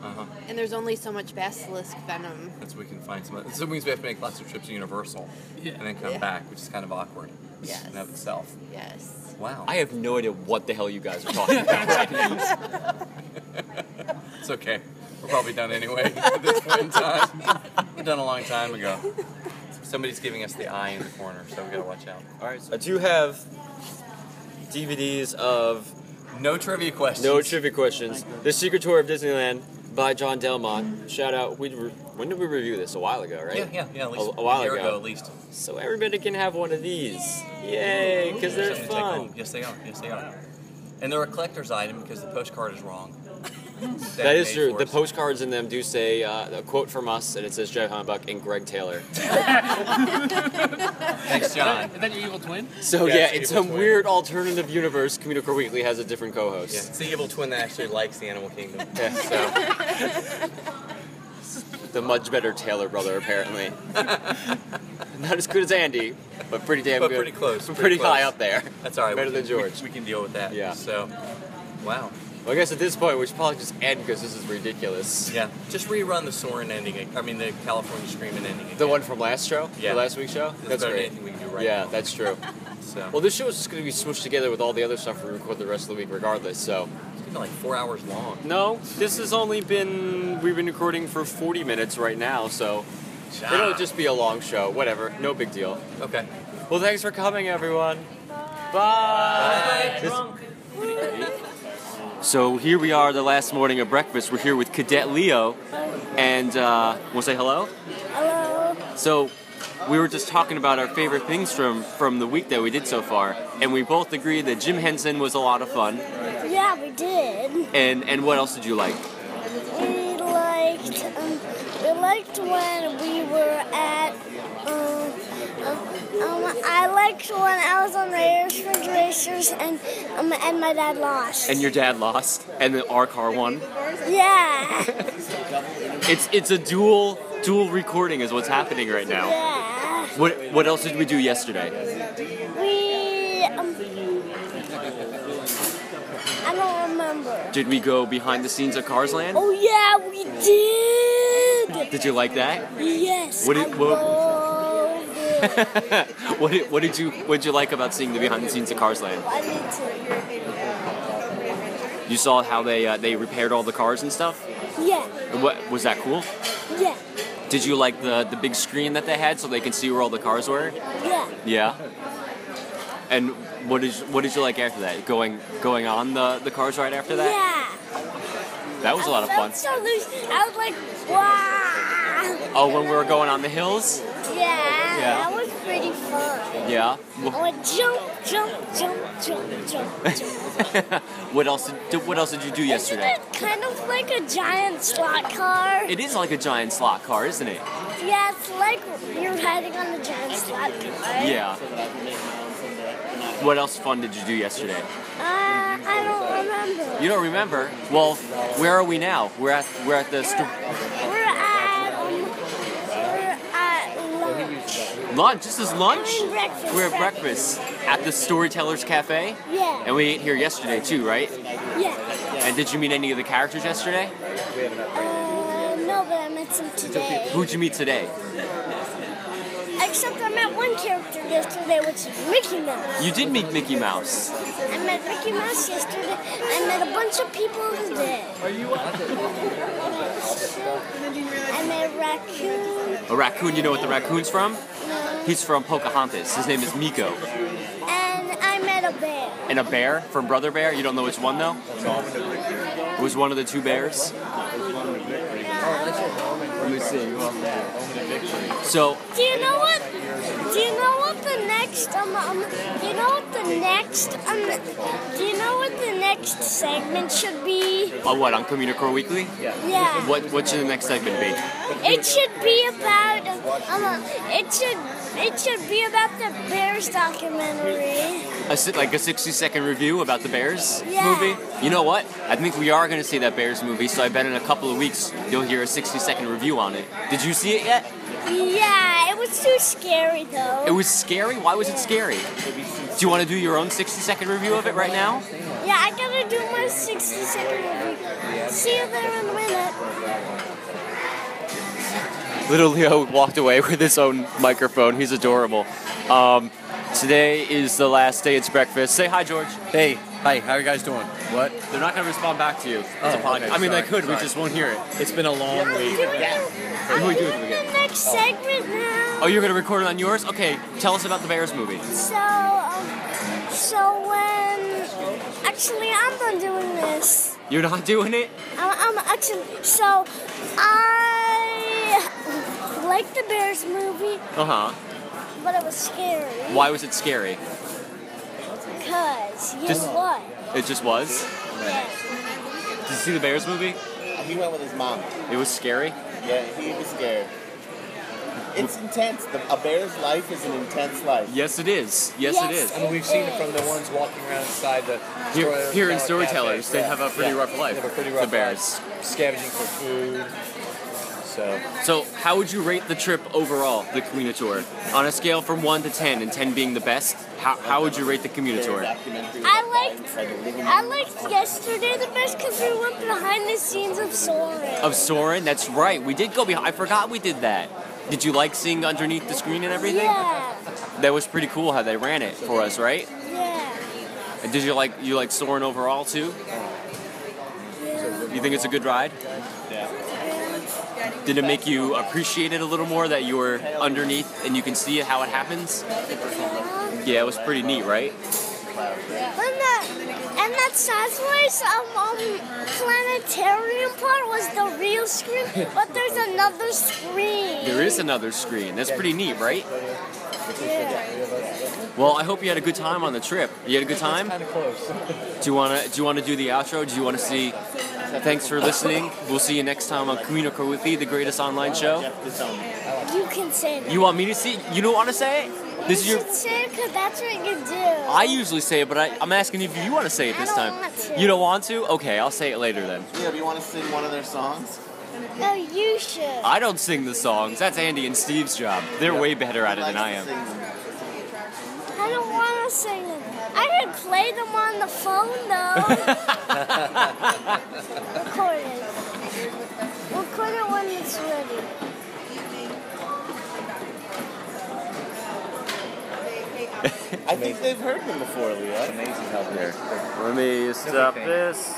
[SPEAKER 3] Uh-huh.
[SPEAKER 18] and there's only so much basilisk venom.
[SPEAKER 3] That's we can find some. So it means we have to make lots of trips to Universal, and then come
[SPEAKER 18] Yeah.
[SPEAKER 3] back, which is kind of awkward.
[SPEAKER 18] Yes.
[SPEAKER 3] In of itself.
[SPEAKER 18] Yes.
[SPEAKER 3] Wow.
[SPEAKER 4] I have no idea what the hell you guys are talking about.
[SPEAKER 3] It's okay. We're probably done anyway at this point in time. We're done a long time ago. Somebody's giving us the eye in the corner, so we gotta watch out. All right. So
[SPEAKER 4] I do have DVDs of
[SPEAKER 3] no trivia questions.
[SPEAKER 4] No trivia questions. The Secret Tour of Disneyland by John Delmont. Shout out. We re- when did we review this? A while ago, right?
[SPEAKER 3] Yeah, yeah, yeah. At least
[SPEAKER 4] a, a while
[SPEAKER 3] year
[SPEAKER 4] ago.
[SPEAKER 3] ago. at least.
[SPEAKER 4] So everybody can have one of these. Yay! Because they're
[SPEAKER 3] Something to take
[SPEAKER 4] fun.
[SPEAKER 3] home. Yes, they are. Yes, they are. And they're a collector's item because the postcard is wrong.
[SPEAKER 4] that is
[SPEAKER 3] made
[SPEAKER 4] true.
[SPEAKER 3] for
[SPEAKER 4] The
[SPEAKER 3] us.
[SPEAKER 4] postcards in them do say uh, a quote from us, and it says Jeff Humbuck and Greg Taylor.
[SPEAKER 3] Thanks, John.
[SPEAKER 17] Is that your evil twin?
[SPEAKER 4] So
[SPEAKER 3] Yeah,
[SPEAKER 4] yeah,
[SPEAKER 3] it's Evil
[SPEAKER 4] in some
[SPEAKER 3] Twin.
[SPEAKER 4] weird alternative universe, Community Core Weekly has a different co-host.
[SPEAKER 3] Yeah, it's the evil twin that actually likes the Animal Kingdom.
[SPEAKER 4] Yeah, so the much better Taylor brother apparently. Not as good as Andy, but pretty damn
[SPEAKER 3] but
[SPEAKER 4] good.
[SPEAKER 3] pretty close.
[SPEAKER 4] Pretty, high
[SPEAKER 3] close.
[SPEAKER 4] up there.
[SPEAKER 3] That's all right.
[SPEAKER 4] Better
[SPEAKER 3] we
[SPEAKER 4] than
[SPEAKER 3] can- we-
[SPEAKER 4] George.
[SPEAKER 3] We, can deal with that.
[SPEAKER 4] Yeah.
[SPEAKER 3] So, wow.
[SPEAKER 4] Well, I guess at this point we should probably just end because this is ridiculous.
[SPEAKER 3] Yeah. Just rerun the Soren ending. ag- I mean, the California Screaming ending.
[SPEAKER 4] The one from last show,
[SPEAKER 3] Yeah.
[SPEAKER 4] the last week's show.
[SPEAKER 3] It's
[SPEAKER 4] That's
[SPEAKER 3] better than
[SPEAKER 4] great.
[SPEAKER 3] anything we can do right
[SPEAKER 4] yeah,
[SPEAKER 3] now.
[SPEAKER 4] that's true.
[SPEAKER 3] So.
[SPEAKER 4] Well, this show is just going to be smooshed together with all the other stuff we record the rest of the week, regardless. So.
[SPEAKER 3] It's been like four hours long.
[SPEAKER 4] No, this has only been we've been recording for 40 minutes right now, so it'll just be a long show. Whatever, no big deal.
[SPEAKER 3] Okay.
[SPEAKER 4] Well, thanks for coming, everyone. Bye. This- So here we are, the last morning of breakfast. We're here with Cadet Leo, and uh, we'll say hello.
[SPEAKER 6] Hello.
[SPEAKER 4] So we were just talking about our favorite things from from the week that we did so far, and we both agreed that Jim Henson was a lot of fun.
[SPEAKER 6] Yeah, we did.
[SPEAKER 4] And and what else did you like?
[SPEAKER 6] We liked um, we liked when we were at um, uh, Um, I liked when I was on Raiders for Racers and um, and my dad lost.
[SPEAKER 4] And your dad lost, and then our car won.
[SPEAKER 6] Yeah.
[SPEAKER 4] It's it's a dual dual recording is what's happening right now.
[SPEAKER 6] Yeah.
[SPEAKER 4] What what else did we do yesterday?
[SPEAKER 6] We. Um, I don't remember.
[SPEAKER 4] Did we go behind the scenes of Cars Land?
[SPEAKER 6] Oh yeah, we did.
[SPEAKER 4] Did you like that?
[SPEAKER 6] Yes.
[SPEAKER 4] What
[SPEAKER 6] I
[SPEAKER 4] did- what-
[SPEAKER 6] loved it.
[SPEAKER 4] what did, what did you what did you like about seeing the behind the scenes of Cars Land?
[SPEAKER 6] I need
[SPEAKER 4] You saw how they uh, they repaired all the cars and stuff.
[SPEAKER 6] to. Yeah.
[SPEAKER 4] What was that cool?
[SPEAKER 6] Yeah.
[SPEAKER 4] Did you like the the big screen that they had so they could see where all the cars were?
[SPEAKER 6] Yeah.
[SPEAKER 4] Yeah. And what did you, what did you like after that? Going going on the the cars right after that?
[SPEAKER 6] Yeah.
[SPEAKER 4] That was a lot of fun.
[SPEAKER 6] So loose. I was like, wow.
[SPEAKER 4] Oh, when we were going on the hills?
[SPEAKER 6] Yeah.
[SPEAKER 4] Yeah.
[SPEAKER 6] That was pretty fun.
[SPEAKER 4] Yeah.
[SPEAKER 6] I went jump, jump, jump, jump, jump.
[SPEAKER 4] What else did what else did you do yesterday?
[SPEAKER 6] Kind of like a giant slot car.
[SPEAKER 4] It is like a giant slot car, isn't it?
[SPEAKER 6] Yeah, it's like you're riding on a giant slot car.
[SPEAKER 4] Yeah. What else fun did you do
[SPEAKER 6] Uh,
[SPEAKER 4] yesterday?
[SPEAKER 6] I don't remember.
[SPEAKER 4] You don't remember? Well, where are we now? We're at we're at the stu-
[SPEAKER 6] We're at um, we're at lunch.
[SPEAKER 4] lunch. This is lunch.
[SPEAKER 6] I mean breakfast.
[SPEAKER 4] We're at breakfast at the Storytellers Cafe,
[SPEAKER 6] Yeah.
[SPEAKER 4] and we ate here yesterday too, right?
[SPEAKER 6] Yeah.
[SPEAKER 4] And did you meet any of the characters yesterday?
[SPEAKER 6] Uh, no, but I met some today.
[SPEAKER 4] Who'd you meet today?
[SPEAKER 6] Except I met one character yesterday, which is Mickey Mouse.
[SPEAKER 4] You did meet Mickey Mouse.
[SPEAKER 6] I met Mickey Mouse yesterday. I met a bunch of people today. Are you I met a raccoon.
[SPEAKER 4] A raccoon. You know what the raccoon's from?
[SPEAKER 6] No.
[SPEAKER 4] He's from Pocahontas. His name is Miko.
[SPEAKER 6] And I met a bear.
[SPEAKER 4] And a bear from Brother Bear. You don't know which one though. It was one of the two bears. Let me see. So
[SPEAKER 6] Do you know what? Do you know what the next um, um do you know what the next um do you know what the next segment should be?
[SPEAKER 4] Uh, what on Communicore Weekly?
[SPEAKER 6] Yeah.
[SPEAKER 4] What What should the next segment be?
[SPEAKER 6] It should be about um, um it should it should be about the Bears documentary.
[SPEAKER 4] A, si- like a sixty second review about the Bears
[SPEAKER 6] Yeah.
[SPEAKER 4] movie. You know what? I think we are going to see that Bears movie. So I bet in a couple of weeks you'll hear a sixty second review on it. Did you see it yet?
[SPEAKER 6] Yeah, it was too scary though.
[SPEAKER 4] It was scary. Why was it scary? Do you want to do your own sixty second review of it right now?
[SPEAKER 6] Yeah, I gotta do my 60 second review. See you there in a minute.
[SPEAKER 4] Little Leo walked away with his own microphone. He's adorable. Um, today is the last day. It's breakfast. Say hi, George.
[SPEAKER 3] Hey. Hi. How are you guys doing? What?
[SPEAKER 4] They're not going to respond back to you. It's
[SPEAKER 3] Oh,
[SPEAKER 4] a podcast.
[SPEAKER 3] okay,
[SPEAKER 4] I mean,
[SPEAKER 3] sorry,
[SPEAKER 4] they could.
[SPEAKER 3] sorry.
[SPEAKER 4] We just won't hear it.
[SPEAKER 3] It's been a long week.
[SPEAKER 4] What do we do with it again?
[SPEAKER 6] The next segment now.
[SPEAKER 4] Oh, you're gonna record it on yours? Okay, tell us about the Bears movie.
[SPEAKER 6] So, um, so when. Actually, I'm not doing this.
[SPEAKER 4] You're not doing it?
[SPEAKER 6] I'm, I'm actually. So, I liked the Bears movie,
[SPEAKER 4] Uh huh.
[SPEAKER 6] but it was scary.
[SPEAKER 4] Why was it scary?
[SPEAKER 6] Because, you
[SPEAKER 4] Just-
[SPEAKER 6] know what?
[SPEAKER 4] It just was. Did you see the Bears movie?
[SPEAKER 20] He went with his mom.
[SPEAKER 4] It was scary.
[SPEAKER 20] Yeah, he was scared. It's intense. The, a bear's life is an intense life.
[SPEAKER 4] Yes, it is. Yes, it is.
[SPEAKER 3] I mean, we've seen it from the ones walking around inside the
[SPEAKER 4] Here, here in
[SPEAKER 3] Storyteller Cafe.
[SPEAKER 4] Storytellers, they
[SPEAKER 3] Yeah,
[SPEAKER 4] have a pretty
[SPEAKER 3] yeah.
[SPEAKER 4] rough life.
[SPEAKER 3] They have a pretty rough
[SPEAKER 4] the Bears.
[SPEAKER 3] life. Scavenging for food. So.
[SPEAKER 4] So, how would you rate the trip overall, the Community Tour? On a scale from 1 to 10, and 10 being the best, how, how would you rate the Community Tour?
[SPEAKER 6] I liked I liked yesterday the best because we went behind the scenes of Soren.
[SPEAKER 4] Of Soren? That's right, we did go behind. I forgot we did that. Did you like seeing underneath the screen and everything?
[SPEAKER 6] Yeah.
[SPEAKER 4] That was pretty cool how they ran it for us, right?
[SPEAKER 6] Yeah.
[SPEAKER 4] And did you like you like Soren overall too? You think it's a good ride? Did it make you appreciate it a little more that you were underneath and you can see how it happens? Yeah, it was pretty neat, right?
[SPEAKER 6] And that and that sideways um, um planetarium part was the real screen, but there's another screen.
[SPEAKER 4] There is another screen. That's pretty neat, right?
[SPEAKER 6] Yeah.
[SPEAKER 4] Well, I hope you had a good time on the trip. You had a good time? Kind of close. Do you wanna do you wanna do the outro? Do you wanna see? Thanks for listening. We'll see you next time on Communico with the greatest online show.
[SPEAKER 6] You can say that.
[SPEAKER 4] You want me to see? You don't want to say it? This is
[SPEAKER 6] you
[SPEAKER 4] your.
[SPEAKER 6] should say because that's what you do.
[SPEAKER 4] I usually say it, but I, I'm asking if you want to say it
[SPEAKER 6] I
[SPEAKER 4] this
[SPEAKER 6] don't
[SPEAKER 4] time.
[SPEAKER 6] want to.
[SPEAKER 4] You don't want to? Okay, I'll say it later then.
[SPEAKER 17] Yeah, do you want to sing one of their songs?
[SPEAKER 6] No, you should.
[SPEAKER 4] I don't sing the songs. That's Andy and Steve's job. They're way better at it than I am.
[SPEAKER 6] I don't want to sing them. I could play them on the phone though. Record it. Record it when it's ready.
[SPEAKER 17] I think they've heard them before, Leo. It's amazing how they're.
[SPEAKER 4] Let me stop this.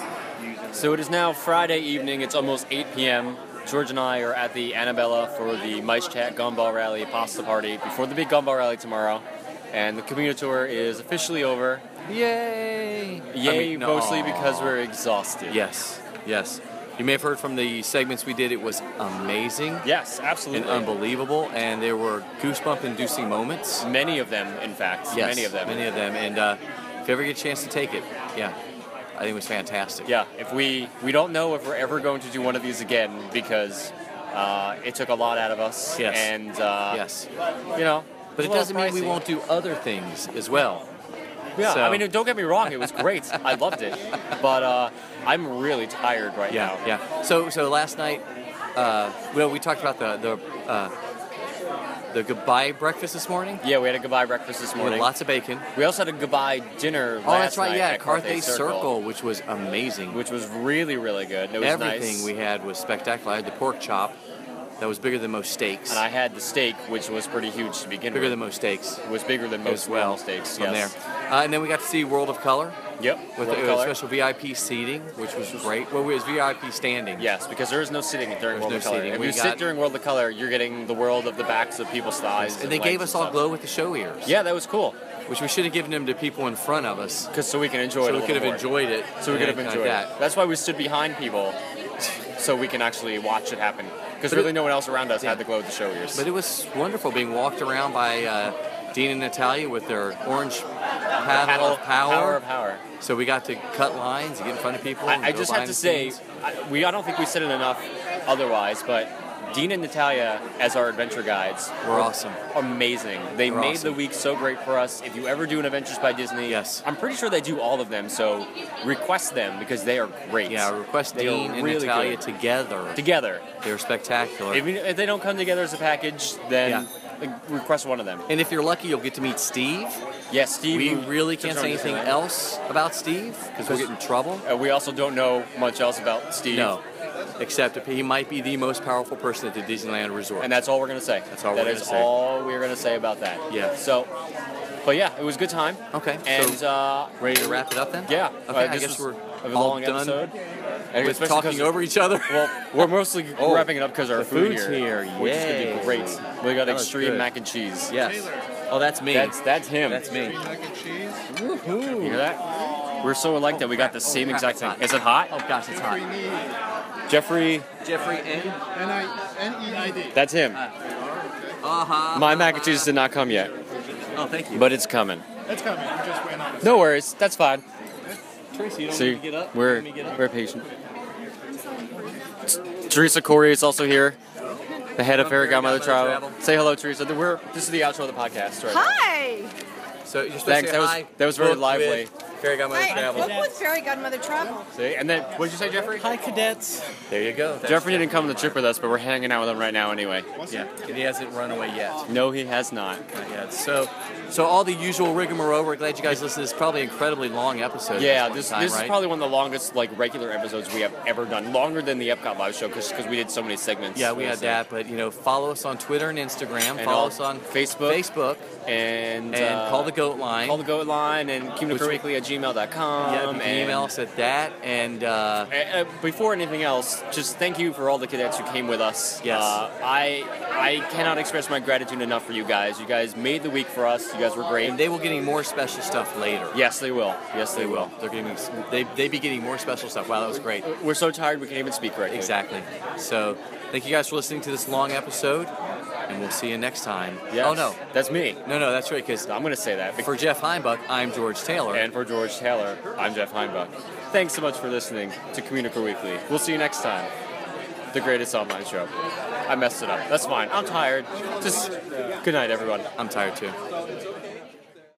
[SPEAKER 4] So it is now Friday evening. It's almost 8 p.m. George and I are at the Annabella for the Mice Chat Gumball Rally pasta party before the big gumball rally tomorrow. And the commuter tour is officially over. Yay! Yay,
[SPEAKER 3] mean, no.
[SPEAKER 4] mostly because we're exhausted.
[SPEAKER 3] Yes, yes. You may have heard from the segments we did. It was amazing.
[SPEAKER 4] Yes, absolutely.
[SPEAKER 3] And unbelievable. And there were goosebump-inducing moments.
[SPEAKER 4] Many of them, in fact.
[SPEAKER 3] Yes,
[SPEAKER 4] Many of them.
[SPEAKER 3] Many of them. And uh, if you ever get a chance to take it, yeah, I think it was fantastic.
[SPEAKER 4] Yeah, if we we don't know if we're ever going to do one of these again because uh, it took a lot out of us.
[SPEAKER 3] Yes.
[SPEAKER 4] And uh,
[SPEAKER 3] Yes.
[SPEAKER 4] you know,
[SPEAKER 3] But it
[SPEAKER 4] it's a
[SPEAKER 3] doesn't
[SPEAKER 4] little
[SPEAKER 3] mean we
[SPEAKER 4] pricey.
[SPEAKER 3] won't do other things as well.
[SPEAKER 4] Yeah,
[SPEAKER 3] So-
[SPEAKER 4] I mean, don't get me wrong, it was great. I loved it, but uh, I'm really tired right
[SPEAKER 3] yeah,
[SPEAKER 4] now.
[SPEAKER 3] yeah. So, so last night, uh, well, we talked about the the uh, the goodbye breakfast this morning.
[SPEAKER 4] Yeah, we had a goodbye breakfast this
[SPEAKER 3] morning. lots of bacon.
[SPEAKER 4] We also had a goodbye dinner.
[SPEAKER 3] Oh,
[SPEAKER 4] last
[SPEAKER 3] that's right.
[SPEAKER 4] night
[SPEAKER 3] Yeah,
[SPEAKER 4] at Carthay
[SPEAKER 3] Carthay Circle. which was amazing.
[SPEAKER 4] Which was really, really good. It was
[SPEAKER 3] Everything
[SPEAKER 4] nice.
[SPEAKER 3] we had was spectacular. I had the pork chop, that was bigger than most steaks.
[SPEAKER 4] and I had the steak, which was pretty huge to begin
[SPEAKER 3] Bigger
[SPEAKER 4] with.
[SPEAKER 3] than most steaks.
[SPEAKER 4] Was bigger than most
[SPEAKER 3] as well
[SPEAKER 4] normal steaks.
[SPEAKER 3] from
[SPEAKER 4] yes.
[SPEAKER 3] there. Uh, and then we got to see World of Color. With
[SPEAKER 4] Yep. World
[SPEAKER 3] the,
[SPEAKER 4] of
[SPEAKER 3] it was
[SPEAKER 4] Color.
[SPEAKER 3] special VIP seating, which was great. Well, it was VIP standing.
[SPEAKER 4] Yes, because there is no sitting during
[SPEAKER 3] There's
[SPEAKER 4] World
[SPEAKER 3] no
[SPEAKER 4] of Color.
[SPEAKER 3] seating.
[SPEAKER 4] If
[SPEAKER 3] We
[SPEAKER 4] you
[SPEAKER 3] got-
[SPEAKER 4] sit during World of Color, you're getting the world of the backs of people's thighs.
[SPEAKER 3] And they
[SPEAKER 4] legs
[SPEAKER 3] gave us
[SPEAKER 4] stuff.
[SPEAKER 3] all glow with the show ears.
[SPEAKER 4] Yeah, that was cool.
[SPEAKER 3] Which we should have given them to people in front of us.
[SPEAKER 4] Cause so we can
[SPEAKER 3] so
[SPEAKER 4] enjoy it. a
[SPEAKER 3] we could
[SPEAKER 4] little
[SPEAKER 3] have
[SPEAKER 4] more.
[SPEAKER 3] enjoyed it.
[SPEAKER 4] So
[SPEAKER 3] and
[SPEAKER 4] we could have
[SPEAKER 3] everything
[SPEAKER 4] enjoyed
[SPEAKER 3] like
[SPEAKER 4] it. That's why we stood behind people, so we can actually watch it happen. Because
[SPEAKER 3] But it-
[SPEAKER 4] really, no one else around us had the glow of the show ears.
[SPEAKER 3] But it was wonderful being walked around by uh, Dean and Natalia with their orange paddle, of power.
[SPEAKER 4] power of power.
[SPEAKER 3] So we got to cut lines and get in front of people. and
[SPEAKER 4] I, I
[SPEAKER 3] go
[SPEAKER 4] just have
[SPEAKER 3] behind
[SPEAKER 4] to
[SPEAKER 3] the
[SPEAKER 4] say,
[SPEAKER 3] scenes.
[SPEAKER 4] I, we I don't think we said it enough otherwise, but Dean and Natalia, as our adventure guides,
[SPEAKER 3] Were awesome.
[SPEAKER 4] Amazing. They
[SPEAKER 3] Were
[SPEAKER 4] made the
[SPEAKER 3] awesome.
[SPEAKER 4] week so great for us. If you ever do an Adventures by Disney, yes, I'm pretty sure they do all of them. So request them because they are great.
[SPEAKER 3] Yeah, request
[SPEAKER 4] They are
[SPEAKER 3] Dean and
[SPEAKER 4] really
[SPEAKER 3] Natalia
[SPEAKER 4] good.
[SPEAKER 3] together.
[SPEAKER 4] Together.
[SPEAKER 3] They're spectacular.
[SPEAKER 4] If, you- if they don't come together as a package, then like, request one of them.
[SPEAKER 3] and if you're lucky, you'll get to meet Steve.
[SPEAKER 4] Yes, Steve.
[SPEAKER 3] We
[SPEAKER 4] who
[SPEAKER 3] really
[SPEAKER 4] took
[SPEAKER 3] can't
[SPEAKER 4] us
[SPEAKER 3] say
[SPEAKER 4] on
[SPEAKER 3] anything
[SPEAKER 4] Disneyland.
[SPEAKER 3] else about Steve because we'll get in trouble.
[SPEAKER 4] Uh, we also don't know much else about Steve.
[SPEAKER 3] No, except if he might be the most powerful person at the Disneyland Resort.
[SPEAKER 4] And that's all we're gonna say.
[SPEAKER 3] That's all
[SPEAKER 4] That
[SPEAKER 3] we're
[SPEAKER 4] is
[SPEAKER 3] gonna say.
[SPEAKER 4] all we're gonna say about that.
[SPEAKER 3] Yeah.
[SPEAKER 4] So, but yeah, it was a good time.
[SPEAKER 3] Okay.
[SPEAKER 4] And
[SPEAKER 3] so
[SPEAKER 4] uh,
[SPEAKER 3] ready to wrap it up then?
[SPEAKER 4] yeah,
[SPEAKER 3] Okay.
[SPEAKER 4] uh,
[SPEAKER 3] I
[SPEAKER 4] this
[SPEAKER 3] guess
[SPEAKER 4] was
[SPEAKER 3] we're
[SPEAKER 4] a
[SPEAKER 3] all
[SPEAKER 4] long
[SPEAKER 3] done
[SPEAKER 4] episode. And
[SPEAKER 3] with
[SPEAKER 4] especially
[SPEAKER 3] talking
[SPEAKER 4] 'cause-
[SPEAKER 3] over each other.
[SPEAKER 4] Well, we're mostly
[SPEAKER 3] Oh,
[SPEAKER 4] wrapping it up because our
[SPEAKER 3] the
[SPEAKER 4] food
[SPEAKER 3] food's
[SPEAKER 4] here,
[SPEAKER 3] here,
[SPEAKER 4] which is gonna
[SPEAKER 3] yay.
[SPEAKER 4] be great. We got
[SPEAKER 3] That looks
[SPEAKER 4] extreme
[SPEAKER 3] good.
[SPEAKER 4] mac and cheese.
[SPEAKER 3] Yes. Oh, that's me.
[SPEAKER 4] That's that's him.
[SPEAKER 3] That's me.
[SPEAKER 4] You hear that? We're so alike that we got the same
[SPEAKER 3] crap,
[SPEAKER 4] exact
[SPEAKER 3] it's
[SPEAKER 4] thing.
[SPEAKER 3] hot.
[SPEAKER 4] Is it hot?
[SPEAKER 3] Oh gosh, it's hot.
[SPEAKER 4] Jeffrey,
[SPEAKER 3] Jeffrey N. E
[SPEAKER 4] that's him.
[SPEAKER 3] Uh-huh.
[SPEAKER 4] My mac and cheese did not come yet,
[SPEAKER 3] Oh, thank you.
[SPEAKER 4] but it's coming.
[SPEAKER 13] That's coming. You just went on.
[SPEAKER 4] No worries, that's fine.
[SPEAKER 3] Tracy, you don't
[SPEAKER 4] See,
[SPEAKER 3] need to get up.
[SPEAKER 4] we're
[SPEAKER 3] Let me get up.
[SPEAKER 4] we're patient. Teresa Corey is also here, the head of Fairy Godmother Travel. Say hello, Teresa. We're this is the outro of the podcast. Right?
[SPEAKER 18] Hi.
[SPEAKER 3] So you're supposed
[SPEAKER 4] Thanks.
[SPEAKER 3] to say
[SPEAKER 4] That was
[SPEAKER 3] hi.
[SPEAKER 4] that was very
[SPEAKER 3] book
[SPEAKER 4] lively.
[SPEAKER 3] with Fairy Godmother
[SPEAKER 18] Hi.
[SPEAKER 3] Travel.
[SPEAKER 18] Book with Fairy Godmother Travel.
[SPEAKER 4] See, and then what did you say, Jeffrey?
[SPEAKER 21] Hi, cadets.
[SPEAKER 3] There you go. That's
[SPEAKER 4] Jeffrey didn't come on the trip with us, but we're hanging out with him right now anyway.
[SPEAKER 3] Yeah, and he hasn't run away yet.
[SPEAKER 4] No, he has not.
[SPEAKER 3] Not yet. So, so all the usual rigmarole. We're glad you guys listened. It's probably an incredibly long episode. at
[SPEAKER 4] Yeah,
[SPEAKER 3] point
[SPEAKER 4] this
[SPEAKER 3] in time,
[SPEAKER 4] this
[SPEAKER 3] right?
[SPEAKER 4] is probably one of the longest like regular episodes we have ever done, longer than the Epcot live show because we did so many segments.
[SPEAKER 3] Yeah, we had
[SPEAKER 4] So-
[SPEAKER 3] that, but you know, follow us on Twitter and Instagram.
[SPEAKER 4] And
[SPEAKER 3] follow
[SPEAKER 4] all-
[SPEAKER 3] us on
[SPEAKER 4] Facebook,
[SPEAKER 3] Facebook,
[SPEAKER 4] and, uh,
[SPEAKER 3] and call the goat line.
[SPEAKER 4] Call the goat line and KingdomCrewWeekly at gmail.com.
[SPEAKER 3] yeah, you can
[SPEAKER 4] and-
[SPEAKER 3] email us at that, and uh,
[SPEAKER 4] Uh, before anything else, just thank you for all the cadets who came with us.
[SPEAKER 3] Yes.
[SPEAKER 4] Uh, I I cannot express my gratitude enough for you guys. You guys made the week for us. You guys were great.
[SPEAKER 3] and they will getting more special stuff later.
[SPEAKER 4] yes, they will. Yes, they, will.
[SPEAKER 3] They're getting they they be getting more special stuff. Wow, that was great.
[SPEAKER 4] We're so tired we can't even speak correctly.
[SPEAKER 3] Exactly. So, thank you guys for listening to this long episode, and we'll see you next time.
[SPEAKER 4] Yes.
[SPEAKER 3] Oh no,
[SPEAKER 4] That's me.
[SPEAKER 3] no, no, that's right. Because
[SPEAKER 4] I'm going to say that.
[SPEAKER 3] for Jeff Heimbuck, I'm George Taylor.
[SPEAKER 4] And for George Taylor, I'm Jeff Heinbach. Thanks so much for listening to Communicator Weekly. We'll see you next time. The greatest online show. I messed it up. That's fine. I'm tired. Just good night, everyone.
[SPEAKER 3] I'm tired too.